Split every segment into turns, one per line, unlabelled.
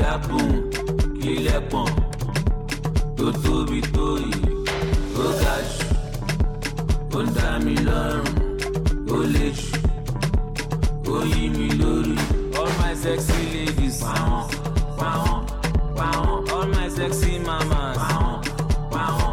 dákun kí lẹ́pọ̀n tó tóbi tó yìí ó ga jù ó ń dá mi lọ́rùn ó le jù ó yí mi lórí. all my sexy ladies pàwọn pàwọn pàwọn all my sexy mamas pàwọn pàwọn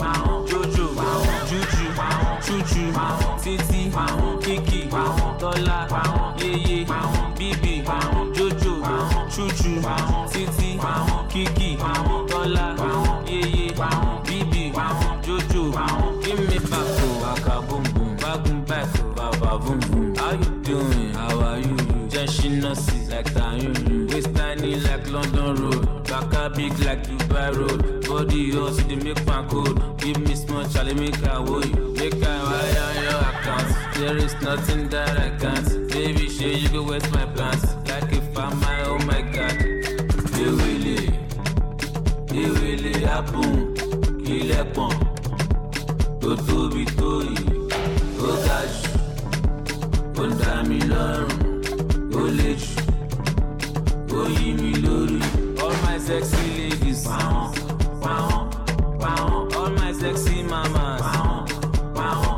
pàwọn jojo pàwọn juju pàwọn chuchu pàwọn titi pàwọn kiki pàwọn tọ́lá pàwọn yeye pàwọn bíbí pàwọn jojo pàwọn chuchu pàwọn titi pàwọn kiki pàwọn tọ́lá pàwọn yeye pàwọn bíbí pàwọn jojo pàwọn give me back to akabombo bagun back to baba vumvum how you doing how are you jẹ́ ṣínà sí like tayun waist tiny like london road kaka big like dubai road body hot dey make am cold give me small chale make i wo you make i wire on your account there is nothing that i can't baby shey you go waste my plans like if i'm my oh my god ewele ewele apun kilẹpọn tó tóbi tó yìí ó ga jù ó ń dá mi lọ́rùn ó le jù ó yí mi lórí. all my sexy ladies pàwọn pàwọn pàwọn all my sexy mamas pàwọn pàwọn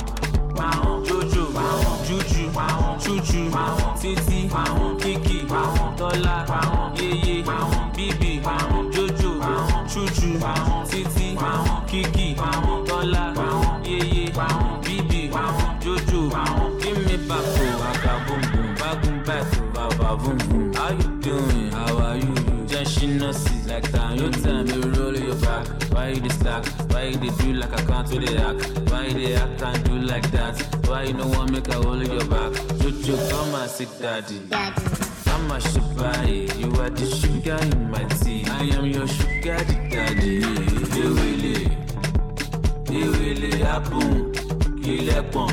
pàwọn jojo pàwọn juju pàwọn chuchu pàwọn titi pàwọn kiki pàwọn tọ́lá pàwọn yeye pàwọn bíbí pàwọn jojo pàwọn chuchu pàwọn titi pàwọn kiki pàwọn tọ́lá pàwọn yeye pàwọn bíbí pàwọn jojo pàwọn give me back to akabombo bagun back to baba vumvum how you doing how are you jẹ́ ṣínà sí like time you tell me roll your back why you dey slack why you dey do like account wey dey hack why you dey act and do like that why you no wan make I hold your back jojo come and sit daddy. I'm a shibai, you are the sugar in my tea. I am your sugar daddy. Ewele, ewele apun, kilepon,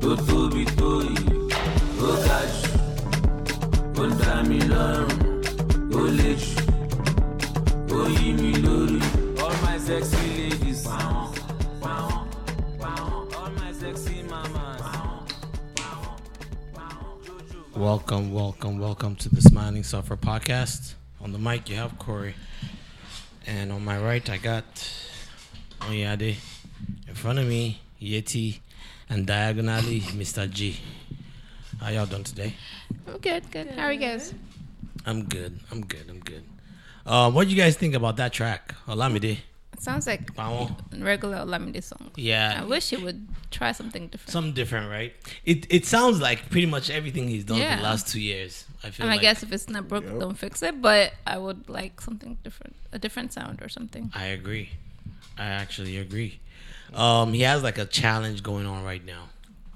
tó tóbi tó yìí, ó ga jù, ó ń dá mi lọ́rùn, ó le jù, ó yí mi lórí. All my sexy ladies, pàwọn, pàwọn, pàwọn, all my sexy mamas, pàwọn, pàwọn, pàwọn, jojo.
Welcome, welcome, welcome to the Smiling Suffer podcast. On the mic, you have Corey. And on my right, I got Onyade. In front of me, Yeti. And diagonally, Mr. G. How y'all doing today?
I'm Oh, good, good. How are you guys?
I'm good. I'm good. I'm good. Uh, what do you guys think about that track? Olamide.
It sounds like
Pawon.
regular Olamide song. I
Yeah.
wish you would try something different.
Something different, right? It it sounds like pretty much everything he's done for
Yeah.
the last two years. I feel
and
like
I guess if it's not broke, don't fix it. But I would like something different, a different sound or something.
I agree. I actually agree. Um, he has like a challenge going on right now.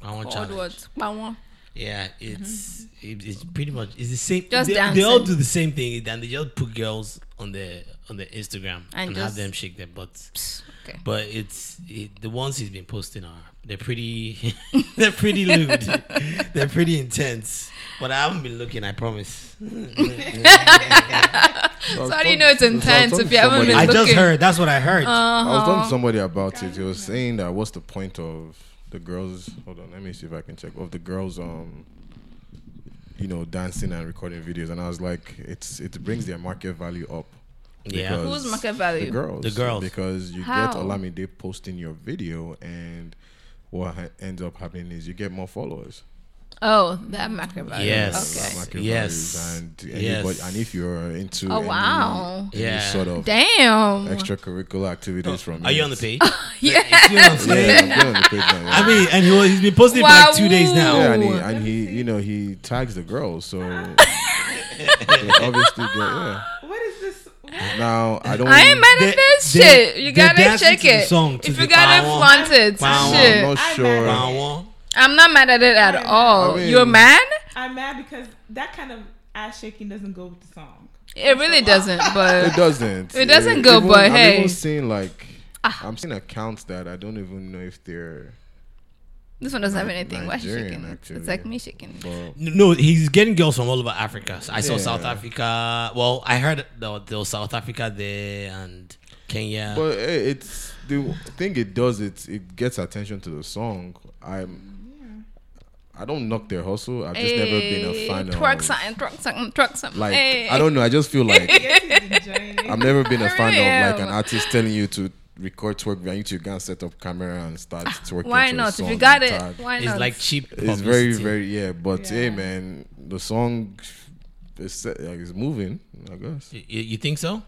I want
Old
challenge.
words. Pawon.
Yeah, it's it, it's pretty much it's the same.
Mm-hmm. Just
they, they all
dancing.
do the same thing, and they just put girls on the on the Instagram and,
And
have
just-
them shake their butts.
Psst, Okay.
But it's it, the ones he's been posting are they're pretty they're pretty lewd, they're pretty intense. But I haven't been looking. I promise.
So how do you know it's intense if you haven't been
I
looking?
just heard. That's what I heard.
Uh-huh.
I was talking to somebody about it. He was saying that what's the point of the girls? Hold on, let me see if I can check. Of the girls, um, you know, dancing and recording videos, and I was like, it's it brings their market value up.
yeah.
because
Who's market value?
The girls.
The girls.
Because you
How?
get Olamide posting your video, and what ha- ends up happening is you get more followers.
Oh, that market value.
Yes.
Okay.
Market
Yes.
values And
Yes.
anybody, and if you're into
Oh,
any-
wow.
any
Yeah. Oh,
sort of
Damn. Oh,
extracurricular activities from
Are you on the page?
it.
yeah.
You know what I'm saying?
Yeah, I'm good on the page now, yeah.
I mean, and he was, he's been posting for like two days now.
Yeah, and he,
Ooh.
and he you know, he tags the girls, so they obviously get, yeah.
What is this?
Now I don't.
I ain't mad
They-
at this
they-
shit. You
they're
gotta
dancing
check
to the
it.
song, to
if
the
you gotta
pawon.
flaunt it,
Pawon.
shit.
I'm not
I'm
sure.
mad.
Wow.
I'm not mad at it at
I
all.
mean-
Oh, You're mad?
I'm mad because that kind of ass shaking doesn't go with the song.
It really doesn't,
It
but
doesn't.
It doesn't go,
even-
but
I'm
hey. Ah.
even seeing like I'm seeing accounts that I don't even know if they're.
this one doesn't have
Ni-
anything. Why is she
Nigerian,
shaking? It's-
actually.
It's like me shaking.
Well,
No, he's getting girls from all over Africa. So I saw
Yeah.
South Africa. Well, I heard there was- there was South Africa there and Kenya.
but hey, it's the thing it does. It it gets attention to the song. I'm. I don't knock their hustle. I've just never been
Eh,
a fan of.
Twerk something, twerk something, twerk something.
Like
Hey.
I don't know. I just feel like
Yes, he's enjoying it.
I've never been a fan of like
Real.
an artist telling you to record twerk video. You to go and set up camera and start twerking. to
Ah, Why
a
not? If
song
you got
and
it,
tag.
why
It's
not?
like cheap.
it's very
publicity.
very yeah. But
Yeah.
hey man, the song is set, like it's moving. I guess.
Y- You, think so?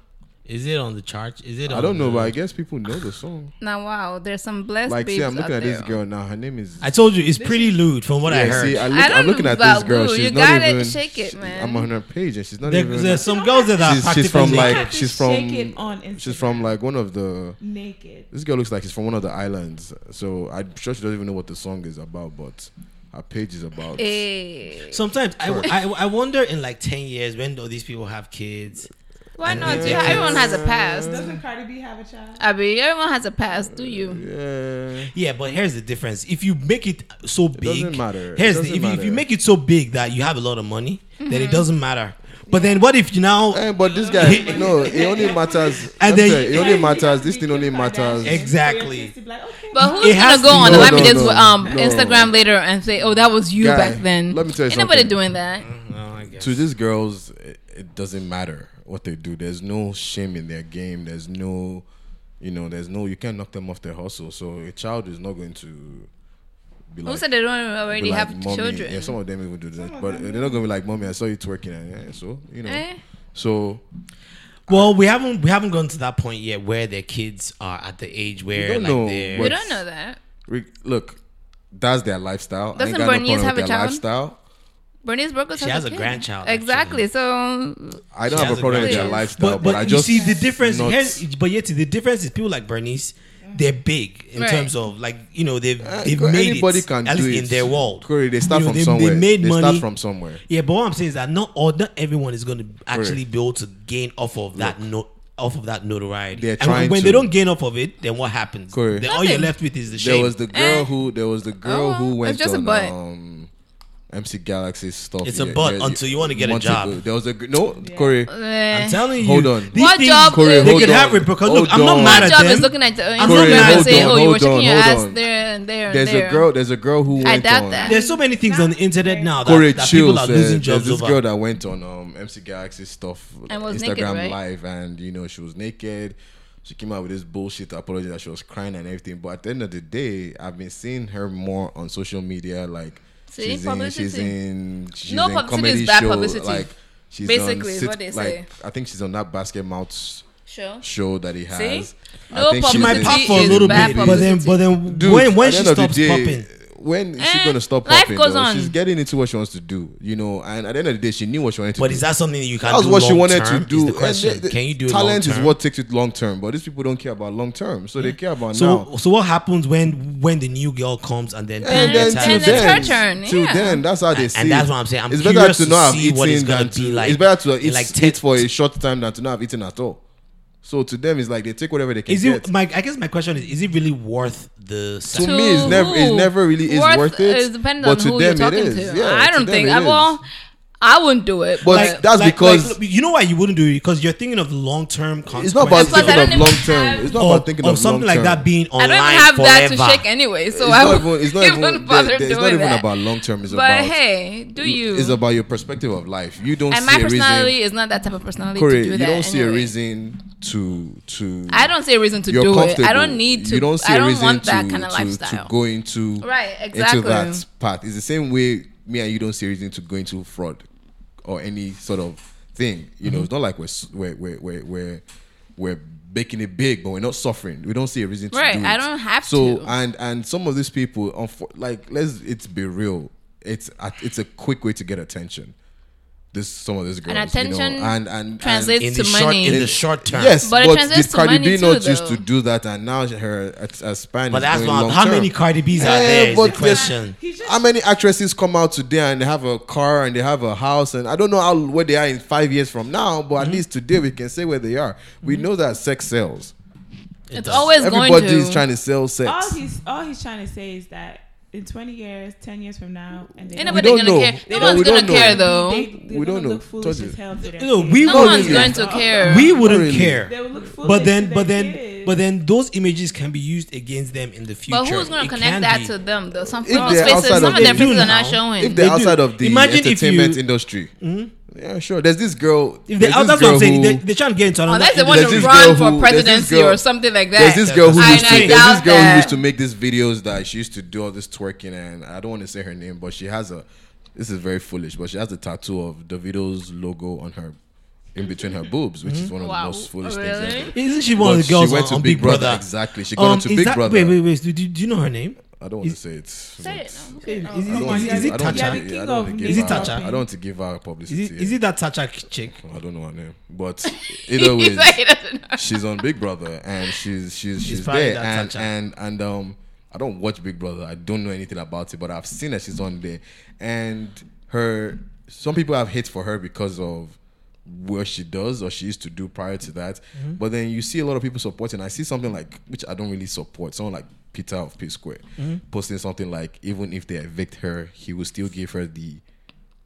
Is it on the chart? Is it?
I
on
don't know,
the-
but I guess people know the song.
now, wow, there's some blessed
Like, see,
babes
I'm looking
out
at this
there.
girl now. Her name is.
I told you it's pretty lewd from what I
Yeah,
heard.
see, I look,
I don't
am looking
know
at this
about
girl.
blue.
She's
You
not
got it.
even.
Shake it, man.
I'm on her page and she's not
there,
even.
there's some girls that are
she's, she's from
practically
like
naked.
naked.
she's from
Shake it on
she's from
Instagram.
like one of the
naked.
this girl looks like she's from one of the islands so i'm sure she doesn't even know what the song is about but her page is about
Hey,
Sometimes I, I, I wonder in like ten years when all these people have kids.
why
And
not?
then-
Yeah, everyone has a past.
Doesn't Cardi B have a child?
Abby, everyone has a past. Do you?
yeah
Yeah, but here's the difference. If you make it so big,
doesn't matter. It
Here's
doesn't
the, if, you, if
matter.
you make it so big that you have a lot of money,
Mm-hmm.
then it doesn't matter. But then what if you now
Eh, but this guy no it only matters
And
and
then-
it only matters this
Be
thing only
Kim
matters
Kardashian. So your
Exactly.
kids to be like, okay.
But who's
It has
gonna go
to-
on
No,
the
no,
Lamidits
no,
um
no.
Instagram later and say, "Oh, that was you
Guy,
back then"?
let me tell you
Ain't nobody
something.
doing that.
Oh, I guess.
to these girls it, it doesn't matter what they do there's no shame in their game there's no you know there's no you can't knock them off their hustle so a child is not going to be
Who
like
said they don't
be
already
like,
have
"Mommy,"
children?
Yeah, some of them even do that,
Some of
but
them
they're not gonna be like, "Mommy, I saw you twerking," and yeah, so you know,
Eh?
so
Well, we haven't we haven't gone to that point yet where their kids are at the age where
don't
like
know
they're
we
what-
don't know that.
re- look, that's their lifestyle. I ain't
Doesn't
got no
Bernice
problem
have
with
a
their
child?
lifestyle.
Bernice Brokers
She has a
kid.
grandchild,
Exactly. So
I don't
She
have
has
a
a
problem with
great
their
job.
lifestyle,
but,
but,
but
I
you
just
see the difference
not-
here's- but yet the difference is people like Bernice they're big in
Right.
terms of like you know they've
Eh,
they've
Corey,
made
anybody
it
can
at
do
least
it
in their world
Corey, they start
You know,
from somewhere. They,
made money
start from somewhere.
yeah but what I'm saying is that not all not everyone is going to actually be able to gain off of that no off of that notoriety
They're
and when, they
trying to.
don't gain off of it then what happens
Corey.
then all you're
Nothing.
left with is the shame
There was the girl
Eh.
who there was the girl
Oh,
who
it's
went
just a
on
butt.
um, MC Galaxy's stuff.
It's a
yeah,
butt
yeah,
until you wanna get a
months
job.
ago. There was a gr- no Corey.
eh,
I'm telling you
Hold on.
these
What
things-
job Corey,
Corey,
is-
they
hold
could
on.
have it because look
Hold
I'm not
on.
mad
my
at
job
them
is looking at the Instagram
Corey,
and
hold
saying,
on,
"Oh, you were
hold
shaking
on,
your
hold
ass
on.
there and there and
There's
there."
a girl. There's a girl who went
I doubt
on.
that.
There's so many things on the internet now that,
Corey
that
chills.
people are
uh,
losing
there's
jobs
this
over.
girl that went on um, MC Galaxy stuff
And was
Instagram
naked, right?
live, and you know she was naked. She came out with this bullshit apology that she was crying and everything. But at the end of the day, I've been seeing her more on social media. Like
See,
she's in, she's
publicity.
in, she's
No
in
publicity
comedy
is bad
show,
publicity.
Like she's on
Basically is
sit-
what they
like,
say.
I think she's on that basket mouth
Sure.
show that he has. I
No
think
she
she's
might
in-
pop for a
she's
little
in
bad
bit, but then but then
Dude,
when when
at the
she
end of the
stops
day,
popping,
When is
Eh,
she gonna stop
life
popping?
goes
though?
on.
She's getting into what she wants to do, you know. And at the end of the day, she knew what she wanted to
but
do.
is that something that you can
that was
do
what she
long
wanted
term
to do.
Is the
And
question:
the- the
Can you do
talent
long term? Hmm.
is what takes it long term, but these people don't care about long term, so
Mm.
they care about
So
now.
so what happens when when the new girl comes and then
And then,
people
till
retire?
it's her
then,
turn,
till
yeah.
then, that's how they see.
that's
it.
what I'm saying. I'm
it's better
curious
to
to
not have
see what it's
eaten
gonna
than
be
to.
like
it's better to
in
eat,
like
like
ten-
eat for a short time than to not have eaten at all. So to them, it's like they take whatever they can
Is
get.
it my? I guess my question is: Is it really worth the?
to
Sacrifice?
To
me, it's never, it's
who?
never really is worth, it.
It depends
but
on
to
who
them,
you're talking
it is.
to.
Yeah,
I
to
don't
them
think.
it
I,
is.
well, I wouldn't do it.
But
But,
that's because
look, you know why you wouldn't do it because you're thinking of the long term.
It's not about
Plus, I
thinking
don't
of
even
long
have-
term. It's not
or,
about thinking
or
of
something
long
like
term.
that being
I
online
don't even have that
forever.
to shake anyway, so
it's
I wouldn't
not even. It's not
even,
even.
bother
there- there- It's
doing
not even
that.
about long term. It's
but
about.
hey, do you?
It's about your perspective of life. You don't
and
see
my
a reason.
personality is not that type of personality
Corey,
to do
you
that.
don't see a
anyway.
reason to to.
I don't see a reason to
You're
do it.
comfortable.
I don't need to.
You don't see
I
a
don't
reason
want that
to,
kind of
to- to
lifestyle.
go into
Right,
into
exactly.
that path. It's the same way me and you don't see a reason to go into fraud or any sort of thing. You
Mm-hmm.
know, it's not like we're s- we're we're we're we're, we're making it big, but we're not suffering. We don't see a reason to
Right,
do it.
I don't have
so,
to.
and and some of these people, unfor- like let's it's be real. It's a- it's a quick way to get attention. This some of these girls,
attention
you know, and and and,
translates
in the
to
short
money.
in the short term.
Yes,
But
but,
it translates
did
to
Cardi
money
B
too,
not choose
though.
to do that, and now her as as span
But
is
that's
going long
not how
term.
many Cardi B's are
Eh,
there. Is
but
the
there's-
question.
He just
How many actresses come out today and they have a car and they have a house and I don't know how where they are in five years from now, but
Mm-hmm.
at least today we can say where they are. We know that sex sells.
It
Mm-hmm. it's
does.
always going
Everybody
to.
is trying to sell
all
sex.
he's all he's trying to say is that in 20 years, 10 years from now, and they don't-
Ain't nobody
don't
gonna
know.
care.
No,
No one's
we
gonna
don't know.
care though.
they, they
We don't
look
know.
foolish
Told
as hell to their
You know,
kids.
we
no
wouldn't
one's
care.
going to care.
We wouldn't
really.
care.
They will look foolish
But then,
to
but
their
then,
is.
But then those images can be used against them in the future.
But who's gonna
It
connect
can
that
be.
to them though? Some
they're
people's faces,
outside
some
of
of their faces
the-
They
are
do
not
now.
showing.
if they're
They do.
outside of the
Imagine if
entertainment
you-
industry. Yeah, sure. There's this girl.
If they,
there's
oh,
this
that's what
girl
I'm saying.
who-
They, they're trying to get into another.
Unless they
in-
want
There's
to
this
run
girl
for
who- there's this
presidency
girl-
or something like that.
There's this girl who
I-
used to.
I
There's this
doubt
girl who
that.
used to make these videos that she used to do all this twerking, and I don't want to say her name, but she has a. This is very foolish, but she has a tattoo of Davido's logo on her, in between her boobs, which is one of
Mm-hmm. Wow,
the most foolish things.
really?
ever.
Mm-hmm. Isn't she one
But
of the girls
she went
on,
to
on
Big, Brother.
Brother?
Exactly, she got
Um,
into
is
Big
that-
Brother.
Wait, wait, wait. Do, do, do you know her name?
I don't want
is-
to say it. It's-
Say it now. Okay.
Is,
I
it-
don't want
is,
to-
it- is it
I don't want to-
Yeah,
Tatcha?
the
I
king of
don't want to
Is
give
it
her-
Tatcha?
I don't want to give her publicity.
Is it, is it that Tatcha chick?
I don't know her name, but either
He's
way,
like, he doesn't know.
she's on Big Brother and she's she's she's
probably
there
that
and
Tancha.
and and um I don't watch Big Brother. I don't know anything about it, but I've seen that she's on there and her some people have hate for her because of where she does or she used to do prior to that.
Mm-hmm.
But then you see a lot of people supporting. I see something like which I don't really support. Someone like Peter of P Square posting something like even if they evict her, he will still give her the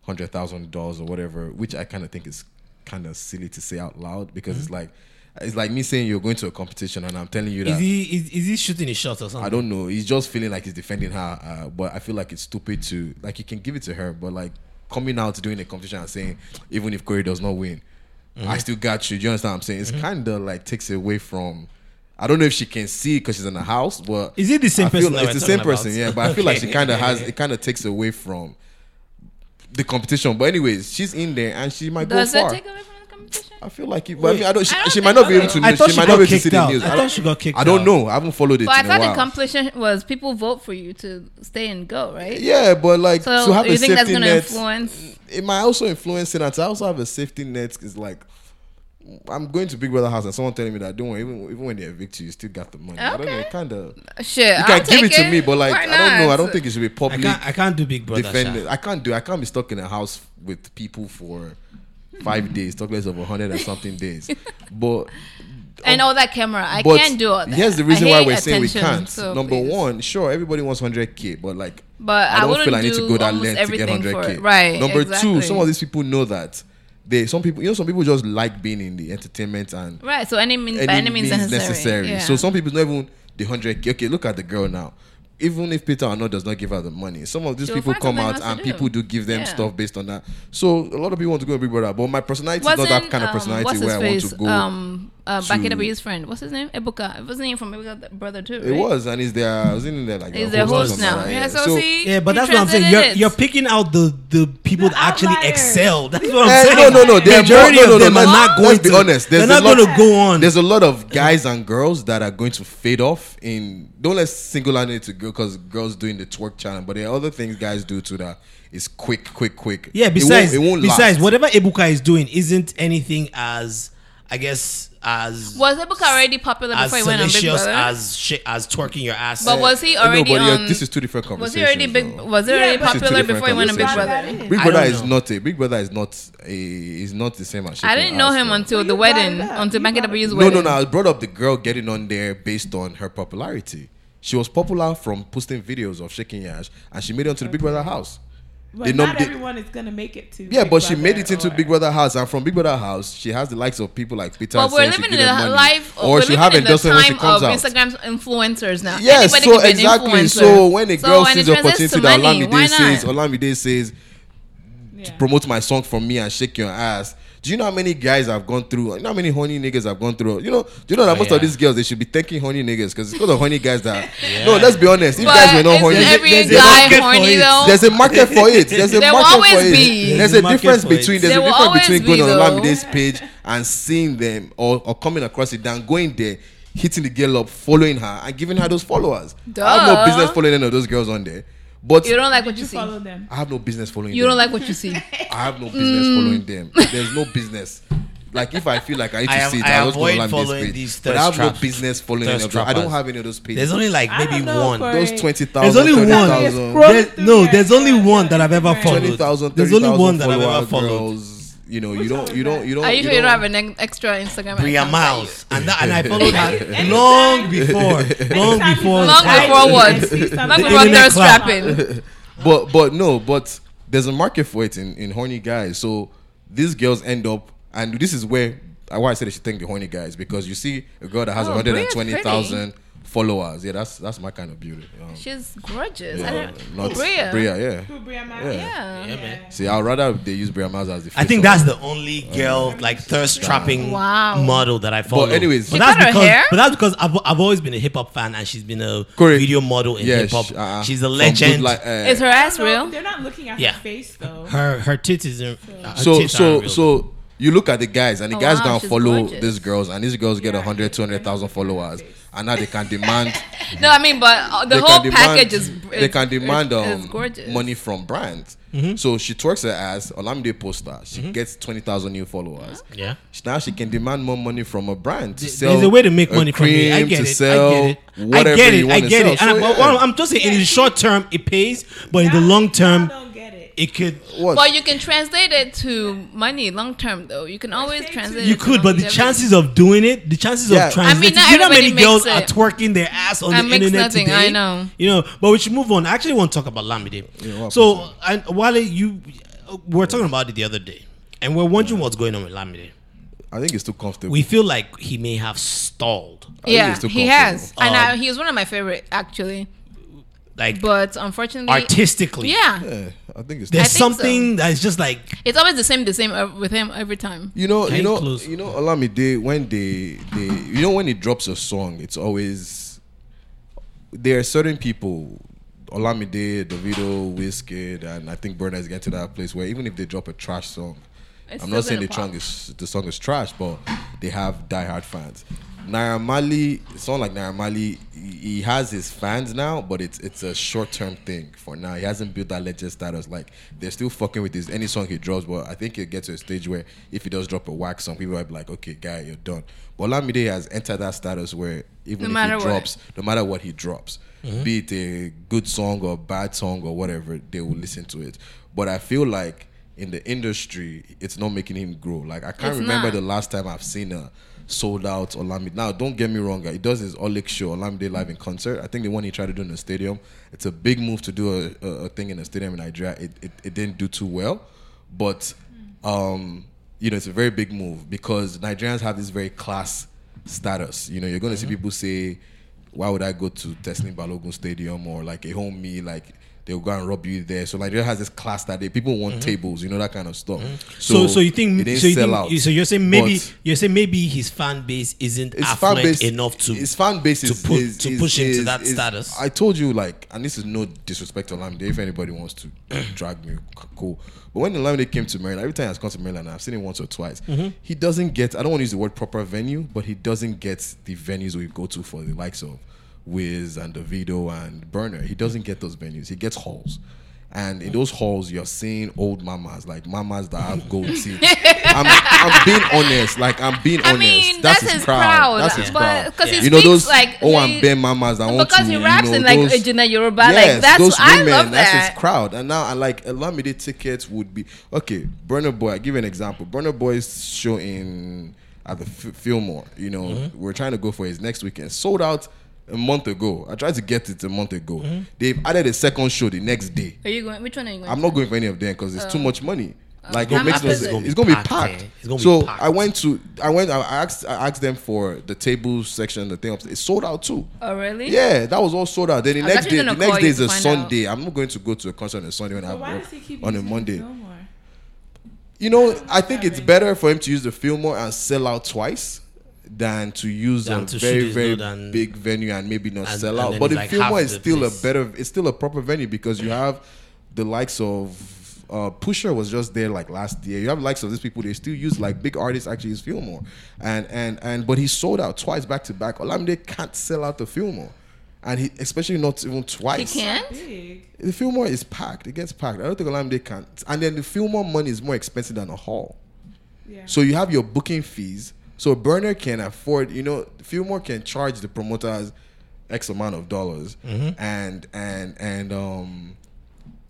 hundred thousand dollars or whatever, which I kind of think is kind of silly to say out loud because it's like it's like me saying you're going to a competition and I'm telling you
Is
that
he is, is he shooting his shot or something?
I don't know. He's just feeling like he's defending her, uh, but I feel like it's stupid to like you can give it to her, but like coming out doing a competition and saying even if Corey does not win,
Mm-hmm.
I still got you. Do you understand what I'm saying? It's kind of like takes away from. I don't know if she can see because she's in the house, but
Is it the same
I feel
person
like
that
it's the
we're
same
talking
person,
about?
yeah. But I feel like she
Okay.
kind of has it. Kind of takes away from the competition. But anyways, she's in there and she might
Does
go
it
far.
take away from the competition?
I feel like it, but I mean, I don't. She,
I don't
she might
think
not be
so.
able to.
I
know-
thought
she
she
might
got
not be able to
kicked
see the
out.
news.
I thought she got kicked
I don't
out.
know. I haven't followed it.
But I
in a
thought
while.
the competition was people vote for you to stay and go, right?
Yeah, but like
So
to have
you
a
think that's
safety
gonna
net,
influence?
it might also influence it. And to also have a safety net is like, I'm going to Big Brother house and someone telling me that don't worry, even even when they evict you, you still got the money. I don't know.
Okay.
Kind of, you
Shit, I'll
can give it
take
to me, but like
Why
I don't know. I
not?
don't think it should be
I
public
can't I can't do Big Brother.
defend
Sha.
it. I can't do. I can't be stuck in a house with people for five days, talk less of hundred and something days. But
and all that camera. I
but
can't do all that.
Here's the
I
reason why
hate
we're saying we
attention,
can't.
so
Number
please.
one, sure, everybody wants 100k, but like,
But I
I don't
wouldn't
feel I need to
do
go that
almost
length to get
everything for
100k.
it. Right,
Number two,
exactly.
some of these people know that they some people you know some people just like being in the entertainment and
Right. So any means, by any means necessary. Yeah.
So some people don't even the 100k. Okay, look at the girl now. Even if Peter Arnaud does not give her the money, some of these
She'll
people
find
come
something
out
else to
and
do.
people do give them
Yeah.
stuff based on that. So a lot of people want to go to Big Brother, but my personality is not that
Wasn't,
kind of
um,
personality
what's his
where I want
face?
to go.
Um, uh,
to-
Baki W's friend. What's his name? Ebuka. It wasn't he from Ebuka th- brother too.
It
right?
was, and he's there. Wasn't he there like
He's
a
their host
or
now.
something?
Yeah. so, see,
Yeah, but
he
that's what I'm saying.
transcended
You're,
it.
you're picking out the the people
The
that actually
outliers.
excel. That's what I'm
Eh,
saying.
no, no, no. They're
Majority
more, no,
of
no,
them
no,
are
no,
not going
Let's
to
be honest.
They're
There's
not
a lot,
going to go on.
There's a lot of guys and girls that are going to fade off in. Don't let's single out it to girl because girls doing the twerk challenge, but there are other things guys do too that is quick, quick, quick.
Yeah,
It won't-
besides,
it won't last.
besides, whatever Ebuka is doing isn't anything as, I guess, as
was Ebuka already popular
as
before he went on Big
salacious
Brother?
as sh- as twerking your ass.
but was he
I know,
already
Eh, but yeah,
on?
this is two different
was
conversations.
he already big?
though.
Was he
Yeah,
already
but- This is
popular
two
before he went on Big
different
conversations.
Brother?
Big
I
Brother
don't
is
know.
not a Big Brother is not a is not the same as.
I didn't know
Shaking
him
Ass, though.
until
you
the wedding,
brought it up.
until
You
Banky
brought it
W's
up.
No,
wedding.
no, no. I brought up the girl getting on there based on her popularity. She was popular from posting videos of shaking your ass, and she made it onto the Big Brother house.
But
They nom-
not
they-
everyone is gonna make it to.
yeah,
Big
but she
Brother
made it into
or-
Big Brother house, and from Big Brother house, she has the likes of people like Peter.
But we're
saying she
living in
give them
a
money,
life,
or
we're
she
living
have
in the
endorsement when she
time
comes
of
out.
Instagram's influencers now.
Yes,
Anybody
so
can be an
exactly.
influencer.
So when a girl
when
sees
it
the
translates
opportunity
to
that
money, why
Olamide says,
not?
Olamide says,
Yeah.
promote my song for me and shake your ass. Do you know how many guys I've gone through? You know how many honey niggas I've gone through? You know, do you know that
Oh,
most
yeah.
of these girls they should be thanking honey niggas because it's because of honey guys that. No, let's be honest. If
But
guys were not
isn't
horny,
every
there's,
a
guy
market for
horny
it.
though?
there's a market for it. There's a
There will
market for
always
it.
be.
There's
There's
a
a market
difference
for it.
between there's
There
a
will
difference between
always
going on
be, though.
Olamide's page and seeing them or, or coming across it than going there. Hitting the girl up, following her, and giving her those followers. I have
Duh.
no business following any of those girls on there, but
You don't like what
Did
you
you
see.
follow them?
I have no business following.
You
them.
don't like what you see. Mm.
I have no business following them. There's no business. Like if I feel like I need to
I am-
see it,
I
I, will just go
avoid
on
following
this page.
these
but I have
thirst
no
traps-
business following any
thirst
of them. I don't
trappers.
have any of those pages.
There's only like
I don't
maybe
know,
one.
Corey.
those
There's
twenty thousand.
There's only one.
Scroll
There's-
through
no,
your-
there's only one that I've ever
Twenty
followed.
Twenty thousand.
There's only one that I've ever followed.
Girls, you know, you don't, you don't, you don't.
Are you sure you don't have
a?
an ex- extra Instagram?
Bria
account?
Miles, and that, and I followed her
Anytime.
long before, long
Anytime you
before,
follow
Long
them,
that.
before
I
what?
see something.
Not
The
about
internet
thirst
club.
trapping.
But but no, but there's a market for it in in horny guys. So these girls end up, and this is where uh, why I said they should thank the horny guys because you see a girl that has
Oh, Bria's
120,000 followers. Yeah, that's that's my kind of beauty. Um,
She's gorgeous. I
yeah,
don't,
not
Bria.
Bria, yeah.
Who Bria
Yeah.
Mara?
Yeah.
Yeah, man.
See, I'd rather they use Bria Mars as the.
I
face
think
of-
that's the only girl like thirst trapping
Wow.
model that I follow.
anyways-
but
She
that's
cut her
because
hair?
but that's because I've, I've always been a hip hop fan and she's been a
Correct.
video model in
Yeah,
hip hop.
sh- uh-uh.
She's a
From
legend.
Good Li- uh,
Is her ass
No,
real?
They're not looking at
Yeah.
her face though.
her her tits is in, her
so
tits are
so
real.
so you look at the guys and the
Oh,
guys
wow,
don't
she's
follow
gorgeous.
these girls and these girls get
Yeah,
a hundred, two
they're not
hundred thousand
looking at her
followers
face.
and now they can demand
No, I mean, but uh, the
they
whole
can demand,
package is, is
they can demand
is,
um,
is gorgeous.
money from brands.
Mm-hmm.
So she twerks her ass. Olamide poster. She gets twenty thousand new followers.
yeah.
She- Now she can demand more money from a brand to
Th-
sell.
There's a way to make
a
money from it. I
cream,
get
to
it.
Sell
I get it.
Whatever
I get it.
You
I
wanna
get
sell.
it. And
So,
I'm,
yeah.
I'm just saying, in the
Yeah.
short term, it pays, but in the
Y'all-
long term,
y'all don't get it.
it could.
What?
But you can translate it to money long term, though. You can always
say
translate.
to-
it
You
to
could, but the
longevity.
chances of doing it, the chances
Yeah.
of
I
mean,
translating.
not
you know how many
everybody
girls
makes
are
it.
twerking their ass on
That
the
makes
internet
nothing,
today?
I know.
You know, but we should move on. I actually want to talk about Lamide.
what
so, and Wale, you we were talking about it the other day, and we're wondering what's going on with Lamide.
I think it's too comfortable.
We feel like he may have stalled.
think
Yeah,
it's too
he
comfortable.
has, and I,
Um,
he was one of my favorite actually.
Like
But unfortunately,
artistically.
yeah,
yeah, I think it's.
There's
I think so.
something that's just like
it's always the same, the same uh, with him every time.
You know,
Can
you
you
know,
close?
you know, Olamide when they they you know when he drops a song, it's always there are certain people, Olamide, Davido, Wizkid, and I think Burna is getting to that place where even if they drop a trash song,
It's
I'm
still
not saying
gonna
the song
pop.
is the song is trash, but they have diehard fans. Naira Marley, someone like Naira Marley, he he has his fans now, but it's it's a short term thing for now. He hasn't built that legend status. Like they're still fucking with his any song he drops, but I think it gets to a stage where if he does drop a whack song, people might be like, okay, guy, you're done. But Olamide has entered that status where even if
matter
he
what.
drops, no matter what he drops, be it a good song or bad song or whatever, they will listen to it. But I feel like in the industry, it's not making him grow. Like I can't
It's
remember
not.
the last time I've seen a sold out Olamide. Now, don't get me wrong, he does his Olik show, Olamide live in concert. I think the one he tried to do in the stadium. It's a big move to do a, a, a thing in the stadium in Nigeria. It, it, it didn't do too well, but um, you know it's a very big move because Nigerians have this very class status. You know, you're going to see people say, "Why would I go to Teslim Balogun Stadium or like a home me like?" They'll go and rob you there. So Nigeria has this class that they people want tables, you know that kind of stuff.
so. So, you
it
think
didn't
so? You
sell
think,
out.
so you're saying maybe
But-
you're saying maybe his fan base isn't
his
affluent
fan base
enough to
his fan base
to
is,
put-
is-
to
is-
push him to
is-
that
is-
status.
I told you like, and this is no disrespect to Olamide. If anybody wants to drag me, c- cool. But when Olamide came to Maryland, every time he's come to Maryland, I've seen him once or twice.
Mm-hmm.
He doesn't get. I don't want to use the word proper venue, but he doesn't get the venues we go to for the likes of Wiz and Davido and Burner. He doesn't get those venues. He gets halls. And in those halls, you're seeing old mamas, like mamas that have gold teeth. I'm, I'm being honest. Like, I'm being
I
honest.
mean,
that's,
that's his
crowd.
crowd,
That's his
but-
crowd.
'cause he
You know,
speaks
those
like
oh, and
he-
Ben mamas that want to.
because he raps
you know,
in like
those,
Ejina Yoruba, like that's
those
I
women,
love
that's
that.
his crowd. And now, I like Olamide tickets would be okay. Burner Boy, I give you an example. Burner Boy's show in at the F- Fillmore. You know, we're trying to go for his next weekend. Sold out a month ago. I tried to get it a month ago. They've added a second show the next day.
Are you going? Which one are you Oh. going?
I'm not going for any of them because it's too much money. Like
How
it makes
much
no
is it?
sense. It's gonna be packed.
eh? It's gonna be
so
packed.
I went to I went I asked I asked them for the table section, the thing upstairs. It's sold out too.
to? Oh really?
Yeah, that was all sold out. Then the
I was
next
actually
day, the
gonna
next
call
day
you
is
to
a
find
Sunday. I'm not going to go to a concert on a Sunday when I
But
have
why
work
does he keep
on a
using
Monday.
Fillmore?
You know, I think it's better for him to use the Fillmore and sell out twice than to use
Than
a
to shoot
very
his
very
load and-
big venue and maybe not
And-
sell
and
out.
then
But
it's
the
like
Fillmore
half
is
the
still
place.
a better, it's still a proper venue because you have the likes of uh, Pusher was just there like last year. You have likes of these people they still use like big artists actually use Fillmore, and and and but he sold out twice back to back. Olamide can't sell out the Fillmore, and he especially not even
He
twice.
can't.
Big.
The Fillmore is packed. It gets packed. I don't think Olamide can. And then the Fillmore money is more expensive than a hall.
Yeah.
So you have your booking fees. So Burner can afford, you know, Fillmore can charge the promoters X amount of dollars,
Mm-hmm.
and and and um,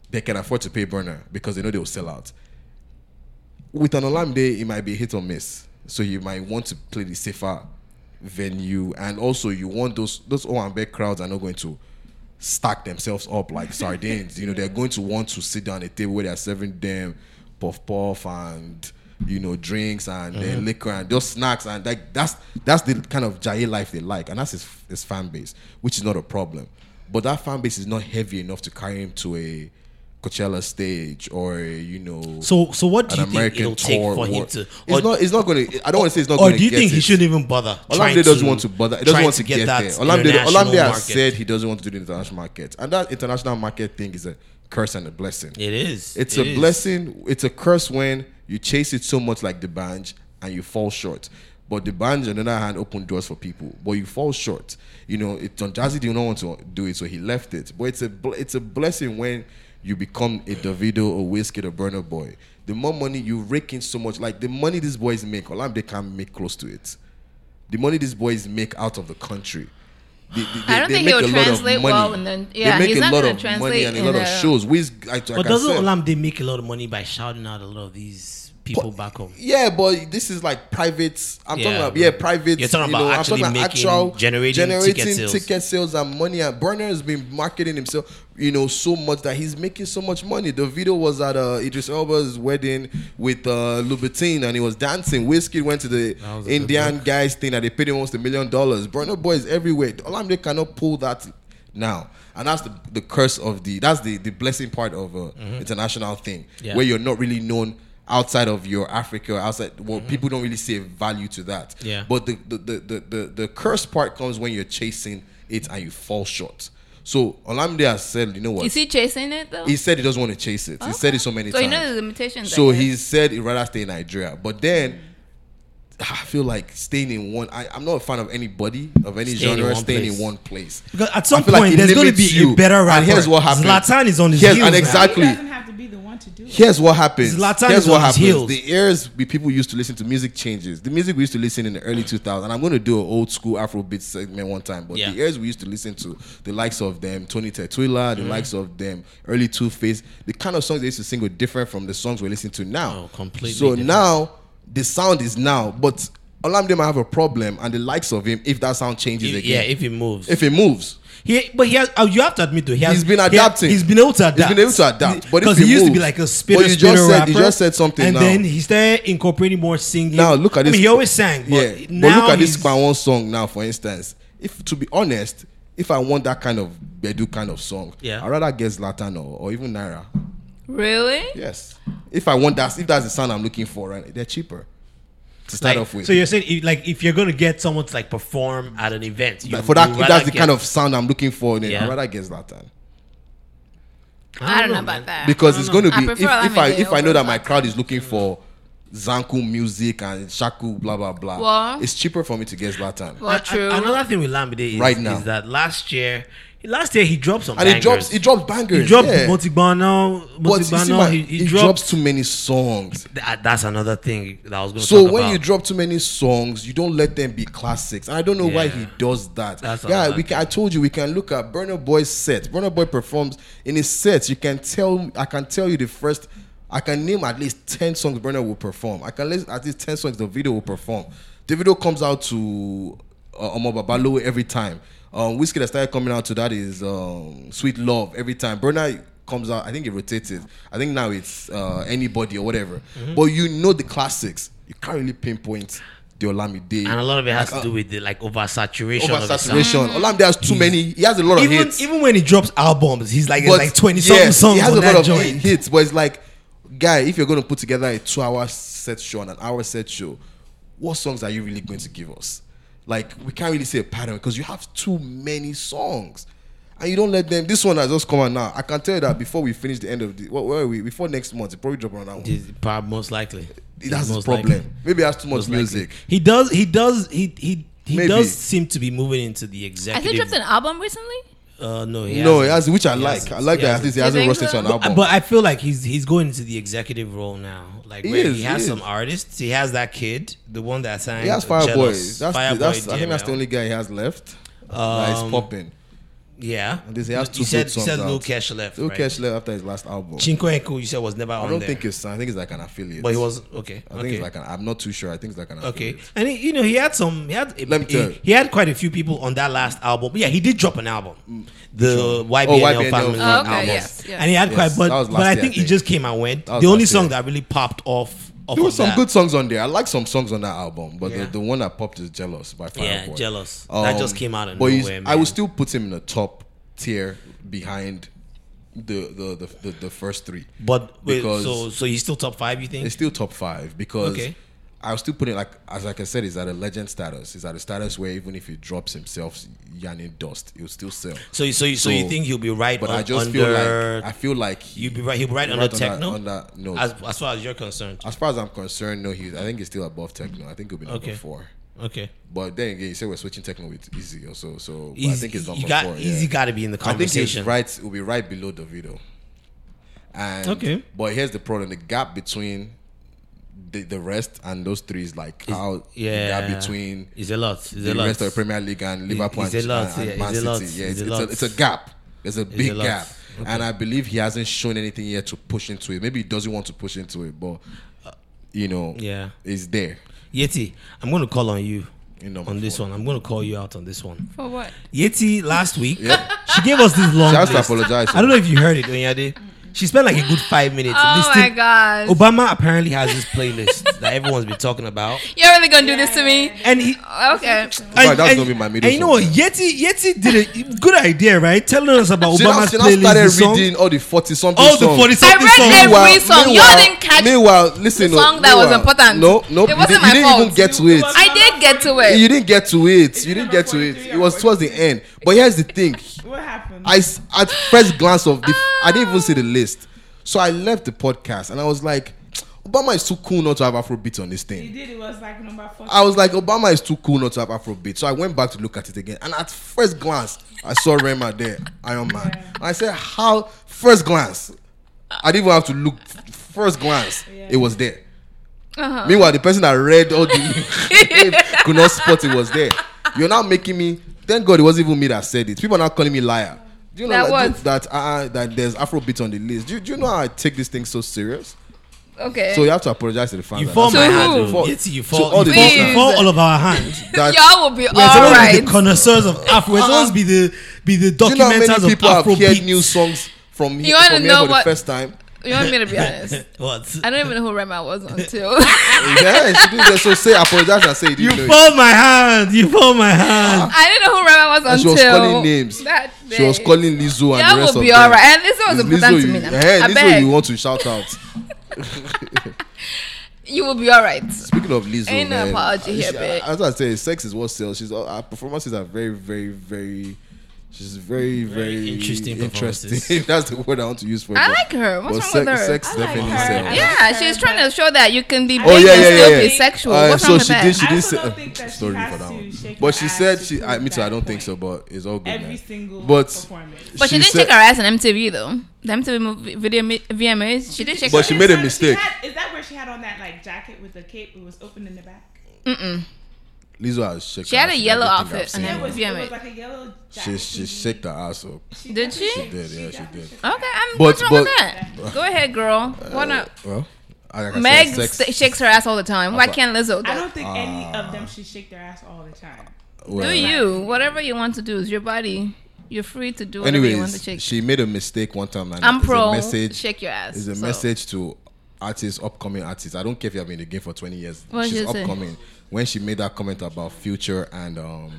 they can afford to pay Burner because they know they will sell out. With an alarm day, it might be hit or miss. So you might want to play the safer venue, and also you want those those O and back crowds are not going to stack themselves up like sardines. you know, they're going to want to sit down at a table where they're serving them puff puff and you know, drinks and
Uh-huh.
then liquor and just snacks and like that's that's the kind of Jaye life they like, and that's his, his fan base, which is not a problem. But that fan base is not heavy enough to carry him to a Coachella stage or a, you know
So, so what do
an
you think
American
it'll take
tour.
for him
what-
to?
it's not. It's not going to. I don't want to say it's not
or
going to.
do you think
it.
he shouldn't even bother? trying
Olamide doesn't want to bother. He doesn't
trying
want to, get,
that
there. Olamide,
international
Olamide has
market.
said he doesn't want to do the international market, and that international market thing is a curse and a blessing.
it is.
It's
It
a
is.
blessing. It's a curse when you chase it so much like the banj and you fall short. But the banj, on the other hand, opened doors for people. But you fall short. You know, it, Don Jazzy did not want to do it, so he left it. But it's a bl- it's a blessing when you become a Davido, a Whiskey, a Burner Boy. The more money you rake in, so much like the money these boys make, Olamide can't make close to it. The money these boys make out of the country. They, they-
I don't
they
think
make
it would
a lot of
translate
money.
well in the-
They
yeah,
make
he's
a
not
lot
gonna
of money
translate
and a
in
lot of
the-
shows. Wiz, like, like
But
I
doesn't
said-
Olamide make a lot of money by shouting out a lot of these people back home?
Yeah, but this is like private. I'm
Yeah,
talking about yeah,
right.
private.
You're talking about
you know,
actually
I'm talking about
making-
actual
generating ticket sales.
ticket sales and money. And Burner has been marketing himself, you know, so much that he's making so much money. The video was at uh, Idris Elba's wedding with uh, Louboutin, and he was dancing. Whiskey went to the
That was a good
Indian guys thing, and they paid him almost a million dollars. Burner Boy is everywhere. Olamide cannot pull that now. And that's the, the curse of the that's the, the blessing part of uh, international thing
Mm-hmm. Yeah.
where you're not really known outside of your Africa, or outside. Well, people don't really see a value to that.
Mm-hmm. Yeah.
But the the, the the the the curse part comes when you're chasing it and you fall short. So Olamide has said, you know what?
Is he chasing it though?
he said he doesn't want to chase it. He said it so many
so
times.
you know the limitations. I
So
guess.
he said he'd rather stay in Nigeria. But then I feel like staying in one. I, I'm not a fan of anybody of any
Staying in
genre
one
staying
place.
in one place.
Because at
I
some
feel like
point,
it
there's going to
limits
be
you.
a better rapper.
And here's what happened.
Zlatan is on his
Here's-
heels.
and
now.
exact- Exactly.
He doesn't have to be the one to do it.
Here's what happens.
Zlatan
Here's
is
what
on his
happens.
heels.
The ears we people used to listen to music changes. The music we used to listen in the early 2000s. And I'm going to do an old school Afrobeat segment one time. But
Yeah.
the ears we used to listen to, the likes of them, Tony Tetuila,
Mm.
the likes of them, early Two Face, the kind of songs they used to sing were different from the songs we're listening to now.
Oh, completely
So
different.
now the sound is now, but Olamide might have a problem, and the likes of him if that sound changes
If-
again.
yeah, if he moves.
if it moves.
He, but he has, uh, you have to admit though, he has,
He's been
he has-
adapting.
he's been able to adapt.
He's been able to adapt, but if
because
he
he, used to be
moves-
like a spitter,
But you just
spitter
said- you
rapper,
just said something
and
now.
then he started incorporating more singing.
Now look at
I
this.
mean, he always sang, but
yeah,
now
but look at this
he's-
Kwan song now, for instance. If to be honest, if I want that kind of Bedu kind of song,
Yeah.
I'd rather get Zlatan or, or even Naira.
really?
Yes. If I want that, if that's the sound I'm looking for, right, they're cheaper to start
like,
off with.
So you're saying, if, like, if you're gonna get someone to like perform at an event, you,
But for that,
you
if
rather
that's the
get-
kind of sound I'm looking for, then
Yeah.
I'd rather get Zlatan.
I don't know
man.
about that.
because it's going to
I
be if,
prefer
if I
Olamide
if I know
over
that my
Zlatan.
crowd is looking for Zanku music and Shaku blah blah blah,
Well-
it's cheaper for me to get Zlatan.
well,
A- a-
true.
Another thing with Lambide is,
Right now.
is that last year, last year he dropped some
and it drops it drops bangers.
he dropped
yeah.
Montigbano,
but you see,
Montigbano,
man,
he,
he,
he dropped.
drops too many songs.
That, that's another thing that I was gonna.
So
talk
when
about.
you drop too many songs, you don't let them be classics. And I don't know why
Yeah.
he does that.
That's
yeah,
another
we can, I told you we can look at Burner Boy's set. Burner Boy performs in his sets. You can tell I can tell you the first I can name at least 10 songs Burner will perform. I can list at least 10 songs the video will perform. The video comes out to uh, Omo Babalowe every time. Um Whiskey that started coming out to that is um, Sweet Love every time. Burner comes out, I think it rotated. I think now it's uh, anybody or whatever.
Mm-hmm.
But you know the classics. You can't really pinpoint the Olamide. Uh,
and a lot of it has to do with the like oversaturation. Of the sound.
Oversaturation. Olamide has too many. He has a lot of
even
hits.
even when he drops albums, he's like it's like twenty
yeah,
something songs
He has
on
a lot
that
of
joint.
hits, but it's like, guy, if you're going to put together a two-hour set show and an hour set show, what songs are you really going to give us? Like, we can't really say a pattern because you have too many songs. And you don't let them. This one has just come out now. I can tell you that before we finish the end of the, what where are we? Before next month, it probably drop on that one.
He's prob- most likely.
It has its
Most
problem.
likely.
Maybe it has too much
Most likely.
music.
He does. He does. He he. He
Maybe.
does seem to be moving into the
Has he
executive.
dropped an album recently?
uh, no, he
no,
hasn't.
it has, which I
He
like.
hasn't.
I like
He
that. At
hasn't.
least he
You
hasn't
think
rusted
so?
an
But-
album.
But I feel like he's he's going into the executive role now. Like
He
where he
is,
has
he
some
is.
artists. He has that kid, the one that sang.
He has
Jealous,
Fireboy. That's, the,
Fireboy
that's I think that's
JML.
the only guy he has left. that is
Um,
popping.
Yeah.
And this, he has two
you said,
good
you
songs
said
out.
Lil Kesh left.
Lil
right?
Kesh left after his last album.
Chinko Enku, you said was never
I
on
don't
there.
think it's. I think it's like an affiliate.
But he was okay.
I
okay.
think it's like an. I'm not too sure. I think it's like an.
Okay,
affiliate.
and he, you know he had some. He had
Let me
he,
tell you.
he had quite a few people on that last album. Yeah, he did drop an album, the YBNL,
YBNL
family
Mm. Oh,
okay,
album,
yes, yes.
and he had
Yes,
quite. But
that was
but
last
I
year,
think
I
he
think.
just came and went.
was
The only
last
song
year.
that really popped off off
There were
of
some
that.
good songs on there. I like some songs on that album, but
Yeah.
the, the one that popped is "Jealous" by Fireboy.
Yeah, jealous. that just
Um,
came out of
but he's-
nowhere. Man.
I would still put him in the top tier behind the the the, the, the first three.
But wait,
because-
so so he's still top five. You think?
It's still top five because
Okay.
I was still putting like as like I said, it's at a legend status. It's at a status where even if he drops himself yanning dust, he'll still sell.
So you- so you, so, you
So-
think he'll be right?
But
on,
I just
under,
feel like I feel like he-
you'll be right. He'll be right, under
right
techno.
under- no.
as
As,
as far as you're concerned.
far as I'm concerned, no, he's I think he's still above techno. I think he'll be number
Okay.
four.
Okay.
But then again, you say we're switching techno with Easy also, so but
Easy,
I think it's number
you got,
four. yeah.
Easy got to be in the
I think he's
conversation.
right. Will be right below Davido. And
Okay.
but here's the problem: the gap between the, the rest and those three is like how
Yeah.
the gap between
Is a lot. Is
the
a lot.
rest of the Premier League and Liverpool
it's
and,
a lot,
and- and
yeah,
Man
it's a lot,
City. Yeah,
it's
it's,
a
it's, a,
lot.
it's a gap. There's a big
lot.
gap, and I believe he hasn't shown anything yet to push into it. Maybe he doesn't want to push into it, but
Uh,
you know,
Yeah.
it's there.
Yeti, I'm going to call on you
In number
on this
four.
one. I'm going to call you out on this one.
For what?
Yeti last week, she gave us this long
She has to
list.
apologize. oh.
I don't know if you heard it, Onyade. She spent like a good five minutes
Oh my
listing.
gosh.
Obama apparently has this playlist that everyone's been talking about,
You're really gonna do this to me?
and he.
Okay.
Right,
and-
that's
and-
gonna be my middle
And you know what?
song,
Yeti, Yeti did a good idea, right? Telling us about
She now,
Obama's
she now
playlist. the
started
song,
reading all the forty something.
all the
songs.
forty
I
something
read
songs.
every song. You all didn't catch.
Meanwhile, listen.
the
no,
song that was
meanwhile-
important.
No, no,
It
you
wasn't
didn't-
my
you didn't even
fault.
get to it.
I did get to it.
You didn't get to it. You didn't
number
get to it.
43
It was
or
towards the end. But here's the thing.
What happened? Ah.
I s- at first glance of the, I didn't even see the list, so I left the podcast and I was like, Obama is too cool not to have Afrobeat on this
you
thing.
did it was like number four.
I was like, Obama is too cool not to have Afrobeat. So I went back to look at it again, and at first glance, I saw Rema there, Iron Man. I said, how? First glance, I didn't even have to look. F- First glance, it was there.
Uh-huh.
Meanwhile, the person that read all the could not spot it was there. You're now making me. Thank God it wasn't even me that said it. People are now calling me liar. Do you know
That
that
was-
that, uh, that there's Afrobeat on the list? Do, you- do you know how I take this thing so serious?
Okay.
So you have to apologize to the fans.
You fall
So
my
To
hand.
who?
oh.
Fall-
Yeti, you
to
fall.
all the
you fall, you
Please.
fall all of our hands.
that-
Y'all will be all
We're supposed to be
right.
the connoisseurs of Afro. We're supposed to be the be the
do you know how
documenters
many people
of
have
Afro
heard new songs from
You
here,
wanna
from here
know
for the
what-
first time?
You want me to be honest?
what?
I don't even know who Rema was until.
yes, you did. So say apologize and say you
You
didn't know it. Ah,
fall my hand. You fall my hand.
I didn't know who Rema was
And she
until.
was calling names.
That day.
She was calling Lizzo and
Y'all
the rest
will
of
be
them.
all right. And this was
It's
important to
you,
me now.
hey,
I
Lizzo
beg.
you want to shout out.
You will be all right.
Speaking of Lizzo,
Ain't no
man,
apology
she-
here, babe.
As I say, sex is what sells. She's uh, her performances are very, very, very. She's very, very,
interesting performances.
Interesting. That's the word I want to use for. it,
I
but-
like her. What's
but
wrong
sex,
with her?
sex
I like
definitely
her. I
sells.
like
yeah,
her,
she's
but-
trying to show that you can be big
Oh, yeah,
and
yeah,
still
yeah,
be
yeah.
sexual.
Uh,
What's
so
wrong with
she
that?
did. She
I
did.
also
Say,
don't think that she
story
has
for that
to
one.
shake
But
her
she
ass
said
to
she.
prove
I me too. I
that
don't think
point.
so. But it's all good.
every
man.
single
But-
performance.
but she, didn't
said-
shake her ass on MTV though. The MTV movie, video mi- VMAs. She did shake.
But
her
she
ass.
made a
had-
mistake.
had- is that where she had on that like jacket with the cape? It was open in the back.
Lizzo has shaken.
She had
her
a
ass in
yellow
everything I've
outfit
seen.
and
It was, it
VMA.
was like a yellow
She
jacket.
she shake the ass up.
Did she?
She did. Yeah, she did.
Okay, I'm.
But-
what's wrong with
but-
that? Go ahead, girl. Why not?
Well, I- Uh, like I said,
Meg
sex-
st- shakes her ass all the time. Why
why-
can't Lizzo?
I
Do
don't think any of
Ah.
them should shake their ass all the time.
well,
do you? Whatever you want to do is your body. You're free to do whatever you want to
Anyways,
shake.
she made a mistake one time. And
I'm
it's a
pro.
message.
shake your ass.
It's a
so.
message to artists, upcoming artists. I don't care if you have been in the game for 20 years.
What did
She's
you say?
upcoming. When she made that comment about Future and um,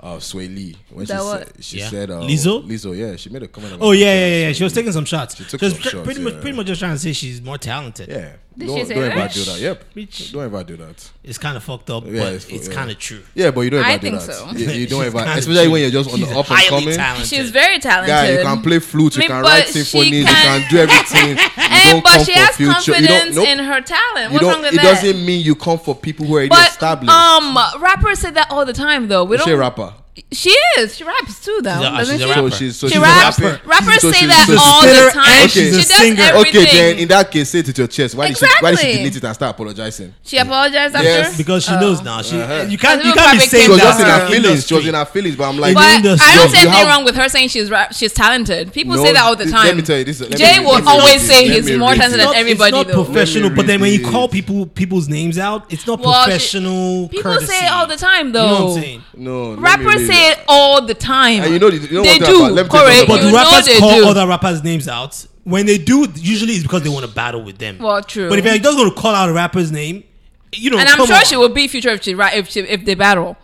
uh, Sway Lee, when
That
she
what?
said, she
Yeah.
said uh,
Lizzo?
Lizzo, yeah, she made a comment. About
Oh yeah,
Future
yeah, yeah. yeah.
and
She was
Sway Lee.
taking some shots. She
took
was
some
pre-
shots,
pretty much,
yeah.
pretty much just trying to say she's more talented.
Yeah.
Did
don't
she say
don't
that?
ever do that. Yep.
Bitch.
Don't ever do that.
It's kind of fucked up,
Yeah,
but it's,
it's fu- yeah.
kind of true.
Yeah, but you don't ever
I
do
think
that.
so.
You, you don't
She's
ever,
kinda
especially when
true.
you're just on
She's
the up and
highly
coming.
talented.
She's very talented.
Guy, you can play flute, you
Me-
can
but
write
she
symphonies, you
can-
can do everything. you
And
don't
but
come
she
for
has
future. You don't,
confidence
nope.
in her talent.
You
What's
don't,
wrong with
it
that?
doesn't mean you come for people who are already
but
established.
um, rappers say that all the time though. We
Is she a
don't.
rapper?
She is. She raps too though,
She's a-
doesn't
she's a
she?
rapper.
So she's so
She
she's a
raps.
rapper.
Rappers
So
say
she's-
that
she's a
all
singer
the
and
time.
she's
a
She does
singer.
everything.
Okay, then in that case, say it to your chest. Why did she why did she
Exactly.
delete it and start apologizing?
she apologized after.
Yes. Uh-huh.
Because she
Oh.
knows now. She you can't
Because
you
people
can't be
probably
saying
She
came
was
down
just in
her
her feelings. She was in her feelings, but I'm like,
But-
But I
industry.
don't say
You
anything
have-
wrong with her saying she's rap, she's talented. People
No,
say that all the
th-
time.
let me tell you this- let me
Jay
read
will
this, let
always
me
say
read
he's
this.
more
Let
talented
me read
than
it's
everybody
not
though.
professional,
Let me
but then when you
read
call
this.
people people's names out, it's not
Well, she-
professional.
people
courtesy.
say it all the time
You
though.
know what I'm saying?
no. let me
Rappers
read
say
it.
it all the time.
And you know the- you know
they
one thing
do.
about- let me tell you
Correct.
something
But
You
do
know
rappers
they
call
do.
other rappers' names out? when they do, usually it's because they want to battle with them.
Well, true.
But if you're just going to call out a rapper's name, you know,
and I'm
come
sure
on.
she will be future if she right if she if they battle.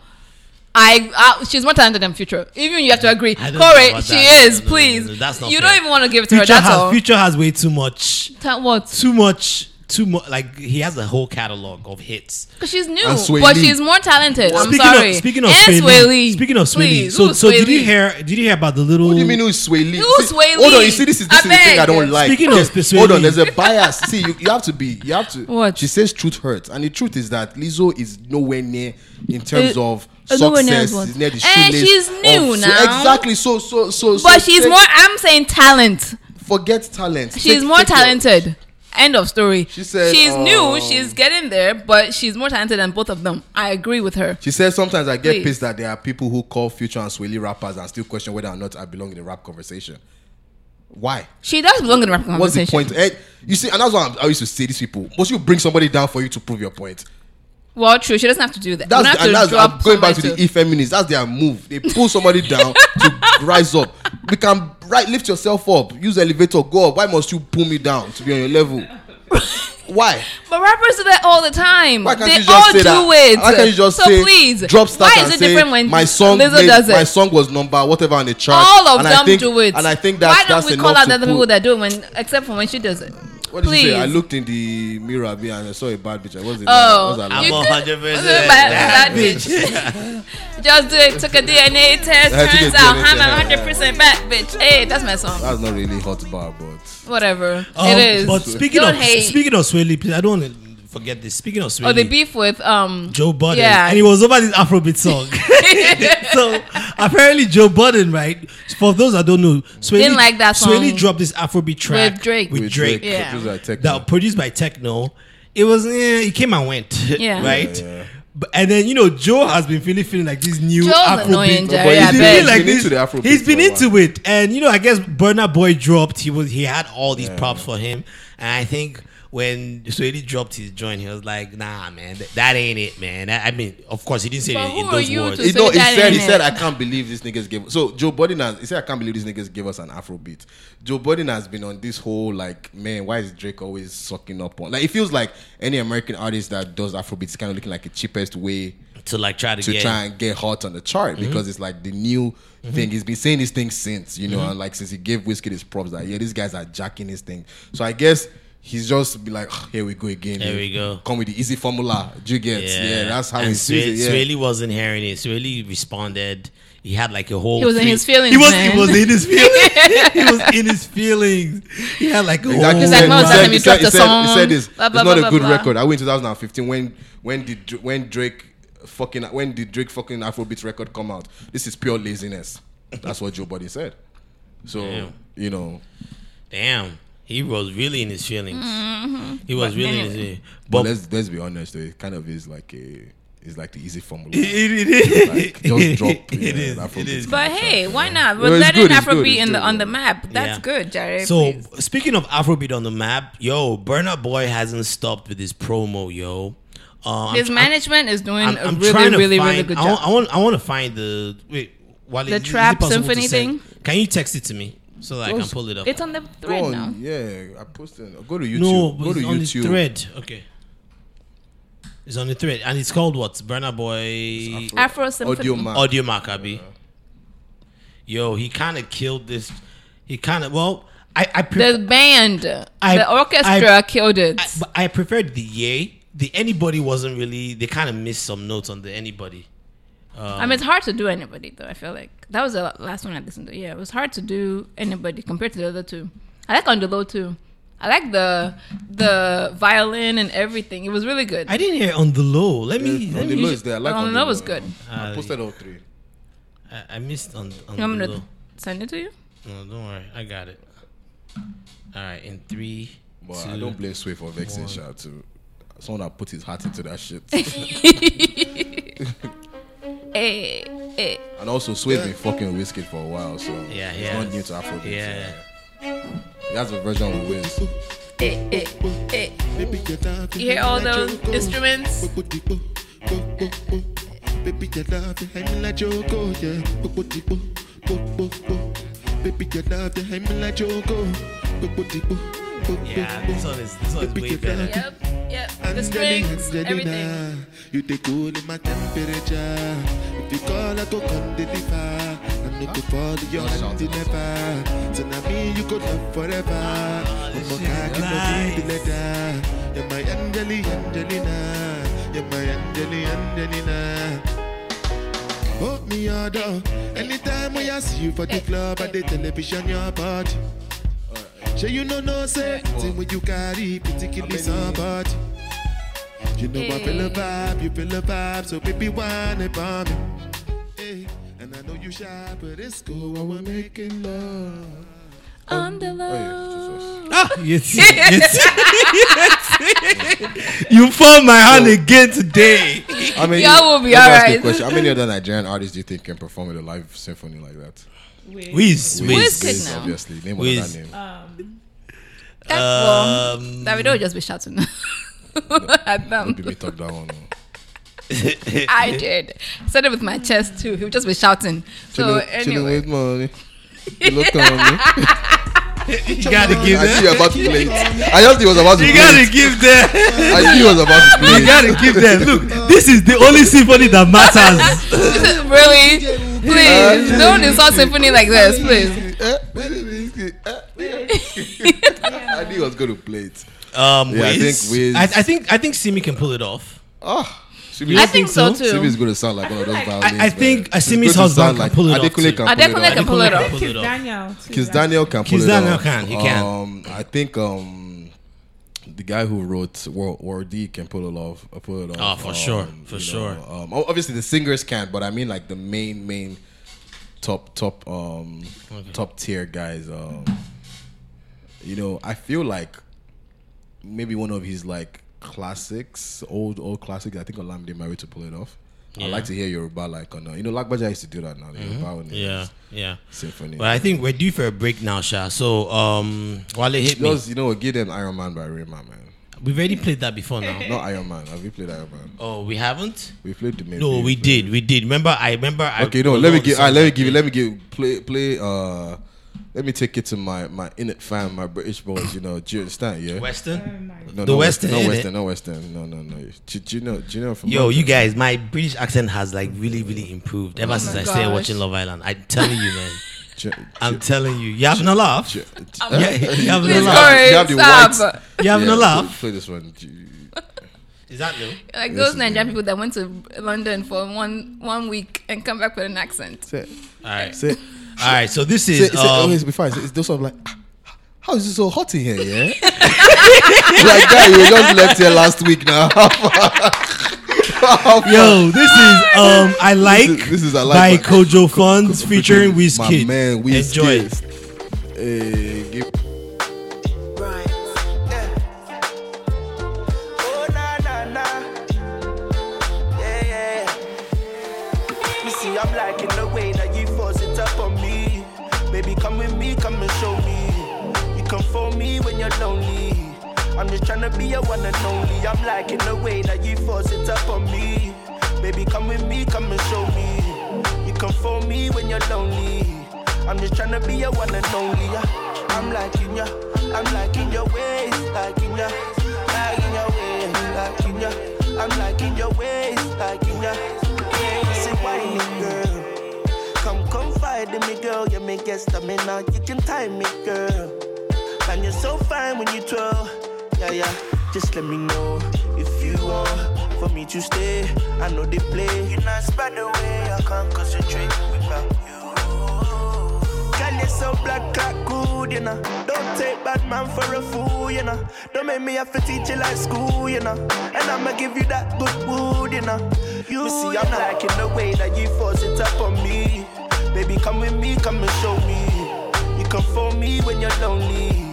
I, I she's more talented than future. Even you have to agree,
I don't know
Corey.
about
She
that.
is.
No, no, no,
please,
no, that's not
you
fair.
don't even want to give it to her.
Future
That's
has,
all.
Future has way too much,
Ta- what?
too much, too much. Like he has a whole catalog of hits.
Because she's new,
And Sway
but
Lee.
she's more talented. I'm
speaking
sorry.
of speaking of
and
Sway Lee,
Lee.
speaking of Sway Lee,
Please,
so
who's
so
Sway
did you
Lee?
hear did you hear about the little?
What do you mean who's Sway Lee?
Who's
See-
Sway
Hold on,
Lee?
you see this is this
I
is the thing I
beg.
don't like.
Speaking of Sway
Hold on,
Lee.
there's a bias. See, you, you have to be you have to
What?
She says truth hurts. And the truth is that Lizzo is nowhere near in terms
Uh,
of
uh, nowhere near
success.
what?
She's near the
And
shoelace
she's new
of- so-
now.
exactly. So so so
But
so
she's
take-
more. I'm saying talent.
forget talent.
She's
Take-
more
take your-
talented. End of story.
She said,
she's
um,
new. She's getting there, but she's more talented than both of them. I agree with her.
She says sometimes I get
Please.
pissed that there are people who call Future and Sway Lee rappers and still question whether or not I belong in the rap conversation. Why?
She does belong in the rap conversation.
What's the point? Eh, you see, and that's why I'm- I used to say these people. Once you bring somebody down for you to prove your point,
Well, true. She doesn't have to do that.
that's
We don't have
and
to
that's
drop
I'm going back to
somebody
the e-feminists. That's their move. They pull somebody down to rise up. We can right lift yourself up. Use elevator. Go up. Why must you pull me down to be on your level? Why?
But rappers do that all the time.
Why can't
they
you just
all
say
Oh, do
that?
it.
Why can't you just
so
say
please,
drop stats
Why
and
is it
say,
different when
my song
Lizzo
made-
does it?
my song was number whatever on the chart.
all of
and I
them
think-
do it.
And I think that's
why don't
that's
we
enough
call out
to
the other
pull-
people that do it when, except for when she does it?
What did
please.
you say? I looked in the mirror B, and I saw a bad bitch. What's the
Oh,
name? What's her
you
name?
I'm
could-
100%
that
that
bitch. Just do it. Took a DNA test.
I took a
Turns out
DNA
I'm
test.
100 percent back, bitch. Hey, that's my song.
That's not really hot bar, but
Whatever.
Um,
it is.
But speaking
Don't
of
hate.
speaking of Sway Lee, please, I don't want to forget this. Speaking of Sway
oh,
Lee,
the beef with um
Joe Budden,
Yeah.
and he was over this Afrobeat song. so apparently, Joe Budden, right? For those that don't know, Sway
Didn't
Lee-
like that
Sway Lee
song.
dropped this Afrobeat track
With Drake.
With,
with
Drake,
Drake. Yeah.
producer at Tecno.
that was produced by Techno. It was eh, it came and went,
Yeah.
right?
Yeah, yeah.
But, and then you know Joe has been feeling feeling like this new
Joe's
Afrobeat.
annoying,
No,
Jerry.
but
I
he
He's
did-
beg.
been like
been
this-
into the Afrobeat
he's been
for a while.
into it, and you know, I guess Burner Boy dropped. He was he had all these props for him, and I think when Swahili dropped his joint, he was like, "Nah, man, th- that ain't it, man." I, I mean, of course, he didn't say
But
it in,
who
in
are
those
you
words.
to
He, no,
say
he
that
said,
in
he
it.
said, I can't believe these niggas gave. So Joe Budden has, he said, I can't believe these niggas gave us an Afrobeat. Joe Budden has been on this whole like, man, why is Drake always sucking up on? Like, it feels like any American artist that does Afrobeat is kind of looking like the cheapest way
to like try to,
to
get Mm-hmm.
try and get hot on the chart because it's like the new thing. He's been saying this thing since, you know,
Mm-hmm.
and like since he gave Whiskey his props, like, yeah, these guys are jacking this thing. So I guess he's just be like, "Ugh, here we go again.
Here
eh.
we go."
Come with the easy formula. Do you get? Yeah, that's how
and
he sees it. Yeah.
Swaley wasn't hearing it. Swaley responded. He had like a whole.
He was in
three-
his feelings.
He was
man.
he was in his feelings. he was in his feelings. He had like a
Exactly.
whole-
He's like, "Mom,
He
that time
he
you dropped
he
a
said, He
song,
said this.
blah, blah,
it's not
blah,
a good
blah, blah."
record. I went in 2015 when when did when Drake fucking when did Drake fucking Afrobeat record come out? This is pure laziness. That's what Joe Buddy said. So
Damn.
you know,
Damn, he was really in his feelings.
Mm-hmm.
He was really in his feelings.
but
But
let's let's be honest. It kind of is like a it's like the easy formula.
It- it is.
Like, just drop.
It
yeah,
is,
Afrobeat.
it is.
But hey, why not? We're
No, it's
letting
good, it's
Afro
good,
be
it's
in the
good.
on the map. That's
Yeah.
good, Jared.
So
please.
speaking of Afrobeat on the map, yo, Burner Boy hasn't stopped with his promo, yo. Uh, I'm
his
tr- I'm-
management is doing
I'm,
a
I'm
really,
trying to
really,
find.
really good
I, want,
job.
I want. I want to find the wait. Wale,
The
is it
Trap
possible to
Symphony
send-
thing?
Can you text it to me so that I can pull it up?
It's on the
Go
thread
on,
now.
yeah. I posted. Go to YouTube.
no, but
go to
it's on
YouTube.
the thread. Okay. It's on the thread, and it's called what? Burner Boy
Afro Symphony.
Audio Mac.
Audio Maccabi. Yo, he kind of killed this. He kind of well. I I prefer,
The band,
I-
the orchestra
I-
killed it.
I, but I preferred the yay. The anybody wasn't really. They kind of missed some notes on the anybody. Um,
I mean, it's hard to do anybody though. I feel like that was the la- last one I listened to. Yeah, it was hard to do anybody compared to the other two. I like on the low too. I like the the violin and everything. It was really good.
I didn't hear on the low. Let me.
Yeah,
let
on
me
the low
should-
is there. I like
on the
low
low is
yeah.
good.
I
Ah,
posted all three.
I, I missed on, on
you want
the
me
low.
to send it to you?
no, don't worry, I got it. All right, in three,
But
two,
I don't blame Sway for vexing Sha too. Someone that put his heart into that shit.
Eh, eh.
and also, Sway's been fucking with Wizkid for a while, so
Yeah,
he's
yeah.
not new to Afrobeat. so
Yeah.
He has a version with Wiz.
eh, eh, eh. You hear all those instruments?
Baby, you love it, I'm like Joko, yeah. Baby, you love it, I'm like Joko.
Yeah, this one is this one is way better.
Yep, yep. The strings, everything.
You take cool in my temperature. If you call, I go come deliver. And you could fall in your hand in never. So now me, you could love forever.
Ah,
Oh, my God, you know me, the letter. You're my Angeli, Angelina. You're my Angeli, Angelina. Hold me your door. Anytime when I see you for the club or the television, your body. Sure you know no say thing when you carry, particularly somebody. You know I feel a vibe, you feel a vibe, so baby whine about me. Hey, and I know you shy, but it's cool when we're making love.
On the low.
Ah, yes, yes, yes. you found my hand again today.
I mean,
Y'all will be alright.
Question. How many other Nigerian artists do you think can perform with a live symphony like that?
Wait.
Wiz,
Wiz.
Wiz.
Wizkid now.
obviously. Name
Wiz.
another name.
Um,
That's well.
Um,
Davido would just be shouting at them.
Maybe we talk that one. oh.
I did. Said it with my chest too. He would just be shouting. So
Chilling- chilling
anyway,
with money. You eh? look on me.
you gotta give
I knew
that.
you were about to play it. I just knew he was about to
You
play it.
gotta give that.
I knew he was about to play
You
it.
gotta give that. Look, this is the only symphony that matters.
really, please don't insult symphony like this, please.
Eh, where did Whiskey- eh, where did Whiskey- I knew he was going to play it.
Um,
Yeah, I
Wiz.
think Wiz-
I, I think I think Simi can pull it off.
Oh,
I think so
so?
Simi
too.
is going to sound like one of those
I- I
violins.
I think
man. She's
Asimi's
going to sound
husband can pull it off
Adekunle
too.
can pull it
Adekunle
off.
can pull it
Adekunle can
off.
pull
Kiss
it off.
Daniel. too,
Kiss
right?
Daniel can pull
Kiss
it
Daniel
off.
can, he can.
Um, I think um, the guy who wrote War, War D can pull it off. uh, Pull it off.
Oh, for
um,
sure, for
you
sure.
know, um, o- obviously the singers can't, but I mean like the main main top top um top tier guys. Um, you know, I feel like maybe one of his like classics, old old classics. I think Olamide Married to pull it off. I like to hear Yoruba like on uh, you know Lagbaja used to do that now. the Yoruba on his
Mm-hmm. Yeah, yeah.
symphony.
But I think we're due for a break now, Sha. So, um, Wale hit me.
Just, you know, what, give them Iron Man by Rayman, man.
We've already played that before now.
Not Iron Man. Have we played Iron Man?
Oh, we haven't.
We played the main.
No, we did. We did. Remember, I remember. I
Okay, no.
was
Let me
on the
give. alright,
song.
let me give you. Let me give. Play. Play. Uh, let me take it to my my innit fam, my British boys. You know, do you understand? Yeah.
Oh
Western.
my God.
No,
the
no
Western,
No
innit?
Western. No Western. No, no, no. Do, do you know? Do you know from?
Yo,
London?
you guys, my British accent has like really, really improved ever since I started
Oh gosh.
watching Love Island. I'm telling you, man.
Do-
I'm telling you, you have no laugh.
do-
You
do-
have no
Please,
laugh.
You have
Corey,
the
stop.
You have
yeah,
no
play-
laugh.
Play this one. Do-
Is that new?
Like
This
those
is
Nigerian
me.
people that went to London for one one week and come back with an accent.
Say,
All right.
say,
All right. So this
say,
is.
say, oh,
Um,
it's before. I say- It's those of like. "Ah, How is it so hot in here? Yeah. like guy, you just left here last week now. How far-
Yo, this is um I like
This is- this is
by
I Like by
Kojo Funds featuring
My
Wizkid.
man, Wizkid.
Enjoy. it.
Eh, give-
Oh na na na. Yeah yeah. yeah. You see, I'm liking the way that you force it up on me. Baby, come with me, come and show me. You can phone me when you're lonely. I'm just tryna be your one and only. I'm liking the way that you force it up on me. Baby, come with me, come and show me. You can phone me when you're lonely. I'm just tryna be your one and only. Yeah. I'm liking ya, I'm liking your ways, liking ya, liking your ways, liking ya. I'm liking your ways, liking ya. Yeah, see why girl. Come confide in me, girl. You make get stamina, you can time me, girl. And you're so fine when you twirl. Yeah, yeah. Just let me know if you want for me to stay. I know they play. You're not spot the way I can't concentrate without you. Girl, you're so black cat good, you know. Don't take bad man for a fool, you know. Don't make me have to teach you like school, you know. And I'ma give you that good wood, you know. You me see, I'm liking the way that you force it up on me. Baby, come with me, come and show me. You can phone me when you're lonely.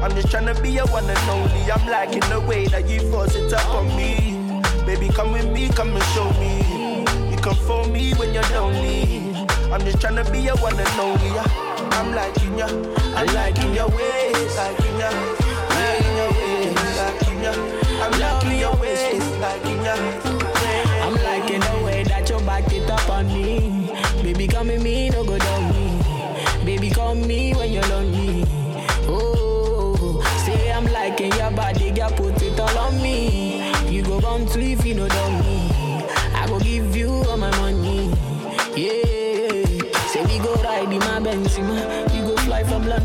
I'm just tryna be your one and only. I'm liking the way that you force it up on me. Baby, come with me, come and show me. You can phone me when you're lonely. I'm just tryna be your one and only. yeah. I'm liking ya, I'm liking your ways, liking ya, liking your ways, liking ya. I'm liking your ways, liking ya.
I'm liking the way that you back it up on me. Baby, come with me, no go down me. Baby, call me when you're lonely. Oh,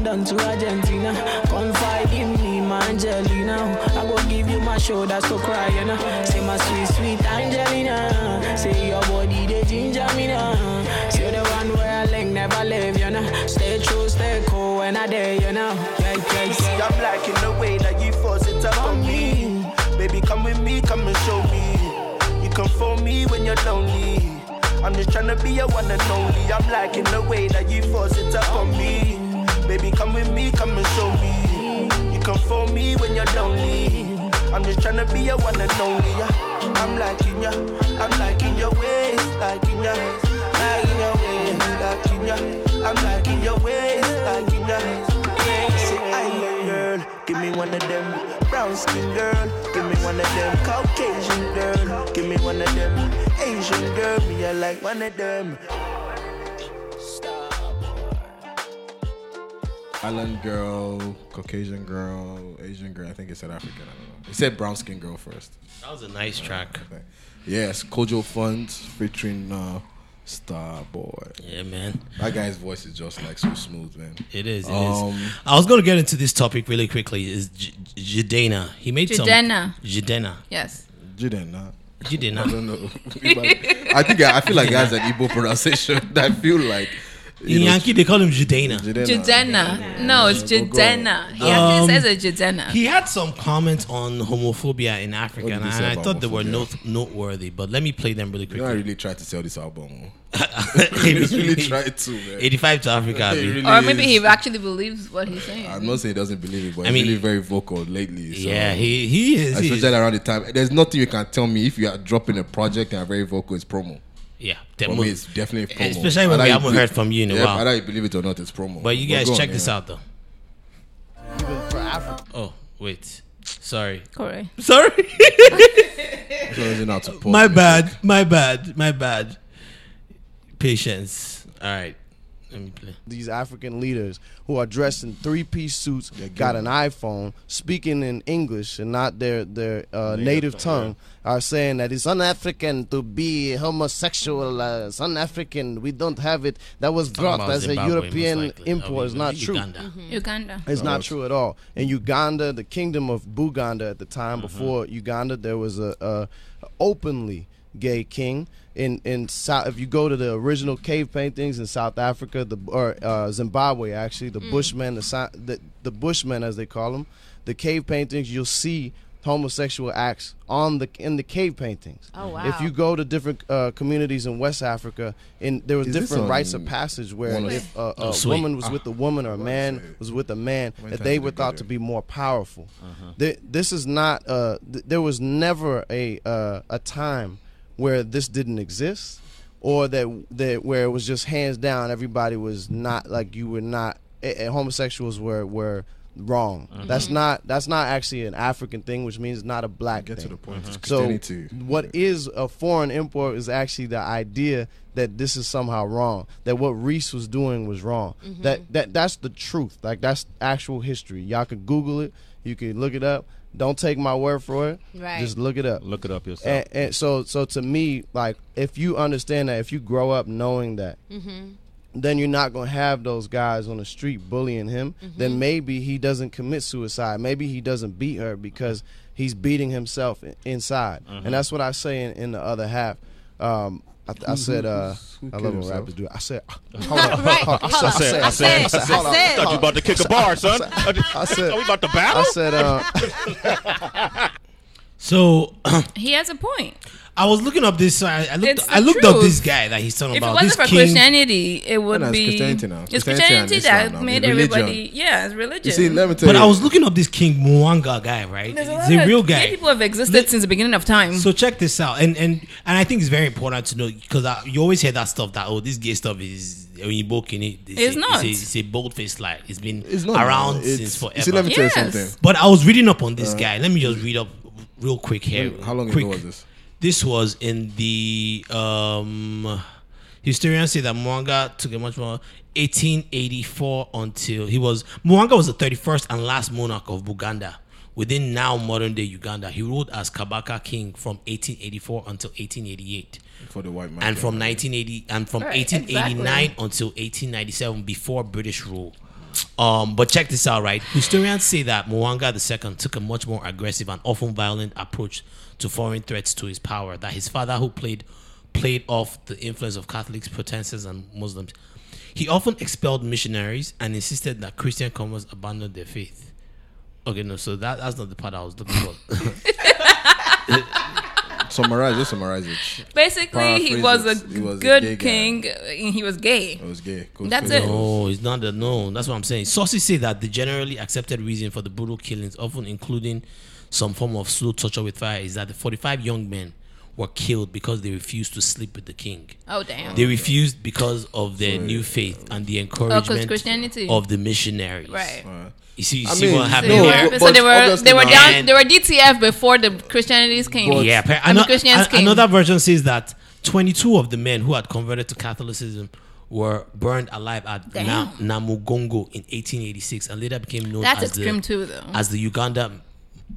gone to Argentina. Confide in me, my Angelina. I go give you my shoulder, so cry, you know. uh. Say my sweet, sweet Angelina. Say your body, they ginger me now. Say the one where I link, never leave, you know. Stay true, stay cool when I dare, you know. Yeah, yeah,
You
yeah.
see, I'm liking the way that you force it up on me. Baby, come with me, come and show me. You can phone me when you're lonely. I'm just trying to be your one and only. I'm liking the way that you force it up on me. Baby, come with me, come and show me. You can phone me when you're lonely. I'm just trying to be your one and only. Yeah. I'm liking ya, I'm liking your ways, liking ya, liking your ways, liking ya. I'm liking your ways, liking ya. Yeah. Say, I girl, give me one of them. Brown skin girl, give me one of them. Caucasian girl, give me one of them. Asian girl, me I like one of them.
Island girl, Caucasian girl, Asian girl. I think it said African. I don't know. It said brown skin girl first.
That was a nice track.
I think. Yes, Kojo Funds featuring uh, Starboy.
Yeah, man.
That guy's voice is just like so smooth, man.
It is. It is.
Um,
I was going to get into this topic really quickly. Is J- J- Jidena? He made
Jidena.
some. Jidena.
Yes.
Jiden, nah. I
Jidena.
don't know. I think I, I feel like that's an Igbo pronunciation. I feel like
In
you know,
Yankee, they call him Jidena.
Jidena.
Jidena. No, it's
Go, go.
Jidena. He actually says it's Jidena.
He had some comments on homophobia in Africa,
What did
and
he say
I, I
about
thought they were
homophobia?
note- noteworthy. But let me play them really
You know, I
quickly.
really tried to sell this album. oh. He's really tried to, man.
85 to Africa.
It
Abi.
really
Or maybe he
is.
actually believes what he's
I'm
saying.
not saying he doesn't believe it, but
I
he's
mean-
really very vocal lately. So.
yeah, he he is. he is.
especially around the time. There's nothing you can tell me if you are dropping a project and are very vocal. It's promo.
Yeah,
For
demo-
me, it's definitely promo.
Especially when
Either
we
you
haven't
be-
heard from you in a
yeah,
while.
Either you believe it or not, it's promo.
But you guys
go on,
check
yeah.
this out though. Oh wait, sorry,
Correct.
sorry.
Closing out to pop
My
music.
bad, my bad, my bad. Patience.
All right, let me play.
these African leaders who are dressed in three-piece suits, got an iPhone, speaking in English and not their their uh, native, tongue, are saying that it's un-African to be homosexual. Uh, it's un-African. We don't have it. That was brought
about
as a
Zimbabwe, most
European
likely.
import.
Oh,
It's not true.
Uganda.
Uganda.
It's not true at all. In Uganda, the kingdom of Buganda at the
Mm-hmm.
time, before Uganda, there was a, a openly gay king. In in South, if you go to the original cave paintings in South Africa, the or uh, Zimbabwe actually,
Mm.
the Bushmen, the, si- the the Bushmen as they call them, the cave paintings, you'll see homosexual acts on the in the cave paintings.
Oh,
If
wow.
you go to different uh, communities in West Africa, and there was
Is this
different
on
rites of passage where
one of-
if a,
Oh,
a
sweet.
woman was with a woman or a man was with a man, that
times
they
did
were
they go
thought
there?
to be more powerful.
Uh-huh.
Th- this is not. Uh, th- there was never a uh, a time where this didn't exist, or that that where it was just hands down. Everybody was not like you were not. eh, eh, homosexuals were were wrong.
Uh-huh.
That's not that's not actually an African thing, which means not a black
Get to
thing.
the point. It's
So
Christianity.
what is a foreign import is actually the idea that this is somehow wrong, that what Reese was doing was wrong. That that that's the truth. Like that's actual history. Y'all could Google it. You can look it up. Don't take my word for it.
Right.
Just look it up.
Look it up yourself.
And, and so so to me, like if you understand that, if you grow up knowing that,
Mm-hmm.
then you're not gonna have those guys on the street bullying him. Then maybe he doesn't commit suicide. Maybe he doesn't beat her because he's beating himself i- inside. And that's what I say in, in the other half. Um, I, th- I said, uh,
who
I
killed
love when
himself?
rappers do. it. I said,
Right. Hold on. I said. I
I thought you
said.
about to kick a bar, son. Are
I said,
we about to battle?
I said, uh,
So
He has a point.
I was looking up this. uh, I, I looked.
It's the
I looked up
truth.
this guy that he's talking
If it
about.
wasn't
this
for
king.
Christianity, it would
no, it's
be
Christianity now.
It's
Christianity and
Christianity
Islam
that
now.
made
It's religion.
everybody. Yeah, it's religion.
You see, let me tell
But
you.
I was looking up this King Mwanga guy, right?
There's a
He's
lot
a
of
real
gay
guy.
People have existed since the beginning of time.
So check this out, and and and I think it's very important to know because you always hear that stuff that oh this gay stuff is when you book in it.
It's
a,
not.
It's a, it's a bold faced lie. It's been
It's not
around
it's-
since
you
forever.
See, let me tell you
Yes.
something.
but I was reading up on this guy. Let me just read up real quick here.
Uh, How long
quick.
ago was this?
This was in the um historians say that Mwanga took a much more 1884 until he was Mwanga was the 31st and last monarch of Buganda within now modern day Uganda. He ruled as Kabaka king from 1884 until 1888
For the white man.
and
yeah.
from 1980 and from
Right,
1889 until 1897 before British rule. Um, but check this out, right? Historians say that Mwanga II took a much more aggressive and often violent approach to foreign threats to his power. That his father, who played played off the influence of Catholics, Protestants, and Muslims, he often expelled missionaries and insisted that Christian converts abandon their faith. Okay, no, so that, that's not the part I was looking for.
Summarize, just summarize it.
Basically, he
Paraphrase
was a
it. He was a
good
gay guy.
king. uh, and He was gay.
It was gay. Cool.
That's
Cool.
it.
No, it's not that. No, that's what I'm saying. Sources say that the generally accepted reason for the brutal killings, often including some form of slow torture with fire, is that the 45 young men were killed because they refused to sleep with the king.
Oh damn. Oh,
They refused because of their new faith and the encouragement
Christianity.
of the missionaries.
Right.
Alright.
You see, you
I
see
mean,
what
So
happened
they
No,
here?
were,
but-
so they were
obviously
they were
not.
down
And-
they were DTF before the Christianities came.
yeah, appa-
I mean,
ano-
Christians
a-
came.
another version says that 22 of the men who had converted to Catholicism were burned alive at Na- Namugongo in 1886 and later became known
That's
as
extreme
the,
too, though.
as the Uganda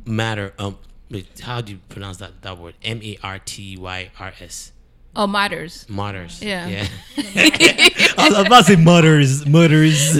matter. Um, wait, how do you pronounce that that word? M A R T Y R S.
Oh, martyrs.
Martyrs.
Yeah.
I was about to say murderers. Murderers.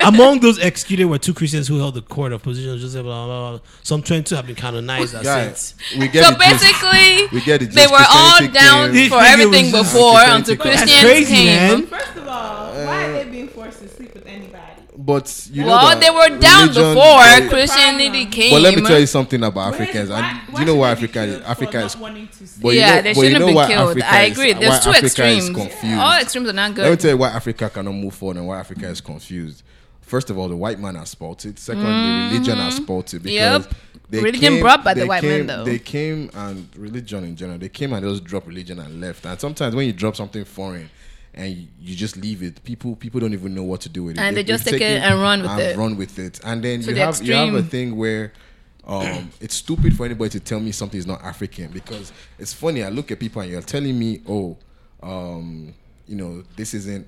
Among those executed were two Christians who held the court of positions. Joseph, blah, blah, blah. Some 22 have been canonized as
Guy,
saints.
we get
So
the gist.
basically,
We get it,
they
just
were all
Christianity
down
came.
for
This nigga
everything
was just-
before
Christianity
until
came. That's Uh,
Christians came.
First of all, why are they being forced to sleep with anybody?
But you know
Well,
that
they were down
religion-
before
they-
Christianity came.
But let me tell you something about
Where is-
Africans.
why-
And
why
you know
should
why
they be
Africa is
killed for
Africa
not
is.
wanting to sleep?
but you
yeah,
know-
they
but you
shouldn't
know
be
why
killed.
Africa
I
is-
agree. There's
why
two
Africa is
extremes.
confused.
All extremes are not
Let me
good.
tell you why Africa cannot move forward and why Africa is confused. First of all, the white man has spouted. Secondly, religion has spouted because
Mm. Yep. Religion brought by the
they
white man,
came-
though.
They came and religion in general. They came and just dropped religion and left. And sometimes when you drop something foreign and you- you just leave it, people people don't even know what to do with it.
And they
They've
just take
taken
it and run with it.
Run with it. And then
To
you
the
have you have
extreme.
a thing where. Um, it's stupid for anybody to tell me something is not African because it's funny. I look at people and you're telling me, oh, um, you know, this isn't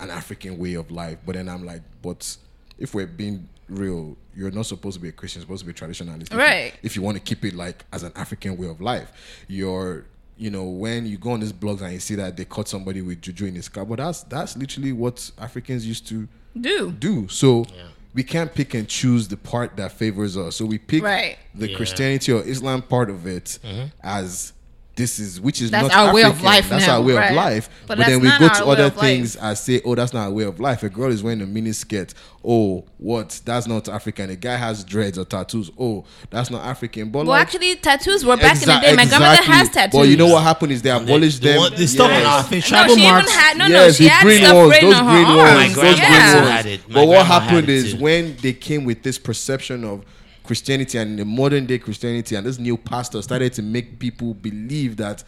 an African way of life. But then I'm like, but if we're being real, you're not supposed to be a Christian. You're supposed to be a traditionalist, if you-
Right.
If you want to keep it like as an African way of life, you're you know when you go on these blogs and you see that they caught somebody with juju in his car, but that's that's literally what Africans used to
Do
do. So we can't pick and choose the part that favors us. So we pick
Right.
the Christianity or Islam part of it
Mm-hmm.
as this is which is
That's
not
our way of
African.
life
That's
now,
our way
right.
of life.
But
But,
that's
then we
not
go
our
to
way
other
of life.
things and say, oh, that's not a way of life. A girl is wearing a mini skirt. Oh, what? That's not African. A guy has dreads or tattoos. Oh, that's not African. But
well,
like,
actually, tattoos were back in the
exa-
day. My grandmother
exactly.
has tattoos.
But you know what happened is they abolished
they
them.
want- they stop
Yes.
on our face.
No,
Tribal
she
marks.
even had no,
yes,
no. She
the
had
green
stuff
ones,
written
those
on
green
her
ones,
arms.
Oh, My
those
grandma
yeah.
green
had
ones.
it. My
But
grandma
what
had it
happened is
too.
when they came with this perception of Christianity and the modern day Christianity and this new pastor started to make people believe that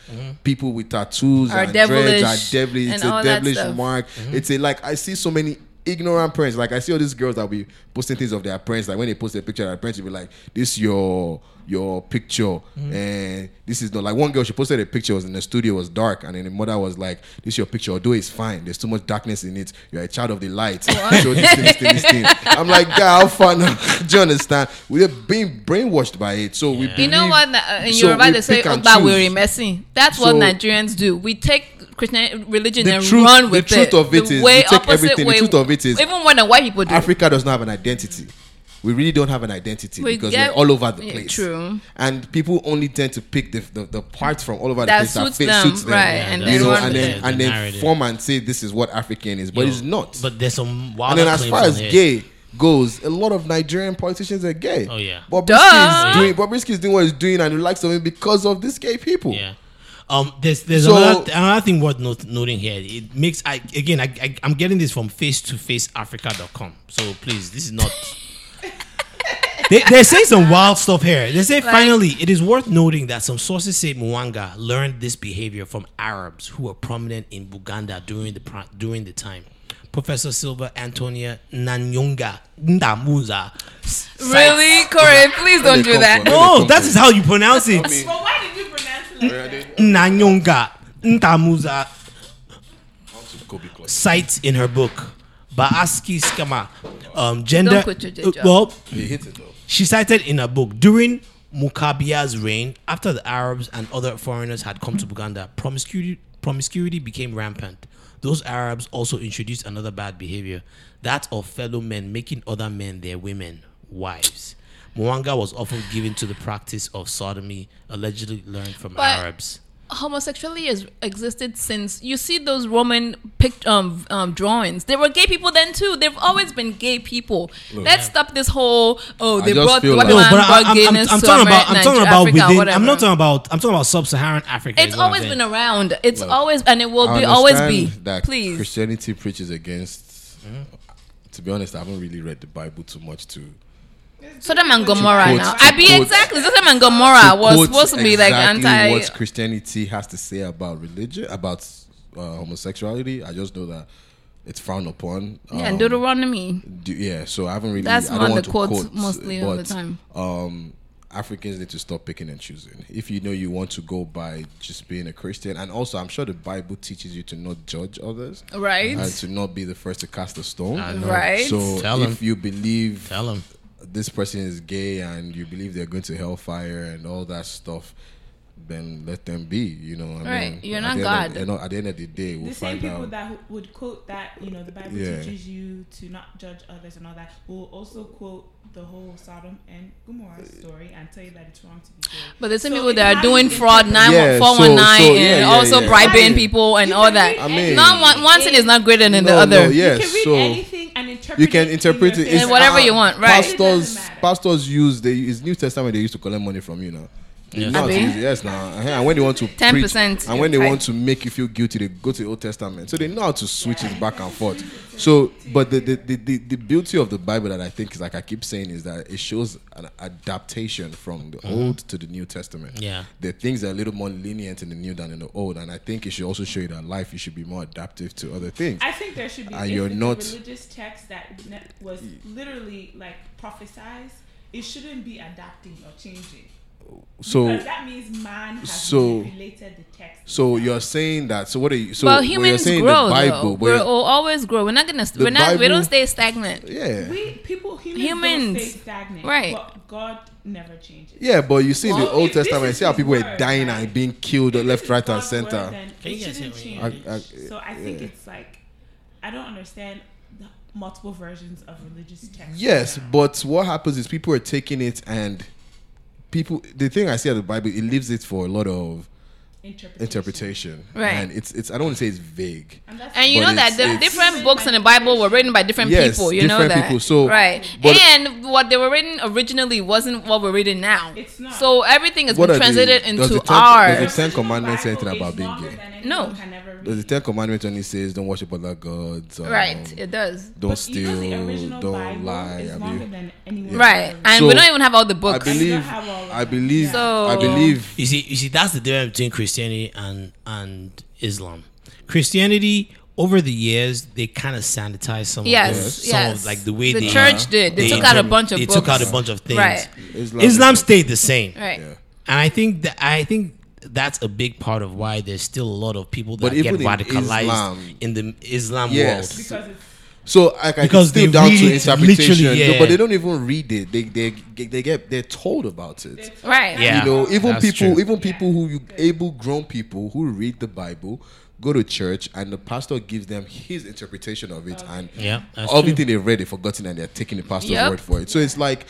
people with tattoos
Mm-hmm. Are
and
devilish
dreads are devilish.
and
It's
all
a
that
devilish
stuff. Mm-hmm.
mark. It's a like I see so many ignorant parents. Like I see all these girls that be posting things of their parents. Like when they post a picture of their parents, they be like, "This your your picture,"
Mm-hmm.
and this is not like one girl. She posted a picture it was in the studio, it was dark, and then the mother was like, "This your picture, although it's fine. There's too much darkness in it. You're a child of the light." so this thing, this thing, this thing. I'm like, God, how far now? Do you understand? We're being brainwashed by it, so we.
You know
believe-
what? Uh, in
so
Yoruba,
we
they say
pick and
"Oba
choose."
were messy." That's what
So-
Nigerians do. We take Christian religion
The
and
truth-
run
the
with
truth
it.
of it
the
is
way
we take
opposite
everything. The
way-
truth of it is
even when the white people do.
Africa does not have an identity. We really don't have an identity
We
because
get-
we're all over the
yeah,
place.
true.
And people only tend to pick the, the, the parts from all over
That
the place
suits
that fit,
them,
suits them,
right, and
you
they
know,
run
and
with
then
it.
and then
The narrative.
form and say this is what African is, but it's not.
But there's some wild
and then as far as
here.
gay goes, a lot of Nigerian politicians are gay.
Oh, yeah.
Bobrisky
Duh.
is doing Bobrisky is doing what he's doing and he likes something because of these gay people.
Yeah. Um, there's there's
So-
another, another thing worth not, noting here. It makes I again I, I I'm getting this from face to face africa.com. So please, this is not. they, they're saying some wild stuff here. They say finally, it is worth noting that some sources say Mwanga learned this behavior from Arabs who were prominent in Buganda during the pro- during the time. Professor Silva Antonia Nanyonga Ndamuza. s- cites-
really, Corey, please don't
they
do
come
that.
from?
Oh, that is how you pronounce it.
But why did you pronounce it like that?
Nanyonga Ntamuza
Kobe Clutch.
cites in her book Baaski Skama um, gender.
Don't put your J job.
well,
He hit it though.
she cited in her book during Mukabia's reign, after the Arabs and other foreigners had come to Buganda, promiscuity promiscuity became rampant. Those Arabs also introduced another bad behavior that of fellow men making other men their women, wives. Mwanga was often given to the practice of sodomy, allegedly learned from
But-
Arabs.
homosexuality has existed since you see those Roman pic- um, um, drawings. There were gay people then too. There've always been gay people. Let's stop this whole oh
I
they
just
brought
feel
white
like-
No,
man
but I,
brought
am
gayness to
talking about I'm
Ameri-
talking
Niger-
about
Africa,
within.
whatever.
I'm not talking about I'm talking about sub-Saharan Africa.
It's always been around. It's always and it will
I
be always be.
understand That
Please.
Christianity preaches against.
Mm-hmm.
To be honest, I haven't really read the Bible too much to.
Sodom and Gomorrah
quote-
now.
to
I be
quote-
exactly Sodom and Gomorrah
to
was
quote
supposed to be like
exactly
anti.
What Christianity has to say about religion, about uh, homosexuality, I just know that it's frowned upon.
yeah,
Um,
and Deuteronomy.
do, yeah, so I haven't really.
That's
I don't
one
want
that
to
quotes
quote,
mostly all the
but,
time.
Um, Africans need to stop picking and choosing. If you know you want to go by just being a Christian, and also I'm sure the Bible teaches you to not judge others
Right.
and to not be the first to cast a stone.
Right.
So
Tell
if
'em.
you believe
Tell him.
this person is gay and you believe they're going to hellfire and all that stuff, then let them be. You know, I
Right.
mean,
You're
at
not
the end of-
God.
you know, at the end of the day, we'll
the same
find
people
out.
that who- would quote that you know the bible
Yeah.
teaches you to not judge others and all that will also quote the whole sodom and gomorrah story and tell you that it's wrong to be gay
But there's some
So
people
it's
that are
not
doing
even-
fraud, nine
Yeah,
four
so-
one nine,
so, yeah,
and
yeah,
also
yeah.
bribing
Right.
people and
You
all
can
that.
read
I mean-
Not one, one sin is not greater than the other.
No, yes,
you can read
so
anything and interpret
you can
it
interpret
in
it
your
it's-
favor.
And whatever you want, right.
It doesn't
Pastors,
matter.
pastors use they it's New Testament. They used to collect money from you now. Yes,
Abi?
yes now. Eh, And when they want to
10%
preach, and when they
right.
want to make you feel guilty, they go to the Old Testament. So they know how to switch it back and forth. So, but the the, the, the the beauty of the Bible that I think is like I keep saying is that it shows an adaptation from the
Uh-huh.
Old to the New Testament.
Yeah.
the things are a little more lenient in the New than in the Old, and I think it should also show you that life you should be more adaptive to other things.
I think there should be
And
if
you're
it's a
not- Mm.
religious text that ne- was literally like prophesized. It shouldn't be adapting or changing
So.
because that means man has
so-
manipulated the text.
So you're saying that. So what are you? So
but
what you're
humans
saying
grow
the Bible.
though. We're,
where-
all- always grow. We're not gonna. St-
The
we're not. We
Bible-
don't stay stagnant.
yeah.
We people humans,
Humans,
don't stay stagnant,
right.
But God never changes.
yeah, but you see in the
Well,
Old
if this
Testament,
is
see how
his
people were
word,
dying
right?
and being killed
If
left,
it's
right, and
God's word,
center.
then
Can
it
you guys
shouldn't
hear me?
change.
I- I-
so I think it's like I don't understand the multiple versions of religious text.
Yes, but what happens is people are taking it and people. The thing I see at the Bible, it leaves it for a lot of
interpretation.
interpretation,
Right.
And it's it's I don't want to say it's vague.
And that's
And you
But
know that
it's-
the
it's-
different books in the Bible were written by different
Yes,
people. You know
different
that,
people. So-
right?
but-
And what they were written originally wasn't what we're reading now.
It's not.
So everything has
What
been
are the-
translated
does the
into
Ten-
our.
does the Ten Commandments say anything
Bible
about
is
being
longer
gay?
than
No.
anyone can ever
Does the
read.
Ten Commandments only says don't worship other gods? um,
Right. It does.
Don't
But you know
steal.
the original
don't
Bible
lie.
is
have
longer
you-
than anyone
Right.
can ever
And
So,
we don't even have all the
I
books.
believe.
have all of
I
them.
believe.
So-
I believe.
You see, you see, that's the difference between Christianity and and Islam. Christianity, over the years, they kind of sanitized some
Yes,
of those, some
yes.
of like the way
The
they,
church did. They took out a bunch of
they took out a
books.
bunch of things.
Right.
Islam,
Islam stayed the same,
Right.
Yeah.
and I think that I think that's a big part of why there's still a lot of people that
But
get
even in
radicalized
Islam-
in the Islam
Yes.
world.
because it's
So I, I
Because
because still
they
down
read
to
it
interpretation,
literally,
no,
yeah.
but they don't even read it. They they they get they're told about it.
Right.
Yeah.
You know, even
That's
people,
true.
even people who you, able grown people who read the Bible go to church and the pastor gives them his interpretation of it and
Yeah, that's true.
everything they've read they've forgotten and they're taking the pastor's
Yep.
word for it. So it's like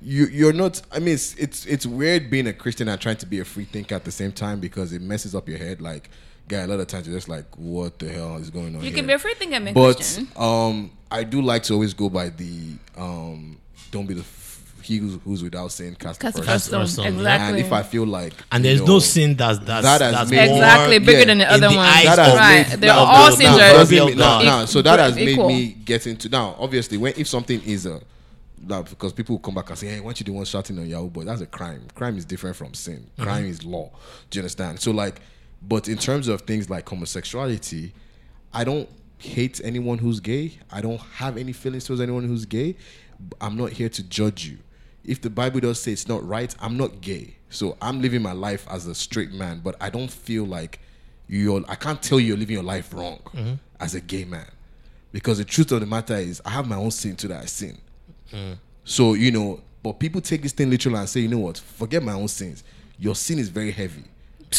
you you're not I mean it's, it's it's weird being a Christian and trying to be a free thinker at the same time because it messes up your head like guy a lot of times you're just like what the hell is going on
You
here?
can be a free thinker, man.
but
Christian.
um, I do like to always go by the um, don't be the f- he who's, who's without sin cast, the
Cast the
first.
first stone.
first stone, yeah.
And
Exactly.
if I feel like
And
you
there's
know,
no sin that's that's,
That has
that's
made-
more
exactly
Or-
bigger
yeah,
than the
in
other
the
one.
eyes
that has
of-
right.
made
They're
of
all
the-
sins
now,
are
doesn't
now,
equal.
now, now, so that has made
Equal.
me get into now. Obviously, when if something is a now, because people will come back and say, "Hey, why don't you do one shouting on Yahoo?" But that's a crime. Crime is different from sin. Crime is law. Do you understand? So like, but in terms of things like homosexuality, I don't hate anyone who's gay. I don't have any feelings towards anyone who's gay. B- I'm not here to judge you. If the Bible does say it's not right, I'm not gay. So I'm living my life as a straight man, but I don't feel like you're I can't tell you you're living your life wrong
Mm-hmm.
as a gay man. Because the truth of the matter is I have my own sin too that I sin.
Mm-hmm.
So, you know, but people take this thing literal and say, you know what, forget my own sins. Your sin is very heavy.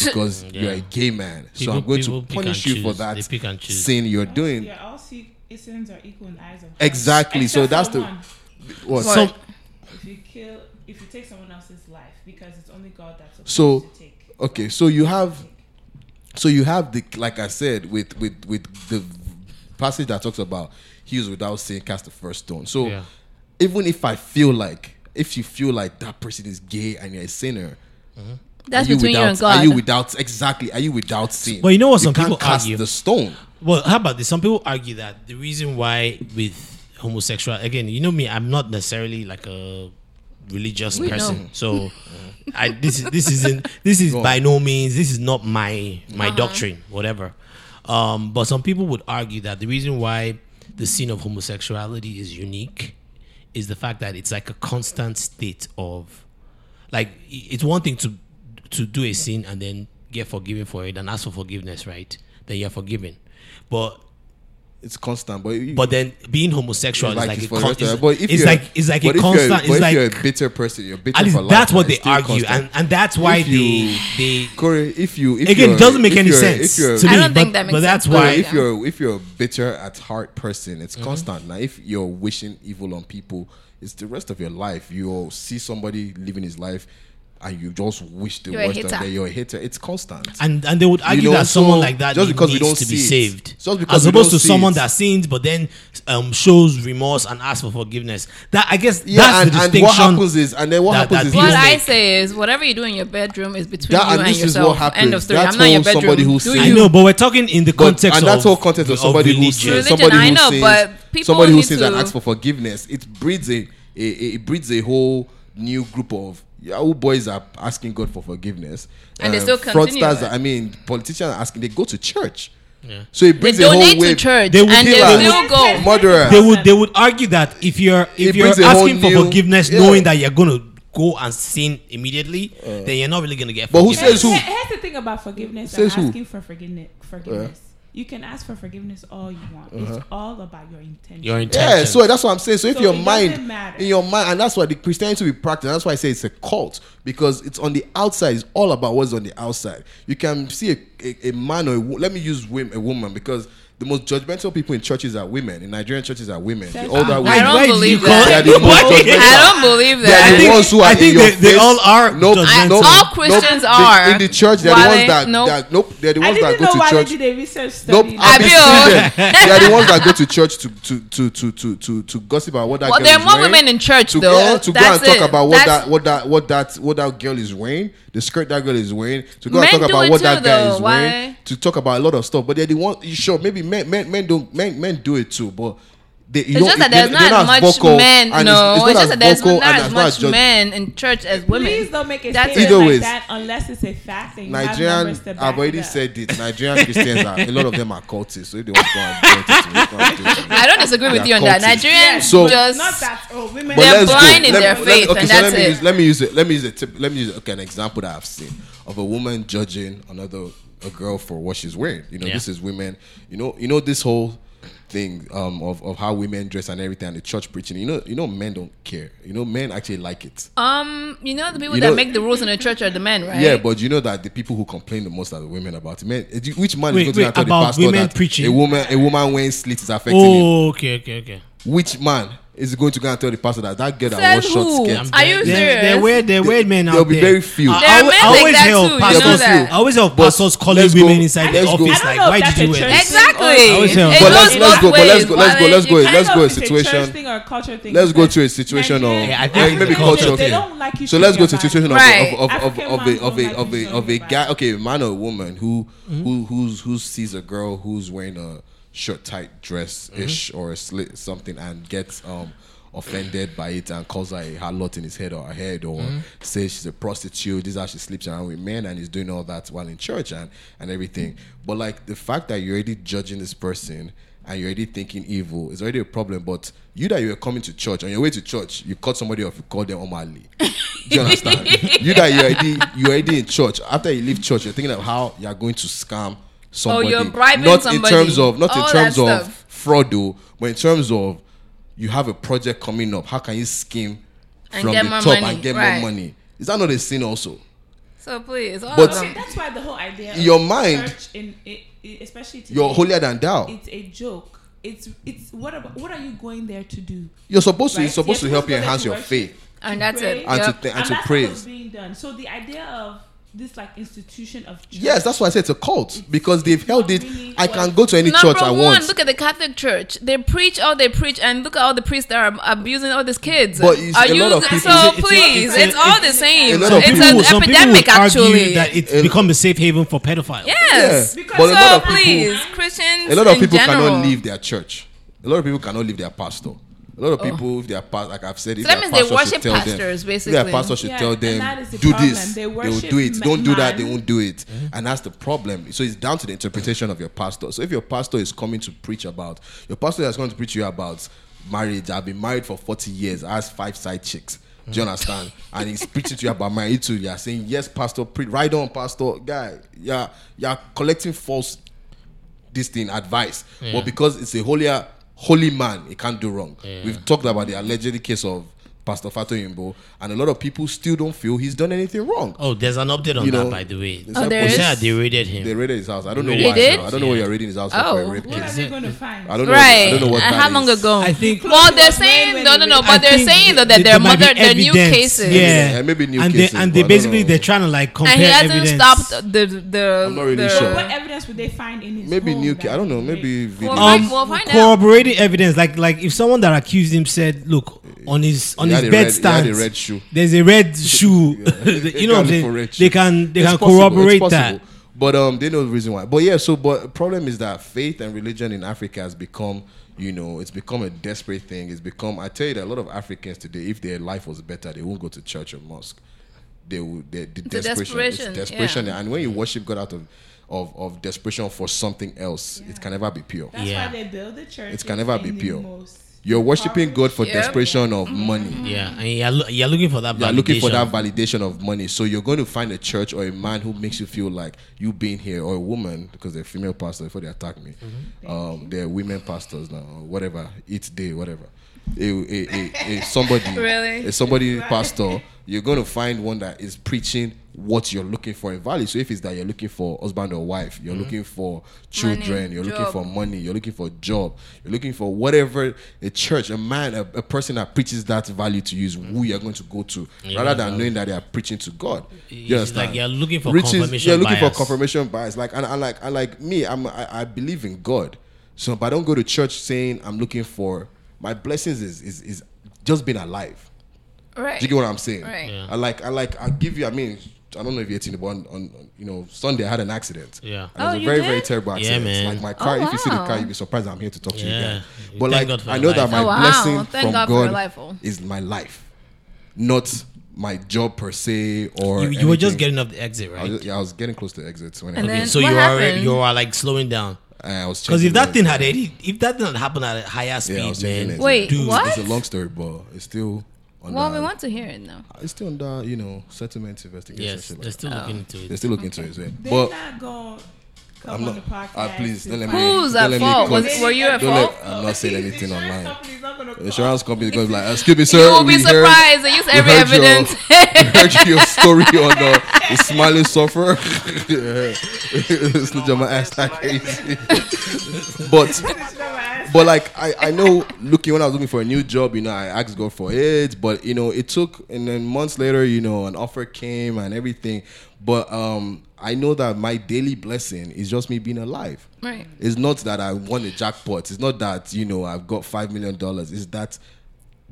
because you're a gay man. so I'm
People-
going
people
to
pick and
punish you for
choose. They
that
pick and choose.
sin you're doing.
Yeah, all se- sins are equal in the eyes of God.
Exactly, so
Except
that's
for
the-
one.
What?
What?
So,
If you kill, if you take someone else's life, because it's only God that's supposed
So-
to take.
okay, so you have, so you have the like I said with with with the passage that talks about he was without sin cast the first stone. So
Yeah.
even if I feel like if you feel like that person is gay and you're a sinner,
That's
are you
between
without,
you and God.
Are you without exactly? Are you without sin?
But you know what some
can't
people
cast
argue?
the stone.
Well, how about this? Some people argue that the reason why with homosexual again, you know me, I'm not necessarily like a religious
We
person.
know.
So I this is this isn't this is
on.
by no means this is not my my doctrine, whatever. Um, but some people would argue that the reason why the sin of homosexuality is unique is the fact that it's like a constant state of like i- it's one thing to to do a sin and then get forgiven for it and ask for forgiveness, right? Then you're forgiven. But
It's constant, but you,
but then being homosexual
like,
is like
it's for
a
the
con-
rest of
is-
the- but if
it's
you're-
like it's like
but
a
if you're-
constant.
but
It's
if
like
you're a bitter person, you're bitter
at least
for life.
that's
and
what they
it's still
argue,
constant.
and and that's why
If
they
you-
they
Corey, if you if
again
you're-
it doesn't make
if
any
you're-
sense
If you're,
to me.
I don't think
but-
that makes
But that's
sense.
Corey,
why Mm-hmm.
if you're if you're a bitter at heart person, it's constant. Now, if you're wishing evil on people, it's the rest of your life. You'll see somebody living his life, and you just wish the
You're a
worst on
hater.
them. You're a hater. It's constant.
and and they would argue
know,
that someone
so
like that
just
just
because we
needs
don't
to be
see it-
saved,
just because
as
we
opposed
don't
to
see
someone
it.
that sins but then um, shows remorse and asks for forgiveness. That I guess
yeah,
that's
and,
the
and what
distinction.
happens is, and then what
that-
happens is
that
What
this-
people
I
make-
say is, whatever you do in your bedroom is between
That-
you
and
and
this is
yourself.
what happens.
End of story.
That's
I'm not in your
how
bedroom.
somebody who
do
sins-
I
you?
know, but we're talking in the
But-
context
and that's
of,
all context of somebody who
religion.
sins,
Religion,
somebody
I
who
know,
sins,
but people
somebody who
need
sins
to-
and asks for forgiveness. It breeds a, a, a- it breeds a whole new group of Yahoo boys are asking God for forgiveness, Um,
And they still continue
fraudsters.
it.
I mean, politicians are asking. They go to church, so
They
it breeds a whole
donate to
wave.
church
They would
and
do
they
that.
still go.
Murderer.
they would they would argue that if you're if
It
you're
brings a whole
asking for
new-
forgiveness
yeah.
knowing that you're gonna go and sin immediately, then you're not really gonna get.
Uh. But who
forgiveness.
says who?
Here- Here's the thing about forgiveness
Says who?
and asking for forgiveness. Forgiveness. You can ask for forgiveness all you want. It's all about your intention.
your intention?
Uh-huh. Yeah, so that's what I'm saying. So if
So
your
it doesn't
mind,
matter.
in your mind, and that's why the Christianity we practice. That's why I say it's a cult because it's on the outside. It's all about what's on the outside. You can see a, a, a man or a, wo- let me use wom- a woman because the most judgmental people in churches are women. In Nigerian churches are women. The
Thank
older
God.
women.
I don't
Why do you
believe
call
They
that.
are the
Why?
most judgmental.
I don't believe
They are
that.
the
think-
ones who are
I think
in your
they- they
face.
all are
Nope,
judgmental.
nope,
All
nope.
Christians
They-
are.
In the church, they're the
Wale,
ones that,
nope.
that nope. They're the
I
ones that
didn't
go
know why
to
they
church.
did a research
Nope,
study.
I've
Abio.
been seeing them. They are the ones that go to church to to to to to to, to gossip about what that
Well,
girl
there are
is
more
wearing.
women in church,
to,
though.
yeah, to go and
That's
talk
it.
about what
That's-
that what that what that what that girl is wearing, the skirt that girl is wearing. To go
Men
and talk
do
about
it
what that
too,
guy
though.
is wearing.
Why?
To talk about a lot of stuff, but they're the one. you Sure, maybe men men men don't men men do it too, but. They, you
It's
don't-
just that
they're-
there's
they're
not much
vocal
men.
and
No, it's, just that there's
vocal
not
and
as
it's
much
judge-
men in church as women.
Please don't make a
That's
statement
it. Either
like
ways.
that unless it's a fact and you have
Nigerian,
numbers to back
I've already
it up.
said it. Nigerian Christians are a lot of them are cultists, so if they want to go and do it, they want to do it.
I don't disagree with
They
you
are
on that.
cultists.
Nigerians
So-
just
Not that oh women.
But
They're
let's
blind
go.
in
Let-
their
let-
faith, and
so
that's
let me
it.
Use, let me use it. Let me use a tip. Let me use okay, an example that I've seen of a woman judging another a girl for what she's wearing. You know,
Yeah.
this is women. You know, you know this whole thing um, of of how women dress and everything, and the church preaching. You know, you know, men don't care. You know, men actually like it.
um, you know, the people
You
that
know-
make the rules in the church are the men, right?
Yeah, but you know that the people who complain the most are the women about it. Men, which man
Wait,
is going
wait,
to tell the
about
pastor
women
that
preaching?
a woman a woman wearing slits is affecting him?
Oh, okay, okay, okay.
Which man is going to go and tell the pastor that that girl that
Said
wore short
who?
skirts?
I'm Are
There-
you
there,
serious?
were there were men out
there'll be
there.
very few.
I-
There
I,
are men
I
like
always
that
held
too, you
pastors.
know that.
I always held
But
pastors calling
let's
women
go-
inside the
let's go.
office
I don't
like,
know if
why
that's
did you
a
wear
church
this?
Exactly.
always tell-
It
But
goes
let's- let's
both
go, but let's go-
ways,
let's go,
Wale.
let's go.
You
Let's
I
go
don't know
a
if it's
situation.
church thing or a cultural thing.
Let's go
because
to a situation of
Nigerian-
Yeah, I think
maybe
it's a cultural
cultural
They
thing.
don't like you
So let's go to a
talking
situation of
Right.
of of of
African
of
man
a of a
don't
of
like
a
you
of a
talking
guy.
about.
Okay, a man or a woman who
Mm-hmm.
who who's who sees a girl who's wearing a short tight dress
Mm-hmm.
ish or a slit something and gets um offended by it and calls her a harlot in his head or her head or
Mm-hmm.
says she's a prostitute. This is how she sleeps around with men and is doing all that while in church and and everything. But like the fact that you're already judging this person and you're already thinking evil is already a problem. But you that you were coming to church on your way to church, you cut somebody off, you call them Omali. Do you understand? you that you already you already in church. After you leave church, you're thinking of how you're going to scam somebody.
Oh, you're bribing
not
somebody.
in terms of not
All
in
that
terms of
stuff.
fraud, though, but in terms of you have a project coming up. How can you scheme
And
from
get
the
more
top
money,
and get
right.
more money? Is that not a sin also?
So please, oh, all
But-
of
Okay,
them.
that's why the whole idea. of
Your mind-
church in it, it- especially today,
You're holier than thou.
It's a joke. It's it's what about what are you going there to do?
You're supposed to.
Right?
It's supposed to
You're
help you
supposed to
enhance your
worship.
faith.
and that's
pray.
it.
And to
Yep.
th- and to
that's
praise.
what's being done. So the idea of this like institution of church,
Yes, that's why I said it's a cult because they've held it.
really
I
what-
can go to any
Number
church I
one,
want,
look at the Catholic Church. They preach all they preach, and look at all the priests that are abusing all these kids.
But it's
are
a
you
lot of
so
people-
It's a- it's a-
please,
it's
it's,
a-
all
it's-
the same.
a lot of
it's
people
an
would- some people
epidemic,
would argue
actually.
that it's
A-
become a safe haven for pedophiles.
yes.
Yeah,
Because
but a lot
so
of people-
please, Christians.
a lot of
in
people
general.
cannot leave their church. A lot of people cannot leave their pastor. A lot of people, if their pastor, like I've said, if
Oh. So that
their
means they
pastor should
worship
tell them-
pastors,
if
basically.
Their pastor should
Yeah,
tell
and that
them,
is the
do
problem.
this,
They
they, will
worship
do it.
ma-
Don't do that, they
man. Mm-hmm.
won't do it. And that's the problem. So it's down to the interpretation of your pastor. So if your pastor is coming to preach about, your pastor is going to preach you about marriage, I've been married for 40 years, I has five side chicks. Do you understand?
Mm.
and he's preaching to you about marriage too. You're saying, yes, pastor, pre- right on, pastor, guy. Yeah, you're collecting false this thing advice but because it's a holier holy man he can't do wrong we've talked about the alleged case of pastor fato Yimbo, and a lot of people still don't feel he's done anything wrong
Oh, there's an update on
You
that,
know,
by the way.
the
Oh, there
They
disciples-
is?
said they raided him.
they raided his house i don't know
They
why
did?
now. i don't know what you're raiding his house for
Oh.
a rape
What are
case
they going to find?
i don't know
Right.
i don't know what
and
that
how long
is.
ago?
I think.
well, they're
Close your
saying
mind
no,
when
no,
you
no.
read
But
it.
they're saying though that
there
they're
might be
mother, they're new
evidence.
cases.
Yeah.
Yeah, maybe new
and
cases,
They, and
but
they
I don't
basically
know.
they're trying to like compare
and he hasn't
evidence.
stopped the the.
I'm not really
the-
sure.
What evidence would they find in his?
maybe
home
new
that
ca- i don't know
he
maybe video.
Well,
Um,
find, well, find out.
corroborating evidence, like like if someone that accused him said, "Look, on his on
He
his
had a
bed
red- he had
stand,
a red shoe.
there's a red shoe." you know what I'm saying?
They can correct you.
They can they
It's
can
possible, it's
corroborate
possible.
that.
But um, they know the reason why. But yeah, so but problem is that faith and religion in Africa has become, you know, it's become a desperate thing. It's become. I tell you that a lot of Africans today, if their life was better, they won't go to church or mosque. They would. They, the desperation,
desperation,
it's desperation,
yeah.
and when you worship God out of, of, of desperation for something else, it can never be pure.
That's
Yeah.
why they build the church.
It can never be pure.
You're
You're worshiping God for
Yep. Mm-hmm.
desperation of money.
Mm-hmm.
Yeah, and you're, lo- you're looking for that.
you are looking for
validation.
that validation of money. So you're going to find a church or a man who makes you feel like you being here, or a woman because they're female pastor before they attack
Mm-hmm.
me. Um, they're women pastors now, or whatever. It's day, whatever. A, a, a, a somebody,
Really?
a somebody pastor. You're going to find one that is preaching what you're looking for in value. So if it's that you're looking for husband or wife,
Mm-hmm.
you're looking for children, you're looking
job.
for money, you're looking for a job, you're looking for whatever a church, a man, a, a person that preaches that value to you is who you're going to go to, rather than knowing that they are preaching to God. You
It's
understand?
like you're looking for
Riches-
confirmation
You're looking
bias.
for confirmation bias. Like and I like I like me. I'm I, I believe in God, so but I don't go to church saying I'm looking for my blessings. Is is is just being alive.
Right.
Do you get what I'm saying?
Right. Yeah.
I like, I like, I give you. I mean, I don't know if you're eating, but on, on you know Sunday I had an accident.
Yeah.
And it was
Oh,
a
you
very
did?
very terrible accident.
man.
Like my car.
Oh,
If you see the
wow.
car, you'll be surprised. I'm here to talk to you
Yeah.
again. But
Thank God
like,
for
I
your
know
life.
that my
Oh, wow.
blessing
Thank
from
God for your life, oh.
God is my life, not my job per se or
You, you were just
anything.
getting up the exit,
I
right?
was, yeah, I was getting close to exits when it
And
happened.
then
so
what
you are
happened?
you are like slowing down
And I was
because
changing
if that
the-
thing had any, if that thing had happened at a higher speed,
yeah, I was changing
man,
it.
Wait,
dude,
what?
It's a long story, but it's still. Under,
well, we want to hear it now.
It's still under, you know, settlement investigation.
Yes,
shit like
they're
that.
still looking into it.
They're still looking into it. yeah.
They're
But
not going to come
I'm
on
not.
the podcast.
ah, please
to
don't let me.
find-
Who's
don't
at
let me
fault?
cut-
Was- were you at
don't let-
fault?
I'm not saying
The
anything
insurance
online.
company's not gonna
The
call.
insurance company is going to be like, excuse me, sir.
you will be
we heard-
surprised. They use
we
every
heard your-
evidence.
we heard your story on uh, the smiling sufferer. Snitch on my ass like crazy. But but like I, I know looking when I was looking for a new job, you know, I asked God for it, but you know, it took and then months later, you know, an offer came and everything. But um I know that my daily blessing is just me being alive.
Right.
It's not that I won a jackpot. It's not that, you know, I've got five million dollars. It's that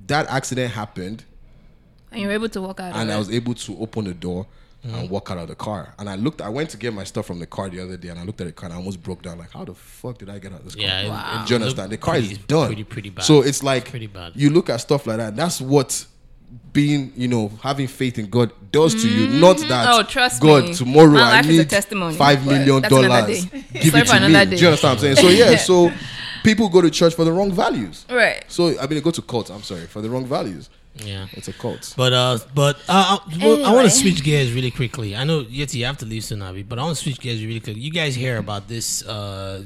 that accident happened
And you were able to walk out. of
and I
it.
was able to open the door
Mm-hmm.
and walk out of the car. And I looked, I went to get my stuff from the car the other day, and I looked at the car and I almost broke down. Like, how the fuck did I get out of this car?
Yeah, it- Wow.
Do you
it
understand? The
looked
car is
pretty-
done.
pretty- pretty bad.
So it's like
pretty bad.
you look at stuff like that. That's what being, you know, having faith in God does to you. Not that
Oh, trust
God
me.
tomorrow
My
I
life is a
need
testimony,
five
but
million
that's another
dollars.
day.
Give
Sorry
it
for
to me.
another
Do
day.
you understand what I'm saying? So yeah, so people go to church for the wrong values.
Right.
So I mean, they go to cult. I'm sorry for the wrong values.
yeah.
It's a cult.
But uh, but uh, I- well, I want
Anyway.
to switch gears really quickly. I know Yeti, you have to leave soon, Abi, but I want to switch gears really quick. You guys hear about this uh,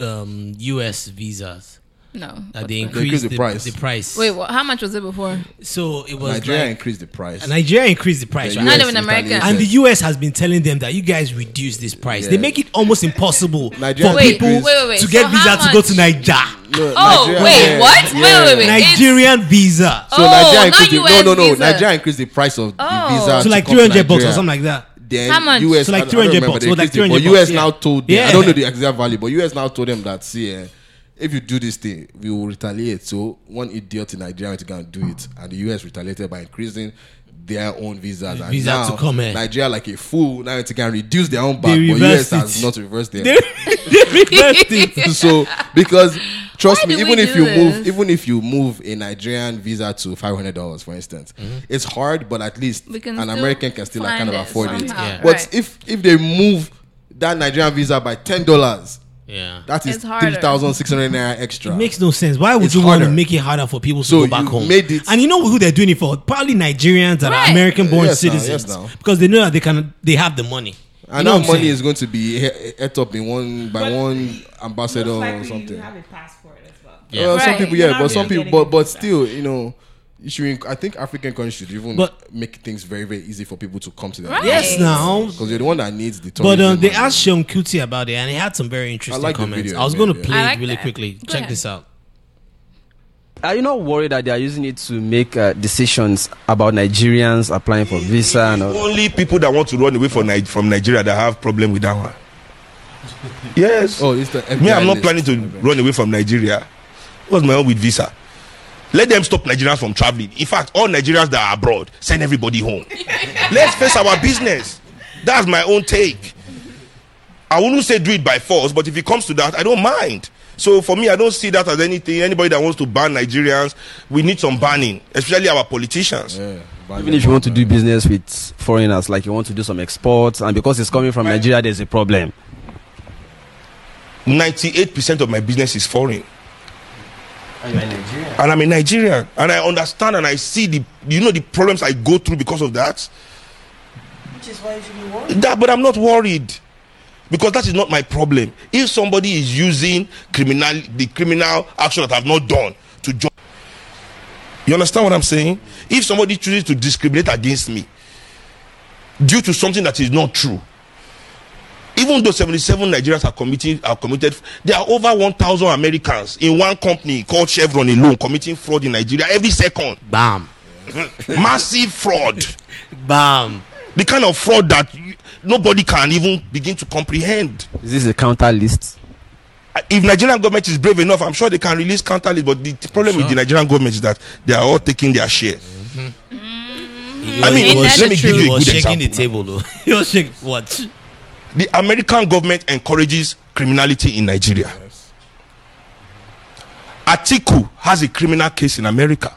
um, U.S. visas?
No.
that they
what's that?
increased,
increased the
the, the
price.
price.
Wait, what, how much was it before?
so it was
Nigeria
like,
increased the price.
Nigeria increased the price,
The
right?
Not
US
even America.
retaliated.
And the US has been telling them that you guys reduce this price. They
Yeah.
make it almost impossible
Nigeria
for
Wait,
people
wait, wait, wait.
to get
So how
visa to go
much-
to Nigeria.
No,
Oh,
Nigeria-
wait,
yeah,
what? Wait,
yeah.
wait, wait. It's-
Nigerian visa.
So
Oh,
Nigeria
not
increased the,
US
no, no, no.
visa.
Nigeria increased the price of
Oh.
the visa
So like
to come
300 bucks or
Nigeria.
something like that.
Then
How much?
US,
So like
I- I don't
300
remember
bucks,
the
so like
increase,
300
But US
bucks, yeah.
now told them, I
Yeah.
don't know the exact value, but US now told them that see, eh, if you do this thing, we will retaliate. So one idiot in Nigeria went to go and do it, and the US retaliated by increasing their own visas. And
Visa
now,
to come, eh.
Nigeria like a fool now it can reduce their own back, but US
reversed
has
it.
not reversed their.
They reversed it.
so because trust
Why
me,
do
even
we
if
do
you move,
this?
even if you move a Nigerian visa to five hundred dollars, for instance,
Mm-hmm.
it's hard, but at least
We can
an
still
American can still like kind of
find it
afford it.
somehow. Yeah.
But
Right.
if if they move that Nigerian visa by ten dollars,
Yeah.
that is
It's harder.
three thousand six hundred naira extra.
It makes no sense. Why would
It's
you want
harder.
to make it harder for people to
So
go back
you
home?
made it-
and you know who they're doing it for? Probably Nigerians that
Right.
are American-born
Yes, now, yes,
citizens,
now.
because they know that they can, they have the money.
and that money is going to be he- ate up in one by
But
one ambassador
Most
or
likely You
something.
have a passport as well.
Yeah.
Well, Some
Right.
people,
You're
yeah,
not
but some
really
people,
getting
but but
it.
still, you know, you should. inc- I think African countries should even
But-
make things very, very easy for people to come to their
Right.
yes now.
because you're the one that needs the.
But um,
tourism
they
and-
asked Sean Kuti about it, and he had some very interesting
like the
comments.
video,
I was
yeah,
going to
yeah.
play
I like
it really
that.
quickly.
Go
Check
ahead.
this out.
Are you not worried that they are using it to make uh, decisions about Nigerians applying for visa and all?
Only people that want to run away from, Ni- from Nigeria that have problem with that one. Yes.
Oh, it's the
Me,
FBI
I'm not
list.
planning to run away from Nigeria. What's my own with visa? Let them stop Nigerians from traveling. In fact, all Nigerians that are abroad, send everybody home. Let's face our business. That's my own take. I wouldn't say do it by force, but if it comes to that, I don't mind. So for me, I don't see that as anything. Anybody that wants to ban Nigerians, we need some banning, especially our politicians.
Yeah, but-
Even if you want to do business with foreigners, like you want to do some exports, and because it's coming from Nigeria, there's a problem.
98% of my business is foreign. And I'm a Nigerian. And I understand and I see the, you know, the problems I go through because of that. Which is why you should be worried. That, but I'm not worried. Because that is not my problem. If somebody is using criminal, the criminal action that I've not done to join. You understand what I'm saying? If somebody chooses to discriminate against me due to something that is not true, even though 77 Nigerians are committing are committed, there are over 1,000 Americans in one company called Chevron alone committing fraud in Nigeria every second.
Bam,
Massive fraud.
bam.
The kind of fraud that you- nobody can even begin to comprehend.
Is this a counter list?
Uh, If Nigerian government is brave enough, I'm sure they can release counter list. But the t- problem with the Nigerian government is that they are all taking their share. I mean,
Ain't Mm-hmm. that
let me
the
give
truth?
He
you a
was
good
shaking the table
example.
though. He was shaking. What?
the American government encourages criminality in Nigeria. Atiku has a criminal case in America.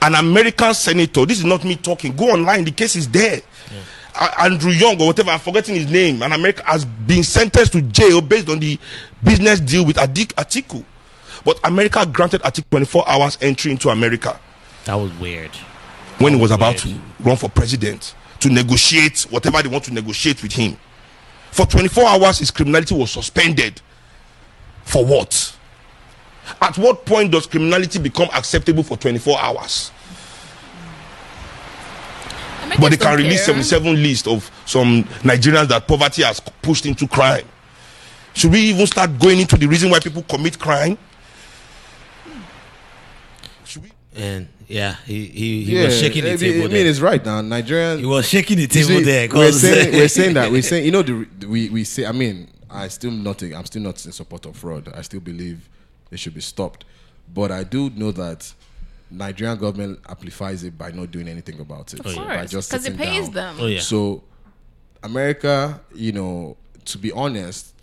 An American senator, this is not me talking, go online, the case is there. A- Andrew Young or whatever, I'm forgetting his name, an American has been sentenced to jail based on the business deal with Adik- Atiku. But America granted Atiku 24 hours entry into America
That was weird.
when he was about to run for president to negotiate whatever they want to negotiate with him. For 24 hours, his criminality was suspended. For what? At what point does criminality become acceptable for 24 hours?
Americans
But they can
don't
release
care.
77 list of some Nigerians that poverty has pushed into crime. Should we even start going into the reason why people commit crime? Should we?
And yeah, he he, he
yeah,
was shaking the
I
table
mean, I
there.
mean, it's right now. Nigerian
he was shaking the table
See,
there.
We're
'cause-
saying, we're saying that we're saying you know the, the- we we say I mean I still not I'm still not in support of fraud. I still believe it should be stopped, but I do know that Nigerian government amplifies it by not doing anything about it.
Of
by
course,
just
because it
sitting
pays them.
down.
oh yeah.
So, America, you know, to be honest,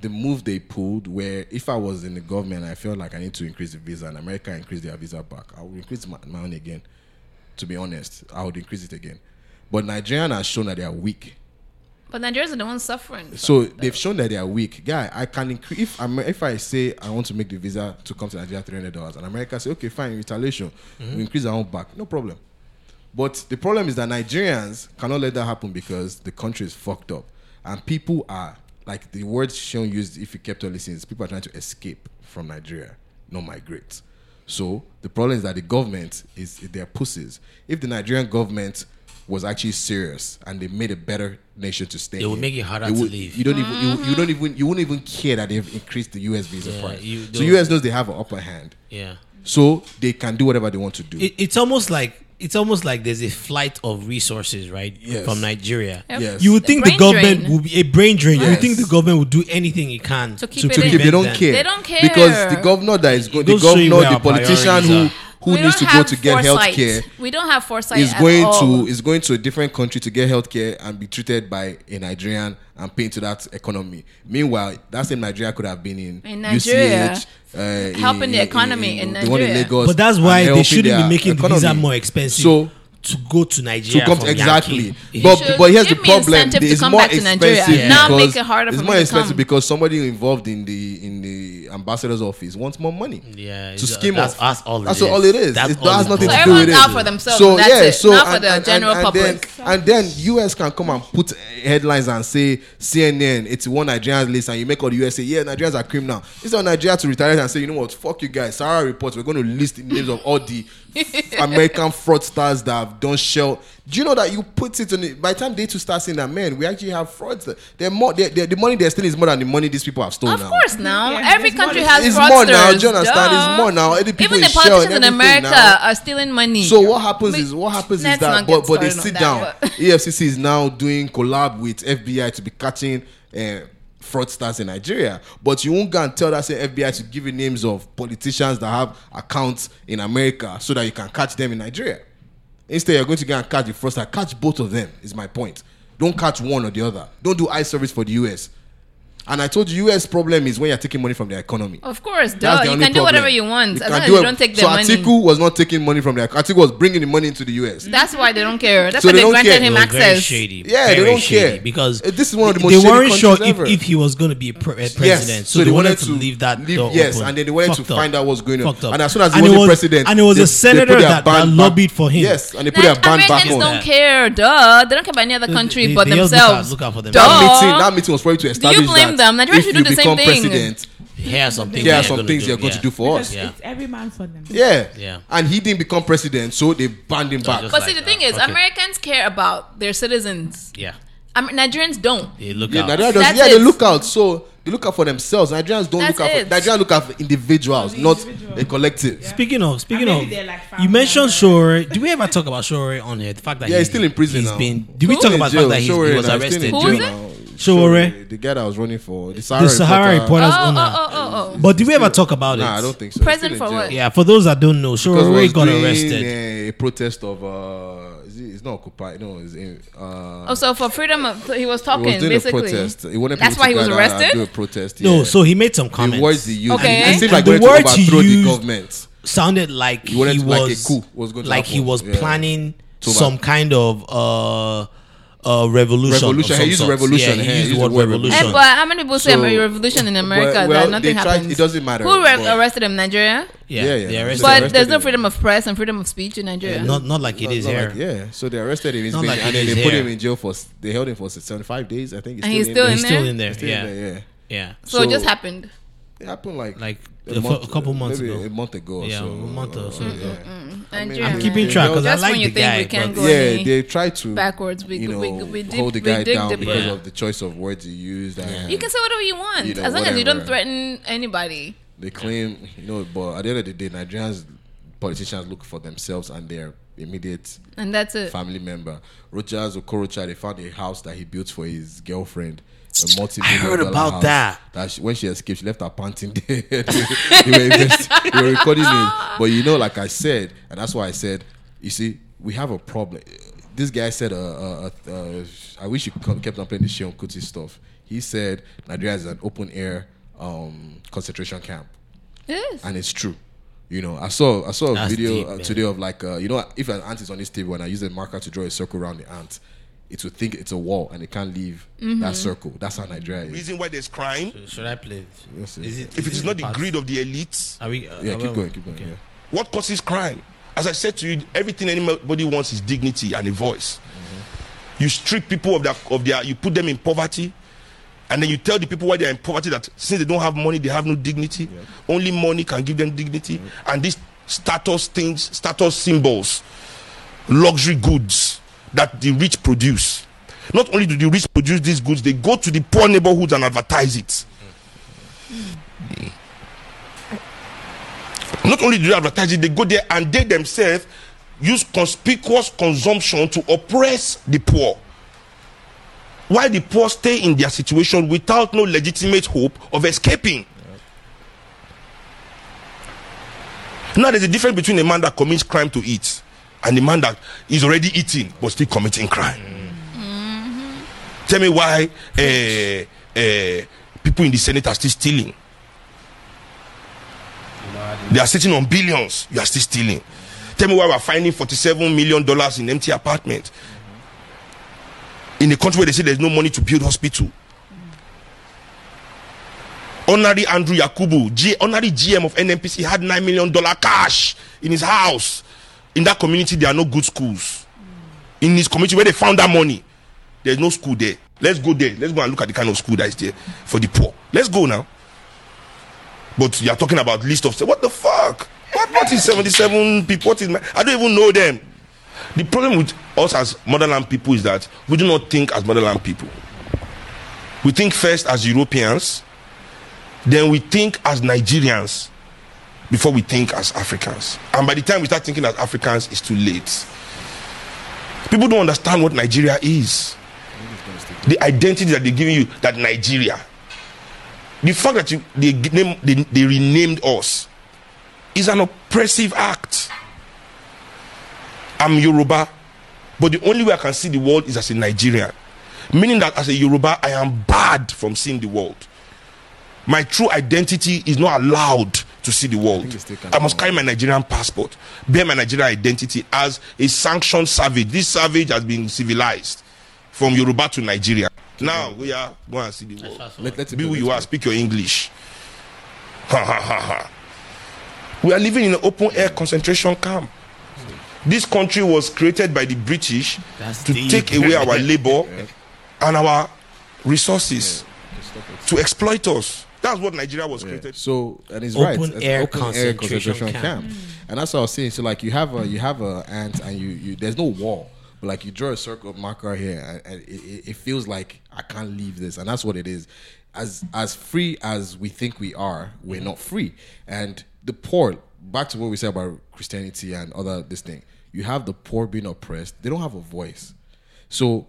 the move they pulled, where if I was in the government, I felt like I need to increase the visa, and America increased their visa back, I would increase my, my own again. To be honest, I would increase it again. But Nigerian has shown that they are weak.
But Nigerians are the ones suffering.
So they've shown that they are weak. Guy, I can increase if I'm if I say I want to make the visa to come to Nigeria three hundred dollars, and America say okay, fine, retaliation, we increase our own back, no problem. But the problem is that Nigerians cannot let that happen because the country is fucked up and people are like the word Sean used, if you kept on listening, is people are trying to escape from Nigeria, not migrate. So the problem is that the government is they're pussies. If the Nigerian government was actually serious and they made a better nation to stay,
They would
in,
make it harder
they
to
would-
leave.
You don't even you, you don't even you wouldn't even care that they've increased the US visa
Yeah,
price.
you
so
don't-
US knows they have an upper hand,
Yeah.
so they can do whatever they want to do.
It, it's almost like it's almost like there's a flight of resources, right?
Yes.
From Nigeria.
Yep.
Yes.
You would
The
think the
brain
government
drain.
will be a brain drain. You would
Yes.
think the government will do anything it can
To keep
to
it
to
in.
keep. They don't
them.
care.
They don't care.
because the governor that is going, the
goes to you
governor,
where
the
our priorities
politician who
are.
who
We
needs to
don't
go
have
to get health
foresight.
care
We don't have foresight.
is
at
going
all.
to is going to a different country to get health care and be treated by a Nigerian and pay into that economy. Meanwhile, that same Nigeria could have been in,
In Nigeria,
UCH, uh,
helping the economy in
the one in
Nigeria.
Lagos,
But that's
and
why they
helping
shouldn't
their
be making the visa
economy.
more expensive
So
to go to
to
Nigeria.
come
from
exactly.
Yankee.
But
should
but here's the
give me
problem:
incentive to
it's
come
more
back to Nigeria.
expensive
Yeah. Now make
because-
it harder for
It's
me
more
to
expensive
come.
because somebody involved in the in the ambassador's office wants more money.
Yeah,
to
it's-
skim
that's-
off.
that's all it
That's
is.
all it is.
That's
it
all
has
it
nothing
is.
to
So
do with
everyone's
it.
out for themselves, and that's it, not for the general public.
Then, and then US can come and put headlines and say CNN, it's one Nigerians list, and you make all the US say, yeah, Nigerians are criminal. It's on Nigeria to retaliate and say, you know what, fuck you guys. Sarah reports, we're going to list the names of all the American fraudsters that have done shell. Do you know that you put it on it? By the time they to start saying that, man, we actually have frauds. They're more, they're, they're, the money they're stealing is more than the money these people have stolen.
Of
now.
course, now
Yeah,
every
there's more
country
than-
has
It's
fraudsters.
more now, do you understand?
Duh.
It's more now. All the people
Even the
in Shell and
politicians in
everything
America
now.
are stealing money.
So what happens
We-
is what happens is
Let's
that
not
but
get
but they
started on
sit
that,
down. E
but-
EFCC is now doing collab with FBI to be catching uh, fraudsters in Nigeria. But you won't go and tell that same FBI to give you names of politicians that have accounts in America so that you can catch them in Nigeria. Instead, you're going to go and catch the fraudster. Catch both of them is my point. Don't catch one or the other. Don't do eye service for the US. And I told you, US problem is when you're taking money from the economy.
Of course, Oh, duh.
That's the
You can
only
do whatever
problem.
you want as
can
long as
do
you
it-
don't take
so
their money.
Atiku was not taking money from the Atiku was bringing the money into the US.
That's why they don't care. That's
So
why
they
they,
don't
granted
care.
It
him
was very
access.
shady.
Yeah, they
Very
don't
shady
care.
because
Uh, this is one of the
They-
most
they
shady
weren't sure
countries
if,
ever.
if he was going to be a pre- a president, so, they, wanted, to leave that door
yes,
open.
and then they wanted
Fucked
to
up.
find out what's going on.
Fucked up.
And as soon as he was
it
the president,
and it was
they-
a
they
senator
put their
that, that
ban back-
lobbied for him.
Yes, and they put
Nah,
their band back
Americans
on.
don't care, duh. They don't care about any other country
they-
but
they just look out-
themselves.
look out for them.
Duh.
That meeting, that meeting was probably to establish
blame
that
them? Nigerians
if
should
you
do the same
become
thing.
president,
Here are some things.
there
they're
are some
gonna
things
do.
you're going
Yeah.
to do for us.
Because
Yeah.
It's every man for them.
Yeah.
Yeah.
And he didn't become president, so they banned him back.
just
But
like
see, the
that.
thing is,
Okay.
Americans care about their citizens.
Yeah,
Am- Nigerians don't.
they look
Yeah,
out.
Nigeria does,
That's
yeah they
it.
look out. So they look out for themselves. Nigerians don't
That's
look out
it.
for Nigerians look out for individuals,
For the
not
individual.
a collective. Yeah,
Speaking of, speaking
maybe
of,
they're like
you
family
mentioned
members.
Shore. Do we ever talk about Shore on here? The fact that
Yeah, he's still in prison
He's
now.
been. Did we talk about the fact that he's, he was arrested?
Who
during-
is it?
Showore.
The guy that was running for the Sahara,
The Sahara
reporter.
Oh,
Reporters
oh,
owner.
oh, oh, oh.
But did we ever talk about it?
Nah, I don't think so.
Present
He's still in
for what?
jail.
Yeah, for those that don't know,
Because he
Shore
was
got
doing,
arrested.
uh, a protest of uh, is it, it's not Occupy. No, it's in, uh,
Oh, so for freedom of, he was
he
talking
was doing
basically.
a protest. He wanted
That's
people
why
to
he was
gather and uh,
arrested?
Do a protest.
No,
yeah.
so he made some
the
comments.
words he used.
Okay.
It seems
And
like
the
the to
words he
overthrow the
used-
government.
sounded like
You wanted
he
to- like a
was
coup was going to
like he
happen.
was
Yeah.
planning
To over-
some kind of uh uh revolution.
Revolution.
Of
He
some
used
sort.
revolution.
Yeah,
He
he used
used
the word
the word
revolution.
Eh, but how many people say
So-
Ameri- revolution in America
well, well,
that nothing
they tried-
happens?
it doesn't matter,
Who re-
but-
arrested him? Nigeria.
yeah,
Yeah, yeah.
they arrested
But
him.
there's no
him.
freedom of press and freedom of speech in Nigeria.
Not not like it is
Not
here.
like- yeah, so they arrested him. He's
Not
been,
like
and
it
then
is
they put
here.
him in jail for s- they held him for seventy-five days. I think.
And he's still
there.
He's
in
still
there?
in there.
He's still
yeah.
in there, yeah.
yeah,
so, it just
so-
happened.
It happened like uh,
Like a fu- a couple months
maybe
ago.
a month ago. Or
Yeah,
so.
a month or so
Yeah.
ago.
Nigeria.
I'm
man.
keeping track because I
Just
like
when you
the
think
guy.
we can
but-
go
Yeah,
any
they tried to
backwards, we
you know,
we, we, dig-
hold the
we
guy
dig
down
deeper.
because
Yeah.
of the choice of words he used. And
You can say whatever you want
You know,
as long as you don't
whatever.
threaten anybody.
they claim, you know, but at the end of the day, Nigerians politicians look for themselves and their immediate
And that's it.
family member. Rogers Okorocha, they found a house that he built for his girlfriend. A multi I
heard about that.
That she, when she escaped, she left her panting there. they, were invest- they were recording it. But you know, like I said, and that's why I said, you see, we have a problem. This guy said, uh, uh, uh, uh, I wish you co- kept on playing the Sheon Kuti stuff. He said, Nigeria is an open air um, concentration camp
Yes.
and it's true. You know, I saw I saw a
That's
video
deep,
uh,
man.
today of like uh, you know if an ant is on this table and I use a marker to draw a circle around the ant, it will think it's a wall and it can't leave that circle. That's how Nigeria is.
Reason why there's crime,
Should I play?
Yes, yes.
it,
if it is not the
past-
greed of the elites,
Are we? uh,
Yeah,
are
keep
we-
going, keep going.
okay.
Yeah.
what causes crime? As I said to you, everything anybody wants is dignity and a voice. You strip people of their, of their, you put them in poverty,
And then you tell the people why they are in poverty that since they don't have money, they have no dignity. Only money can give them dignity. And these status things, status symbols, luxury goods that the rich produce. Not only do the rich produce these goods, they go to the poor neighborhoods and advertise it. Not only do they advertise it, they go there and they themselves use conspicuous consumption to oppress the poor. Why the poor stay in their situation without no legitimate hope of escaping. Now there's a difference between a man that commits crime to eat and a man that is already eating but still committing crime. Tell me why eh, eh, people in the Senate are still stealing. They are sitting on billions. You are still stealing. Tell me why we're finding forty-seven million dollars in empty apartment in a country where they say there's no money to build hospital. Honorary Andrew Yakubu, G- honorary GM of NMPC, had nine million dollar cash in his house. In that community, there are no good schools. In his community, where they found that money, there's no school there. Let's go there. Let's go and look at the kind of school that is there for the poor. Let's go now. But you are talking about list of what the fuck? What, what is 77 people? What is my, I don't even know them. The problem with us as motherland people is that we do not think as motherland people. We think first as Europeans, then we think as Nigerians before we think as Africans. And by the time we start thinking as Africans, it's too late. People don't understand what Nigeria is. The identity that they're giving you, that Nigeria. The fact that you, they, g- name, they, they renamed us is an oppressive act. I'm Yoruba, but the only way I can see the world is as a Nigerian. Meaning that as a Yoruba, I am barred from seeing the world. My true identity is not allowed to see the world. I must carry my Nigerian passport, bear my Nigerian identity as a sanctioned savage. This savage has been civilized from Yoruba to Nigeria. Now Ah, we are go and see the world.
Let, let it
Be
go,
who
let
you
it
are, speak your English. Ha ha ha ha. We are living in an open air concentration camp. This country was created by the British to take away our labor and our resources to exploit us. That's what Nigeria was
Yeah.
created.
So and it's
Open
right. It's an
air
open air
concentration
concentration
camp.
camp. And that's what I was saying. So like you have a you have a ant and you you there's no wall, but like you draw a circle marker here, and, and it- it, it feels like I can't leave this, and that's what it is. As as free as we think we are, we're not free. And the poor, back to what we said about Christianity and other this thing, you have the poor being oppressed. They don't have a voice. So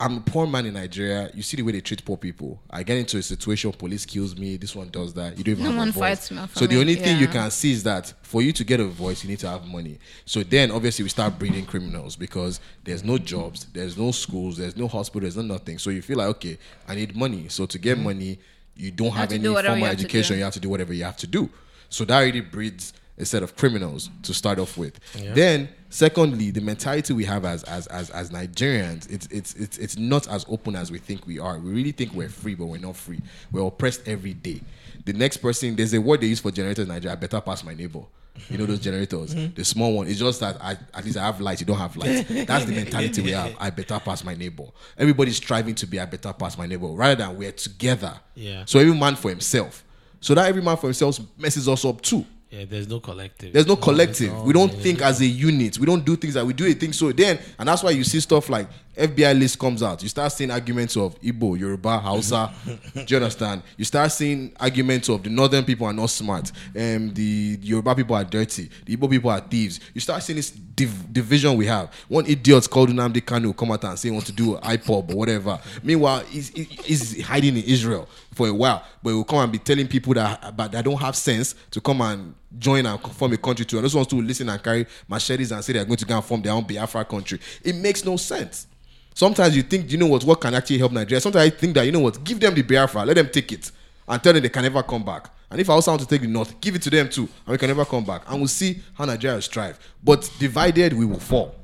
I'm a poor man in Nigeria. You see the way they treat poor people. I get into a situation, police kills me. This one does that. You don't even
No
have
one
a voice.
fights me for
so the
me,
only thing you
yeah.
can see is that for you to get a voice, you need to have money. So then, obviously, we start breeding criminals because there's no jobs, there's no schools, there's no hospital, there's no nothing. So you feel like, okay, I need money. So to get money, you don't have,
to
any
do whatever Mm.
formal
you have to
education.
do.
You have to do whatever you have to do. So that already breeds a set of criminals to start off with. Then, secondly, the mentality we have as as as, as Nigerians, it's, it's it's it's not as open as we think we are. We really think we're free, but we're not free. We're oppressed every day. The next person, there's a word they use for generators in Nigeria. I better pass my neighbor. You know those generators, the small one. It's just that I, at least I have light. You don't have light. That's the mentality we have. I better pass my neighbor. Everybody's striving to be I better pass my neighbor, rather than we're together.
Yeah.
So every man for himself. So that every man for himself messes us up too.
Yeah, there's no collective.
There's no collective. We don't think as a unit. We don't do things that we do a thing. So then, and that's why you see stuff like FBI list comes out. You start seeing arguments of Igbo, Yoruba, Hausa. do you understand? You start seeing arguments of the northern people are not smart. Um, the Yoruba people are dirty. The Igbo people are thieves. You start seeing this div- division we have. One idiot called Nnamdi Kanu will come out and say he wants to do IPOB or whatever. Meanwhile, he's, he's hiding in Israel for a while, but he will come and be telling people that but that don't have sense to come and join and form a country too. And those ones to listen and carry machetes and say they're going to go and form their own Biafra country. It makes no sense. Sometimes you think, you know what, what can actually help Nigeria? Sometimes I think that, you know what, give them the Biafra, let them take it and tell them they can never come back. And if I also want to take the North, give it to them too, and we can never come back. And we'll see how Nigeria will strive. But divided, we will fall.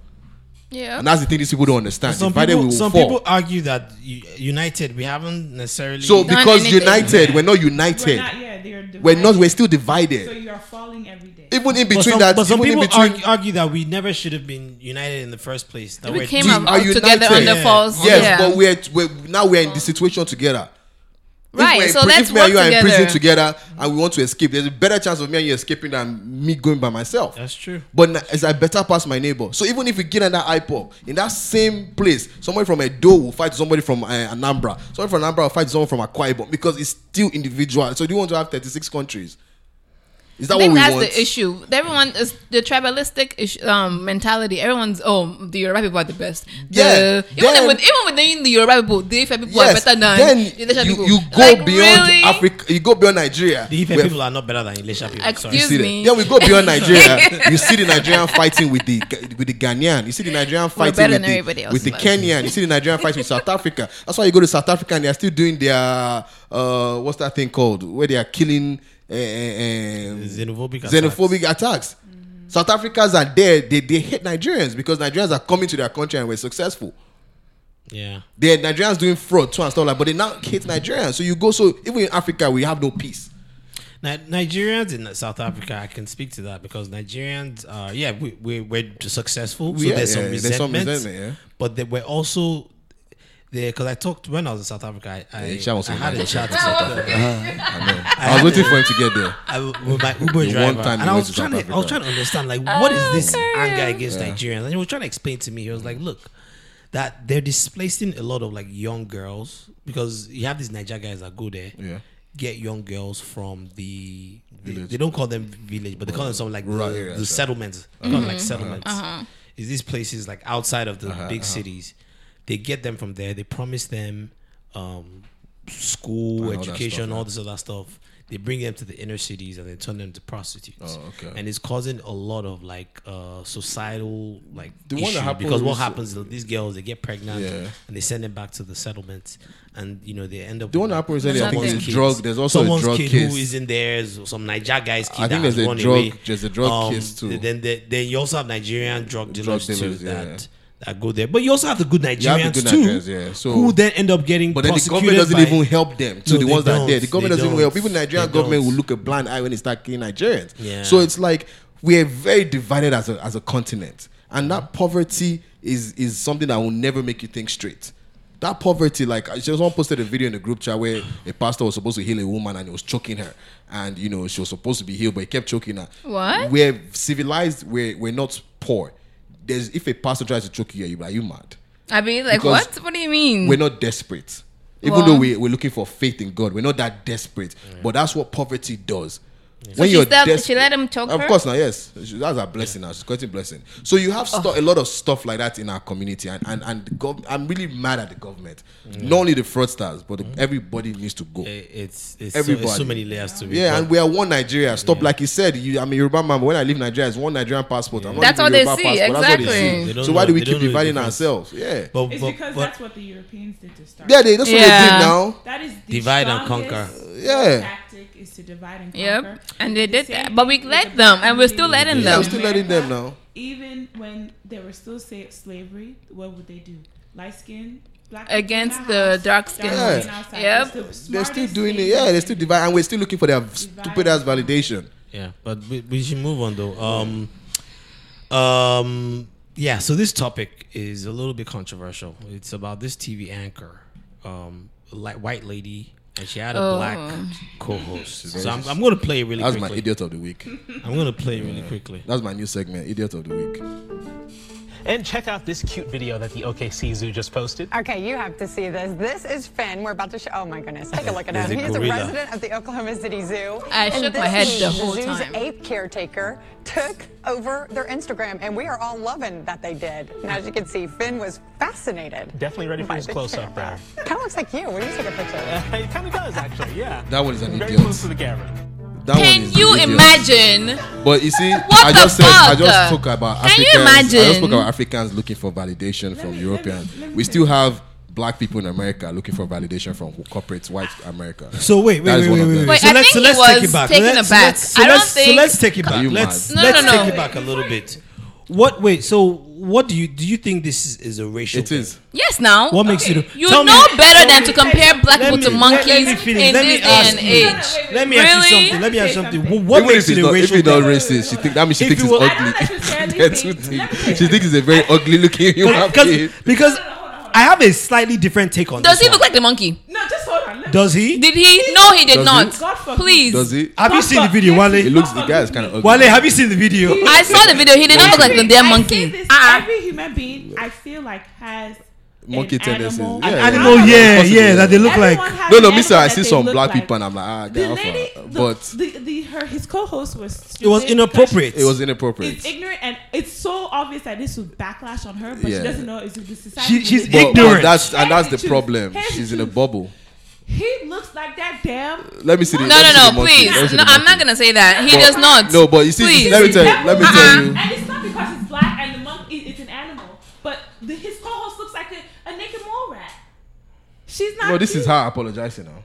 Yeah.
And that's the thing these people don't understand.
Some
divided, we
people,
will
some
fall.
people argue that u- united, we haven't necessarily.
so
Done
because
anything.
united, we're not united.
We're not, yeah, they're
we're not we're
divided.
still divided
So you are falling every day.
even
But
in between
some,
that
but some
even
people
in between
argue, argue that we never should have been united in the first place. That
we
we're
came
we
out
are
together
united.
under false.
yes
yeah.
but we're, we're now we're in the situation together
Right,
we're in
so
pri-
let's
if me and you
work
are in prison
together.
together and we want to escape, there's a better chance of me and you escaping than me going by myself.
That's true.
But na- as I better pass my neighbor. So even if we get under IPOP, in that same place, somebody from Edo will fight somebody from uh, Anambra. Somebody from Anambra will fight someone from Akwa Ibom because it's still individual. So do you want to have 36 countries? Is that
I think
what we
that's
want?
the issue. Everyone is the tribalistic issue, um, mentality. Everyone's oh, the Yoruba people are the best. The-
Yeah,
even
then-
with even within the Yoruba people, the Ife people are
Yes,
better than
then
the Ife
you,
people.
you go
Like,
beyond
really?
Africa. You go beyond Nigeria.
The Ife
where-
people are not better than Ilesha people.
You
Excuse
see
me.
that? Then we go beyond Nigeria. you see the Nigerian fighting with the with the Ghanaian. You see the Nigerian fighting
better
with
than everybody
the,
else,
with the
but-
Kenyan. You see the Nigerian fighting with South Africa. That's why you go to South Africa and they are still doing their uh, what's that thing called? Where they are killing uh,
Xenophobic
xenophobic attacks.
Mm.
South Africans are there. They they hate Nigerians because Nigerians are coming to their country and were successful.
Yeah.
They're Nigerians doing fraud too and stuff like. But they now hate Nigerians. So you go. So even in Africa, we have no peace.
Ni- Nigerians in South Africa, I can speak to that because Nigerians are yeah we we we're successful, so
Yeah,
there's, some
yeah, there's some
resentment,
resentment, yeah.
But they were also there because I talked when I was in South Africa. I, I,
Isha was
I
from
had a
Nigeria. Uh-huh.
chat. with South Africa.
I was waiting for him to get there.
I, with my Uber
The
driver,
one time
and
he
I was
went to
trying
South
to, I was
Africa.
trying to understand, like, what is this
Okay.
anger against
Yeah.
Nigerians? And he was trying to explain to me. He was like, look, that they're displacing a lot of like young girls because you have these Niger guys that go there,
Yeah.
get young girls from the, they-
Village.
they don't call them village, but they call them something like
Rural
the,
areas,
the
yeah.
settlements, They call them, like settlements. Is these places like outside of the
Uh-huh,
big cities? They get them from there. They promise them. Um, school,
And all that
education,
stuff, yeah.
all this other stuff. They bring them to the inner cities and they turn them to prostitutes.
Oh, okay.
And it's causing a lot of like uh, societal like
The one
issue
that happened
because what
was-
happens is these girls they get pregnant
Yeah.
and they send them back to the settlements and you know they end up.
The one that happened recently, I think, is drug. There's also a
someone's
drug
kid
case.
who is in there. s- Some Niger guys. Kid
I
that
think there's
has
a
run
drug-
away.
there's a drug case, too.
th- Then the- then you also have Nigerian drug dealers,
dealers,
too
yeah.
that that go there. But you also have the good
You have the
Nigerians
good
too,
Nigerians, yeah. So-
who then end up getting.
But then the government
prosecuted
doesn't
by-
even help them. So
No,
the
they
ones that are there, the
don't.
government
They
doesn't even help.
don't.
Even Nigerian
They
government
don't.
will look a blind eye when they start killing Nigerians.
Yeah.
So it's like we're very divided as a as a continent, and that poverty is is something that will never make you think straight. That poverty, like I- someone posted a video in the group chat where a pastor was supposed to heal a woman and he was choking her, and you know she was supposed to be healed, but he kept choking her.
What?
We're civilized. We're we're not poor. There's if a pastor tries to choke you, you are you mad?
I mean, like
Because
what? What do you mean?
we're not desperate. Even
Wow.
though we, we're looking for faith in God, we're not that desperate. But that's what poverty does. When
she stabbed- she let him choke
Of
her?
course, now yes, She- that's a blessing. Now she's getting blessing. So you
Oh.
have stu- a lot of stuff like that in our community, and and, and the gov- I'm really mad at the government. Not only the fraudsters, but the- everybody needs to go.
It- Eh, It's it's Mm-hmm. so, it's so
Everybody.
many layers to it.
Yeah,
but-
and we are one Nigeria. Stop, like you said. You, I mean, Yoruba man. but When I leave Nigeria, it's one Nigerian passport. I'm not
That's
leaving
all they
Yoruba
see,
They
So
don't
why
know-
do we
they don't know
keep
the
dividing
difference.
ourselves? Yeah,
but,
It's
but-
because
but
that's what the Europeans did to start.
yeah. They, that's
Yeah.
what they did now.
That is the
Divide and
strongest
conquer.
Yeah.
Tactic is to divide and conquer.
Yep, and they
The
did
same
that, but we
with
let
the
them,
black
and we're still
community in
letting
Yeah,
them.
we're still letting them
America.
now.
Even when they were still say slavery, what would they do? Light skin, black
Against
people
the
in the
dark
house,
skin.
dark
Yeah.
outside.
Yep.
It's the
They're still
smartest
doing it.
thing
Yeah,
they
they're
can
still
do.
divine, and we're still looking for their stupid ass validation.
yeah, but we, we should move on though. Um, um, yeah. So this topic is a little bit controversial. It's about this TV anchor, um, like white lady, and she had a
Oh.
black co-host. So I'm, I'm going to play it really
That's my
quickly.
idiot of the week.
I'm going to play it really quickly.
That's my new segment, idiot of the week.
And check out this cute video that the OKC Zoo just posted.
Okay, you have to see this. This is Finn. We're about to show. Oh my goodness, take a look at
There's
him.
a
He's a
gorilla.
resident of the Oklahoma City Zoo.
I
and
shook
this
my head
week,
the whole
zoo's
time.
ape caretaker took over their Instagram, and we are all loving that they did. And as you can see, Finn was fascinated.
Definitely ready for
by
his
the
close-up
camera.
there.
Kind of looks like you. Will you take a picture?
it kind of does, actually. Yeah.
That one is an
Very
idiot.
close to the camera.
That one
Can
is
you
an idiot.
imagine?
But you see,
What
I
the
just said, I just
fuck?
spoke about
Can you
Africans. I just
imagine?
spoke about Africans looking for validation from Europeans. we still have black people in America looking for validation from corporate white America.
So wait, wait,
That
wait,
is one
wait,
of
wait,
them.
wait.
Wait,
so
I
let's, so
think
let's
he
take
was
it back.
taken
let's,
aback.
Let's, so
I don't
let's, so
think-
let's take it back.
you
Let's
mad?
No,
let's
no, no.
take it back a little bit. What? Wait. So what do you do? You think this is, is a racial?
It is.
Yes, now.
What makes you do-
You
Tell me-
know better than
Let
to
me-
compare black people to monkeys in this day and
you.
age.
Let me ask you
Really?
something. Let me ask you something.
Something.
What
Even
makes
if
it
it's
a
not, if
racial?
it's not
thing?
racist, she think that means she
If
thinks
it
it's
was-
I don't
ugly.
necessarily
That's
think-
what she thinks. she thinks it's a very ugly looking human
Because
being.
because I have a slightly different take on
Does
this.
he look
one.
like the monkey?
No, just hold on. Let
Does he?
Did he? No, he did
Does
not.
he?
God forbid.
Please.
Does he? Have you seen the video, Wale? It looks the guy is kind of Wale, have you seen the video?
I saw the video. He didn't look like the damn
I say
monkey.
this, every human being I feel like has
Monkey tendencies. Yeah,
An
yeah.
animal, yeah, yeah, that they look
eh? Everyone
like.
has
No,
an
no, me sir,
animal
I
that
see
they
some
look
black
like.
people and I'm like, ah,
the
get off
lady,
her.
the,
But
the, the her his co-host was
It was
stupid because
inappropriate.
it was inappropriate.
It's ignorant, and it's so obvious that this will backlash on her, but
Yeah.
she doesn't know it's the society.
She- she's
that-
But that's and that's the problem.
Here's the
She's in a bubble.
He looks like that damn.
Let me see the.
No,
let
no,
me see the
no,
monkey.
please.
Let me see
No, I'm
the monkey.
not gonna say that. He
But-
does not.
No, but you see,
Please.
let me tell you. Let me tell you.
Uh-huh. And it's not because he's black and the monkey it's an animal, but the, his co-host looks like a, a naked mole rat. She's not.
No, this is
cute.
her apologizing now.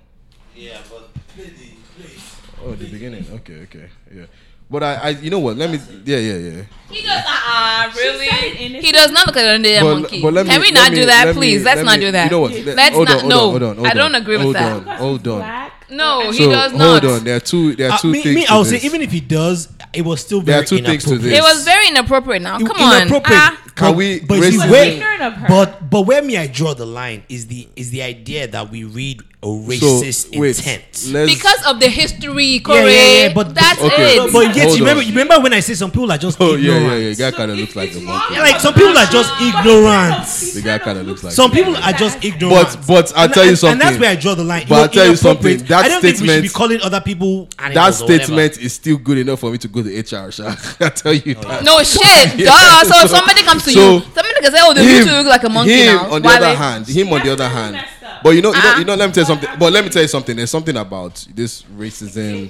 Yeah, but play the place.
Oh, the beginning. Okay, okay, yeah. But I, I, you know what? Let me. Yeah, yeah, yeah.
He does.
uh-uh,
Uh, really?
innocent.
He does not look like a damn
But-
monkey.
but let me-
Can we
let
not
me-
do that,
let me-
please? Let's
let
not
me-
do that.
You know what? Let-
Let's
hold
not.
on, hold
No,
on, hold on, hold
I don't
on.
agree with
Hold
that.
on, hold on.
No, Oh, he
So,
does
hold
not.
on. There are two. There are
Uh,
two
me,
things.
me,
to
I would say
this.
even if he does, it was still
There
very
are two things to
inappropriate.
this.
It was very inappropriate. Now, come on.
inappropriate.
Ah.
Can we
But you see
racism-
ignorant of her.
where, but but where may I draw the line is the is the idea that we read a racist
wait,
intent.
let's-
because of the history,
Yeah, yeah,
Corey.
yeah, but
that's
Okay.
it.
But yet,
Hold
you remember,
on.
you remember when I say some people are just
Oh yeah,
ignorant.
yeah, yeah. Guy kind of looks like a monkey.
Yeah, Like some people are just ignorant.
The guy kind of looks like.
Some people are just ignorant.
But but I'll
And-
tell you
and-
something.
And that's where I draw the line.
But I'll tell you something.
inappropriate.
That
I don't think we should be
statement-
calling other people.
that
animals or whatever.
statement is still good enough for me to go to HR. Sha. I tell you
Oh,
that.
No shit,
Yeah.
duh. So, if somebody comes to
so
you, somebody can say, "Oh, the
him-
YouTube look like a monkey
him,
now." Ah.
on the
Wale.
other hand, him on the other hand. But you know, you know, you know. Let me tell you something. But let me tell you something. There's something about this racism.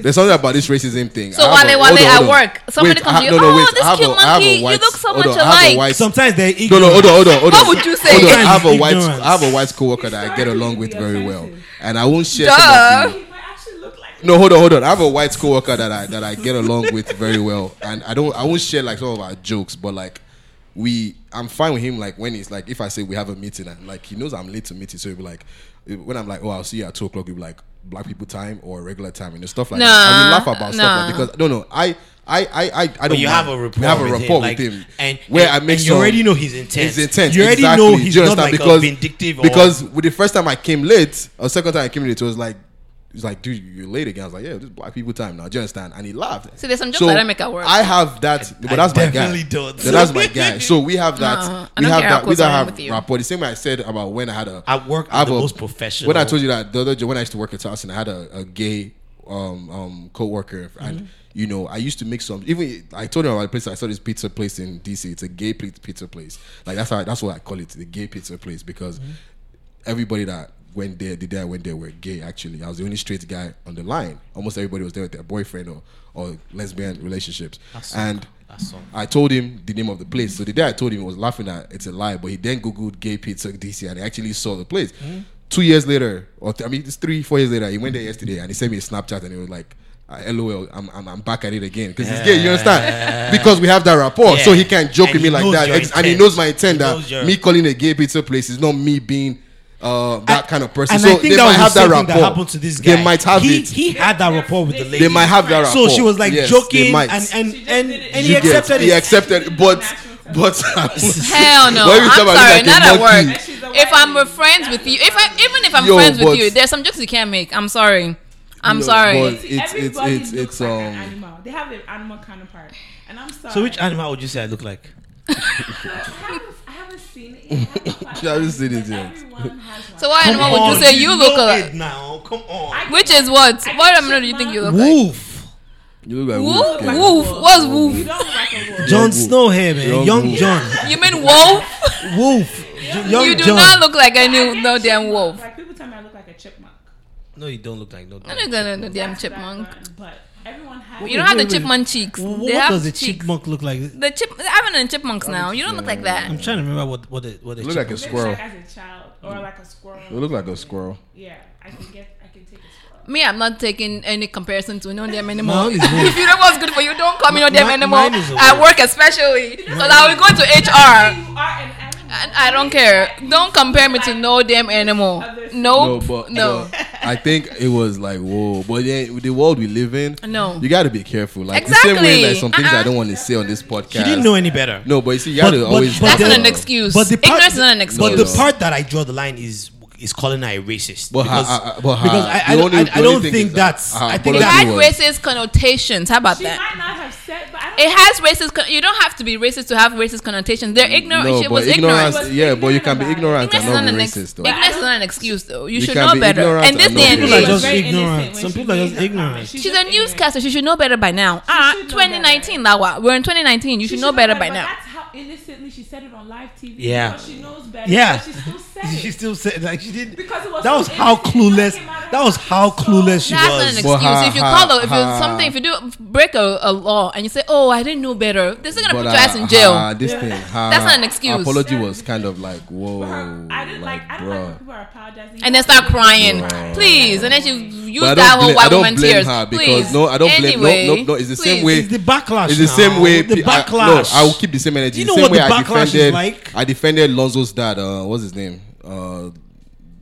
There's something about this racism thing.
So
I have
Wale, Wale
hold on,
at
hold on.
work, somebody
Wait,
comes
I
to you,
have- no, no,
"Oh,
wait,
this
I have
cute
a- I have a
monkey, you
white-
look so
hold
much
on, I have a
alike.
white-
Sometimes they're
No,
ignorant.
no, hold on, hold on, hold on.
What would you say?
Hold on, I have a
Ignorance.
white, I have a white coworker that I get along with very well, and I won't share some
Duh.
of the. No, hold on, hold on. I have a white coworker that I that I get along with very well, and I don't, I won't share like some of our jokes, but like we, I'm fine with him. Like when it's like if I say we have a meeting, and like he knows I'm late to meeting, so he'll be like, when I'm like, oh, I'll see you at two o'clock, he'll be like, black people time or regular time, and stuff like
Nah,
that. And we laugh about
nah.
stuff like because no, no, I. I, I, I, I don't.
But you
mind.
have a rapport.
We have a
with
rapport
him, like,
with him,
and
where
and-
I make
and you
some-
already know his intent.
His intent.
You already
exactly.
know
Do
he's
you
not
understand?
like
because,
a vindictive or
Because with the first time I came late, or second time I came late, it was like, he's like, dude, you're late again. I was like, yeah, this is black people time now. Do you understand? And he laughed.
See, there's some jokes that I don't make at work.
I have that, but
I
that's my guy.
definitely don't.
But that's my guy. So we have that.
Uh-uh. I
we
don't
have
care how
that. We
close I am
don't
with
have
you.
rapport. The same way I said about when I had a.
I work
I have
at the
a-
most professional.
When I told you that the other day, when I used to work at Towson, I had a, a gay um, um, co-worker
Mm-hmm.
and Mm-hmm. you know I used to make some. Even I told him about a place. I saw this pizza place in DC. It's a gay pi- pizza place. Like that's how that's what I call it, the gay pizza place, because
Mm-hmm.
everybody that went there, the day I went there, were gay. Actually, I was the only straight guy on the line. Almost everybody was there with their boyfriend or or lesbian relationships.
That's
and
That's all.
I told him the name of the place. So the day I told him, he was laughing at it's a lie. But he then googled gay pizza DC and he actually saw the place.
Hmm?
Two years later, or th- I mean, it's three, four years later, he went there yesterday and he sent me a Snapchat and he was like. uh, LOL, I'm, I'm I'm back at it again because he's gay. You understand? Because we have that rapport, so
Yeah.
he can joke
And
with me
he
like
knows
that,
your
Ex- and he
intent.
knows my intent
He
that
knows your-
me calling a gay pizza place is not me being uh, that kind of person.
And
so
I think
they
that
might
was
have
the same
that
thing
rapport.
that happened to this guy.
They might have
he,
it.
He had that rapport with the lady.
they might have that rapport.
So she was like
Yes, they
joking,
might.
and and and, and he
You get-
accepted
He
it.
accepted it, but but
Hell no!
Why you
I'm
talk
sorry,
about it like a
not at
monkey?
work. If I'm friends with you, if I even if I'm
Yo,
friends with
but-
you, there's some jokes you can't make. I'm sorry. I'm
No,
sorry.
but it's it's
Everybody
it's
looks
it's
like an
um.
animal. They have an animal counterpart, and I'm sorry.
So which animal would you say I look like?
I haven't, I haven't seen it. yet. I haven't
I haven't seen it yet.
Everyone has one.
So what
Come
animal would
on,
you say you look
know
like?
it now? Come on,
Which is what? What animal do you think you look like?
wolf.
You look like
Wolf?
wolf. Ken.
Wolf? What's wolf?
You don't look like a wolf.
John
wolf.
Snow hair, man.
Young
Young
wolf.
John.
You mean wolf?
Wolf. J- Young
You do
John.
not look like any
get
no damn
chipmunk.
wolf.
Like people tell me I look like a chipmunk.
No, you don't look like no.
I'm not gonna no damn
That's what I've
chipmunk.
gotten, But everyone has.
You don't have the
wait, wait.
chipmunk cheeks.
What,
They
what
have
does a
cheeks.
chipmunk look like?
The chip. I haven't done chipmunks now. You don't look like that.
I'm trying to remember what what the, what the
You look like a
chipmunk-
Maybe
squirrel.
Like as a child, or like a squirrel.
You look like a squirrel.
Yeah, I can get. I can take a squirrel.
Me, I'm not taking any comparison to no damn anymore.
Mine is wolf.
if you know what's good for you, don't call me no damn
Mine-
anymore.
mine is a
At
wolf.
work, especially, because I will go to HR.
You are an animal.
And I don't care. Don't compare me to no damn animal. Nope.
No,
No,
but but I think it was like whoa. But yeah, with the world we live in,
No.
you got to be careful. Like the same way,
Exactly.
like some things
Uh-uh.
I don't want to say on this podcast.
She didn't know any better.
No, but you see, you got
But-
to
but-
always.
but
That's
the-
not an excuse.
But the part,
Ignorance is not an
But the
excuse.
part that I draw the line is
is calling her a racist.
But her-
because
uh, uh, but her-
because I, I,
the
don't-
only-
I-
the
I
only
don't
thing
think
is that
that's.
her
I think
It
apology
that's.
had racist connotations. How about
She
that?
might not have said, but I don't.
It has racist. Con- you don't have to be racist to have racist connotations. They're ignorant.
Mm, No,
she
but
was
ignorance.
ignorant.
Yeah, but you can be ignorant and
Ignorance is not
not be
an ex-
racist though.
ignorance is not an excuse, though. You,
You
should
can
know
be
better.
ignorant
And this
and
day
not
and
be
People are
She was
age,
just
very innocent
ignorant. Some
when she
people are
made
just
her
ignorant.
she's a newscaster. She should know better by now. Ah, 2019, Lawa. We're in 2019. You should, know better by
but
now.
That's how innocently she said it on live TV.
Yeah.
because She knows better.
Yeah.
but She still said it.
She still said like she did.
Because it was
That
so
was how
innocent.
clueless.
It came out of
That was how clueless she
That's not an
was.
excuse.
But her-
if you
her-
call her, if
her-
you something, if you do break a, a law and you say, "Oh, I didn't know better," they're still gonna
But
put your ass
uh,
in jail.
uh, this thing, her
That's not an excuse.
Apology was kind of like, whoa,
I didn't like,
like,
I don't like when
bro.
people are apologizing.
and then start crying,
Right.
please. And then she
But I
used
don't
that whole
blame-
white
I don't
woman
blame
tears.
her because
please.
no, I don't blame.
anyway,
No, no, no. It's the same
please.
way.
It's the backlash.
It's the
now.
same way.
The
pe- I-
backlash.
no, I will keep the same energy.
You know
same
what
way
the
I
backlash is
defended.
like?
I defended Lonzo's dad. Uh, what's his name? Uh,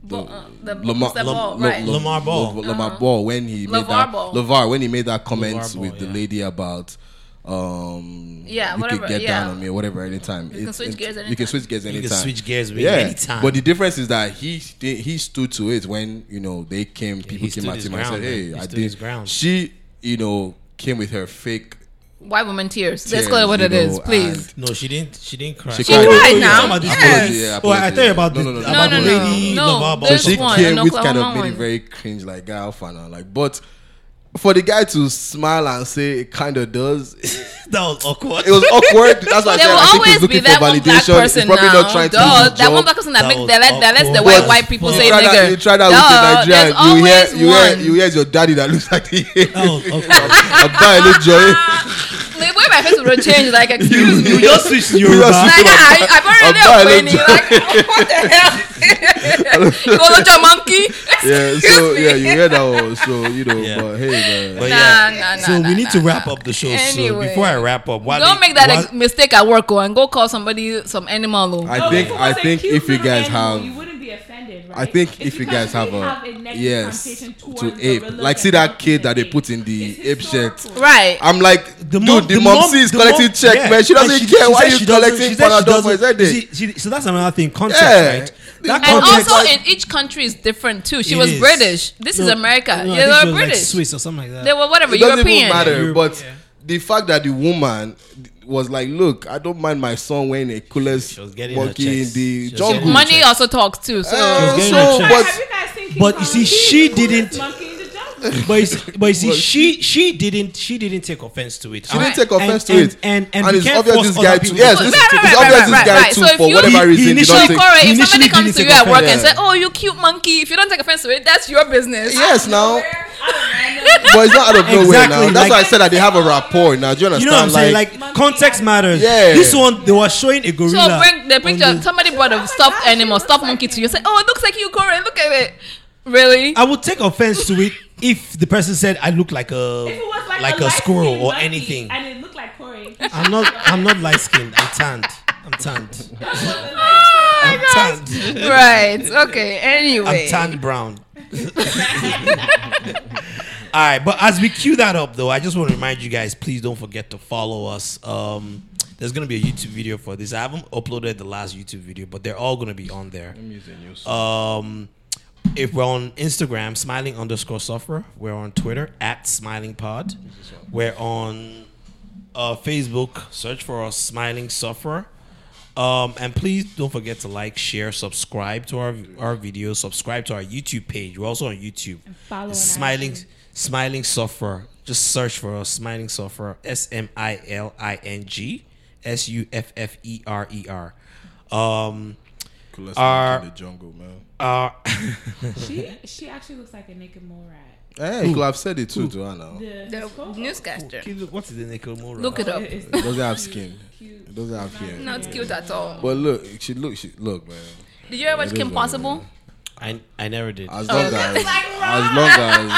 the,
uh, the-
Lamar,
the ball,
Lo-
right.
Lo-
Lamar Ball.
Lo- Lo- Lamar Ball when he made
LeVar
that
Ball.
Lavar when he made that comment
LeVar Ball,
with the
yeah.
lady about um
Yeah,
you
whatever,
can get
yeah.
down on me or whatever anytime
can switch gears
you
anytime.
can switch gears anytime
can switch gears with
yeah
anytime.
but the difference is that he they, he stood to it when you know they came people
he
came
stood
at
his
him
ground, man.
and said hey
He
I
stood
did
his ground.
she you know came with her fake
white woman tears. Let's
Tears,
call it what
you
it is,
know,
please.
No, she didn't. She didn't cry.
She
She cried
Oh, you're
now.
talking about this
Yes.
apology.
Yeah,
Oh, I
apology.
tell you about
No,
this.
no,
No,
no,
about
no,
the lady
no, no.
Lavar Ball.
So
There's
she
one,
came
an
with kind
Oklahoma
of
one.
being very cringe, like guy off and on, like. But for the guy to smile and say it kind of does, it
That was awkward.
was awkward. That's why
There
I said
will
I think he's
always be
looking for
that one black
validation. He's
person
probably
now.
not trying to
Duh,
do his
that one
job.
black person that,
That
make
was
that let that lets the
awkward.
white
But
white people
you
say
try
nigger.
That, you try that
Duh, there's
with a
always
Nigerian. You hear, you
one.
hear, you hear your daddy that looks like he.
Oh, okay.
I'm dying to joy.
Like, where my face would change, like, excuse me.
You just switched
You just-
Yoruba.
Like, ah, I- I've already
I'm
offended you.
violent.
Like, what the hell? you want to your monkey?
Yeah,
Excuse
so
me.
yeah, you hear that. One, so you know,
Yeah.
but hey, man.
But
Nah,
yeah.
nah, nah,
so
nah,
we need to
nah,
wrap
nah.
up the show. So
Anyway.
before I wrap up, Wale,
Don't make that
Wale-
ex- mistake at work, oh, and go call somebody some animal. Oh.
I
No,
think
if it
I
was a
think
cute
if you
little
guys
animal,
have
you wouldn't be offended, right?
I think
It's
if you
because
guys have
we
a,
negative
yes
connotation
to
towards
ape,
gorillas
like see
and
that
monkeys
kid
and
that they
apes.
put in the
It's
ape shirt.
historical.
Right.
I'm like,
The
dude,
mom-
the, mom,
mom-
see is
the
collecting
mom-
check,
yeah.
man. She
And
doesn't care
she
why
said
you
she doesn't-
collecting
she said she
Panadol for his
doesn't-
headache.
she- she- So that's another thing. Context,
Yeah.
right? That
And
context-
also, in each country is different too. She
It
was
is.
British. This is
No,
America.
no, I
they
think she
were
was, like,
British.
Swiss or something like that.
they were whatever.
It doesn't
European.
even matter.
Europe,
but
yeah.
the fact that the woman was like, look, I don't mind my son wearing a coolest
She was getting her
monkey in
checks.
the
She was
jungle.
getting her
Money also talks too. So
Uh,
She was getting
so,
her
Have
but
you guys seen King
But you
Kong?
see,
He's
she
the coolest
didn't-
Monkey in the jungle.
But you see, but you see
Well,
she she didn't she didn't take offense to it.
she didn't take offense to
and,
it.
And and,
it's obvious this guy too. Yes,
Right,
it's,
right, right,
it's obvious
right,
this
right,
guy
right.
too
So if
for
you-
whatever
He-
reason.
he
did
So
not
initially-
take-
Corey, if
initially
somebody comes
didn't
to you
take
at work
offense.
and
Yeah.
say, "Oh, you cute monkey," if you don't take offense to it, that's your business.
Yes, now.
I don't know.
But it's not out of nowhere
Exactly,
now. That's
like-
why I said that they have a rapport now. Do you
You
understand?
know what I'm saying? Like, context matters.
Yeah.
This one they were showing a
So
gorilla.
bring the picture.
on the-
somebody brought a stuffed animal, stuffed monkey to you. Say, "Oh, it looks like you, Corey. Look at it." Really?
I would take offense to it if the person said I look like
If it
a
was
like,
like,
a, squirrel
light-skinned
or
monkey
anything.
and it looked like Corey.
I'm not I'm not light skinned. I'm tanned. I'm tanned.
Oh my
I'm
gosh.
tanned.
right. Okay.
I'm
Anyway.
tanned brown. All right, but as we cue that up, though, I just want to remind you guys: please don't forget to follow us. Um, there's gonna be a YouTube video for this. I haven't uploaded the last YouTube video, but they're all gonna be on there. Um, if we're on Instagram, smiling underscore sufferer. We're on Twitter at smiling pod. We're on uh, Facebook. Search for us, smiling sufferer. Um, and please don't forget to like, share, subscribe to our our videos. Subscribe to our YouTube page. We're also on YouTube.
follow on
It's smiling, smiling sufferer. Just search for us, smiling sufferer. S M I L I N G S U F F E R E R. Um,
Coolest
Are-
monkey in the jungle, man.
uh,
She she actually looks like a naked mole rat.
Hey, you could have said it too, to her now.
The,
The
Coco.
newscaster.
what is the Nekomura?
Look it up.
It- it's
It doesn't have skin. It doesn't have skin.
Not cute at all.
But look, she look, she look, man.
Did you ever watch
It is
Kim
what it
Possible? Oh,
I I never did.
As long as, as long as,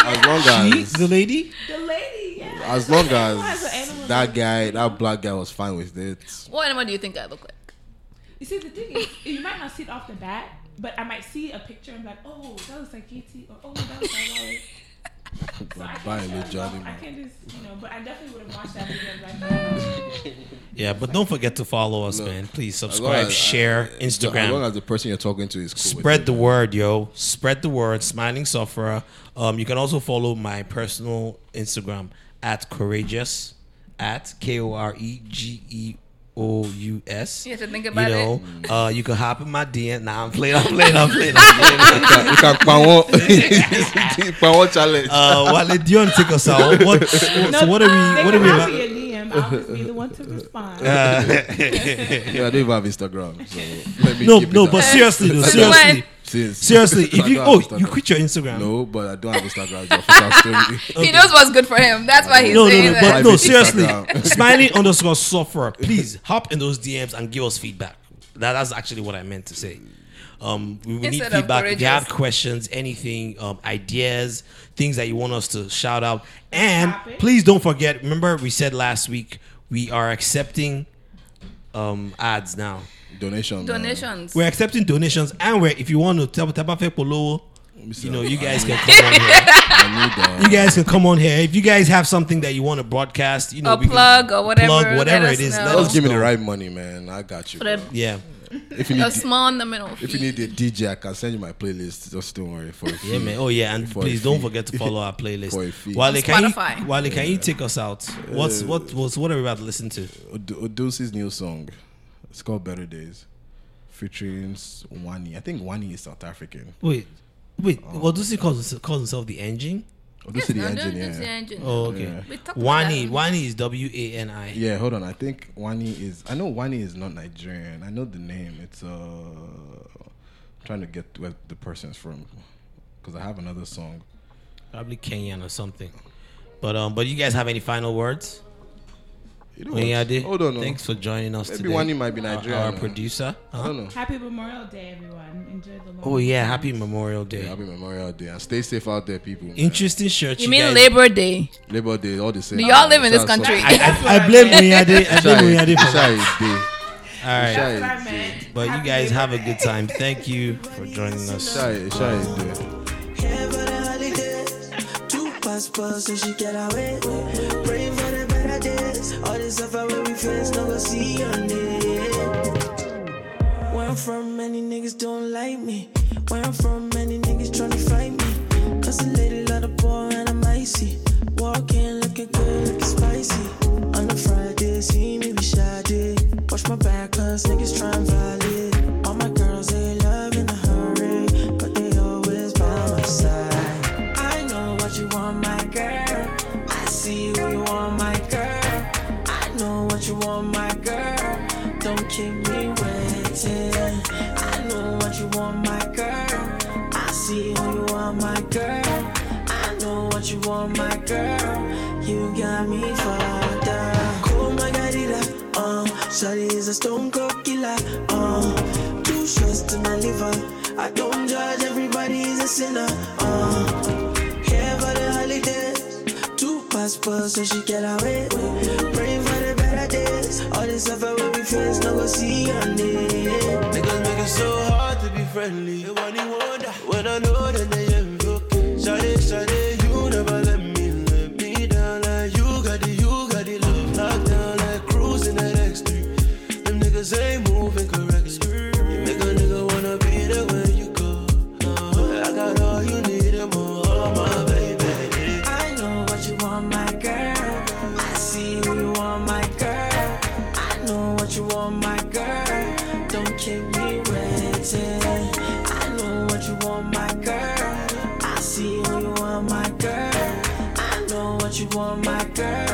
as long
She,
as,
the lady,
the lady, yeah.
as long
As an
as
animal.
that guy, that black guy was fine with it.
What animal do you think I look like?
You see, the thing is, you might not see it off the bat, E but I might see a picture and be like, oh, that looks like GT, or oh, that looks like Wally. so I
Báyìí ló jáde
I
mọ́.
can just, you know, but I definitely would have watched that video. and be Like,
Yeah, but don't forget to follow us,
Look,
man. Please
as
subscribe,
long as- uh,
share,
as- As long
Instagram.
as the person you're talking to is cool. with
Spread
it.
the word, yo. Spread the word. Smiling Sufferer. Um, you can also follow my personal Instagram at courageous at K O R E G E O U S.
You have to think about
You know,
it. Mm.
uh, you can hop in my DM. Nah, I'm playing. I'm playing. I'm playing. I'm playing.
You can power, power challenge.
Uh, Wale Dion took us out. What, so what are we? What are we about?
"Mm, I'll just be the one to respond.
yeah, I don't even have Instagram. So let me
No,
keep
no,
it
but
out.
seriously, though, seriously.
Since-
Seriously,
I
if you
don't
oh
have
you
Instagram.
quit your Instagram.
No, but I don't have Instagram. The official story.
He knows what's good for him. That's why he's
no, no,
saying
no,
that.
but no, seriously,
Instagram.
smiling underscore sufferer. Please hop in those DMs and give us feedback. That, that's actually what I meant to say. Um, we, we need
Instead of
feedback. If you have
courageous.
questions, anything, um, ideas, things that you want us to shout out, and please don't forget. Remember, we said last week we are accepting um, ads now.
Donation.
Donations.
We're accepting donations, and we're if you want to tap tap Fe Polowo, you know, you guys can come on here.
uh,
You guys can come on here if you guys have something that you want to broadcast. You know,
A
we can
plug or whatever,
Plug whatever
let
it
us
is.
know.
Let
Just
us
give me
know.
the right money, man. I got you.
For the-
bro.
Yeah.
If you
a
need,
small nominal
if you
fee.
need a DJ, I can send you my playlist. Just don't worry for a fee.
Yeah, man. Oh, yeah, and
For a
please don't
fee.
forget to follow our playlist.
For a fee.
Wale,
On
can you,
Spotify.
Wale, can you take us out? What's what was what are we about to listen to?
Od- Odunsi's new song. It's called Better Days, featuring Wani. I think Wani is South African.
Wait, wait.
Oh.
what does he call himself, calls himself the engine?
Odusi Oh, the
no, don't
engineer.
do the engine.
Oh, okay.
We talked about
Wani,
that.
Wani is W A N I.
Yeah, hold on. I think Wani is. I know Wani is not Nigerian. I know the name. It's uh, I'm trying to get where the person's from, because I have another song.
Probably Kenyan or something. But um, but you guys have any final words?
You know what?
Onyade,
Hold on. no.
Thanks for joining us
Maybe
today.
Wani might be
Our-
Nigerian,
Our,
no?
producer.
I don't know.
Happy Memorial Day, everyone. Enjoy the long
Oh yeah, happy Memorial Day.
Happy Memorial Day and stay safe out there, people. man.
Interesting shirt.
You mean
guys-
Labor Day?
Labor Day, all the same.
Do y'all live in this
Sorry,
country?
sorry.
I, I, I blame Onyade. I blame
Sorry,
Onyade for that.
sorry, day.
All right.
Sorry,
What I meant.
But you
Happy
guys
Labor
have a good time. Thank you for joining us.
sorry, sorry, day.
Here for the holidays. Two passports so she get away. Praying for the better days. All this suffer when we face, no go see on it. Where I'm from, many niggas don't like me. Where I'm from, many niggas tryna fight me. Cause a lady lot of boy and I'm icy. Walking looking good, looking spicy. On a Friday, see me be shy day. Watch my back, cause niggas try and violate. All my girls, they love in a hurry. But they always by my side. I know what you want, my girl. I see who you want, my girl. I know what you want, my girl. Don't keep me waiting. I know what you want, my girl. I see who you want, my girl. I know what you want, my girl. You got me fucked up. Oh Cool margarita, um, Shawty is a stone cold killer, um, two shots to my liver. I don't judge everybody is a sinner, uh. Here for the holidays. Two passports so she get away. Praying for the better days. All this suffer when we face, no go see on it.
Niggas make it so hard to be friendly. They want you wonder when I know that they envy. Okay. Shawty, shawty, you never let me let me down like you got the you got the love locked down like cruising that X three. Them niggas ain't moving correctly. You make a nigga wanna be there when you go. No, I got all you need and more, my baby.
I know what you want, my girl. I see who you want, my girl. I know what you want, my girl. Don't keep me waiting. I know what you want, my girl. I see who you want, my girl. I know what you want, my girl. Oh uh,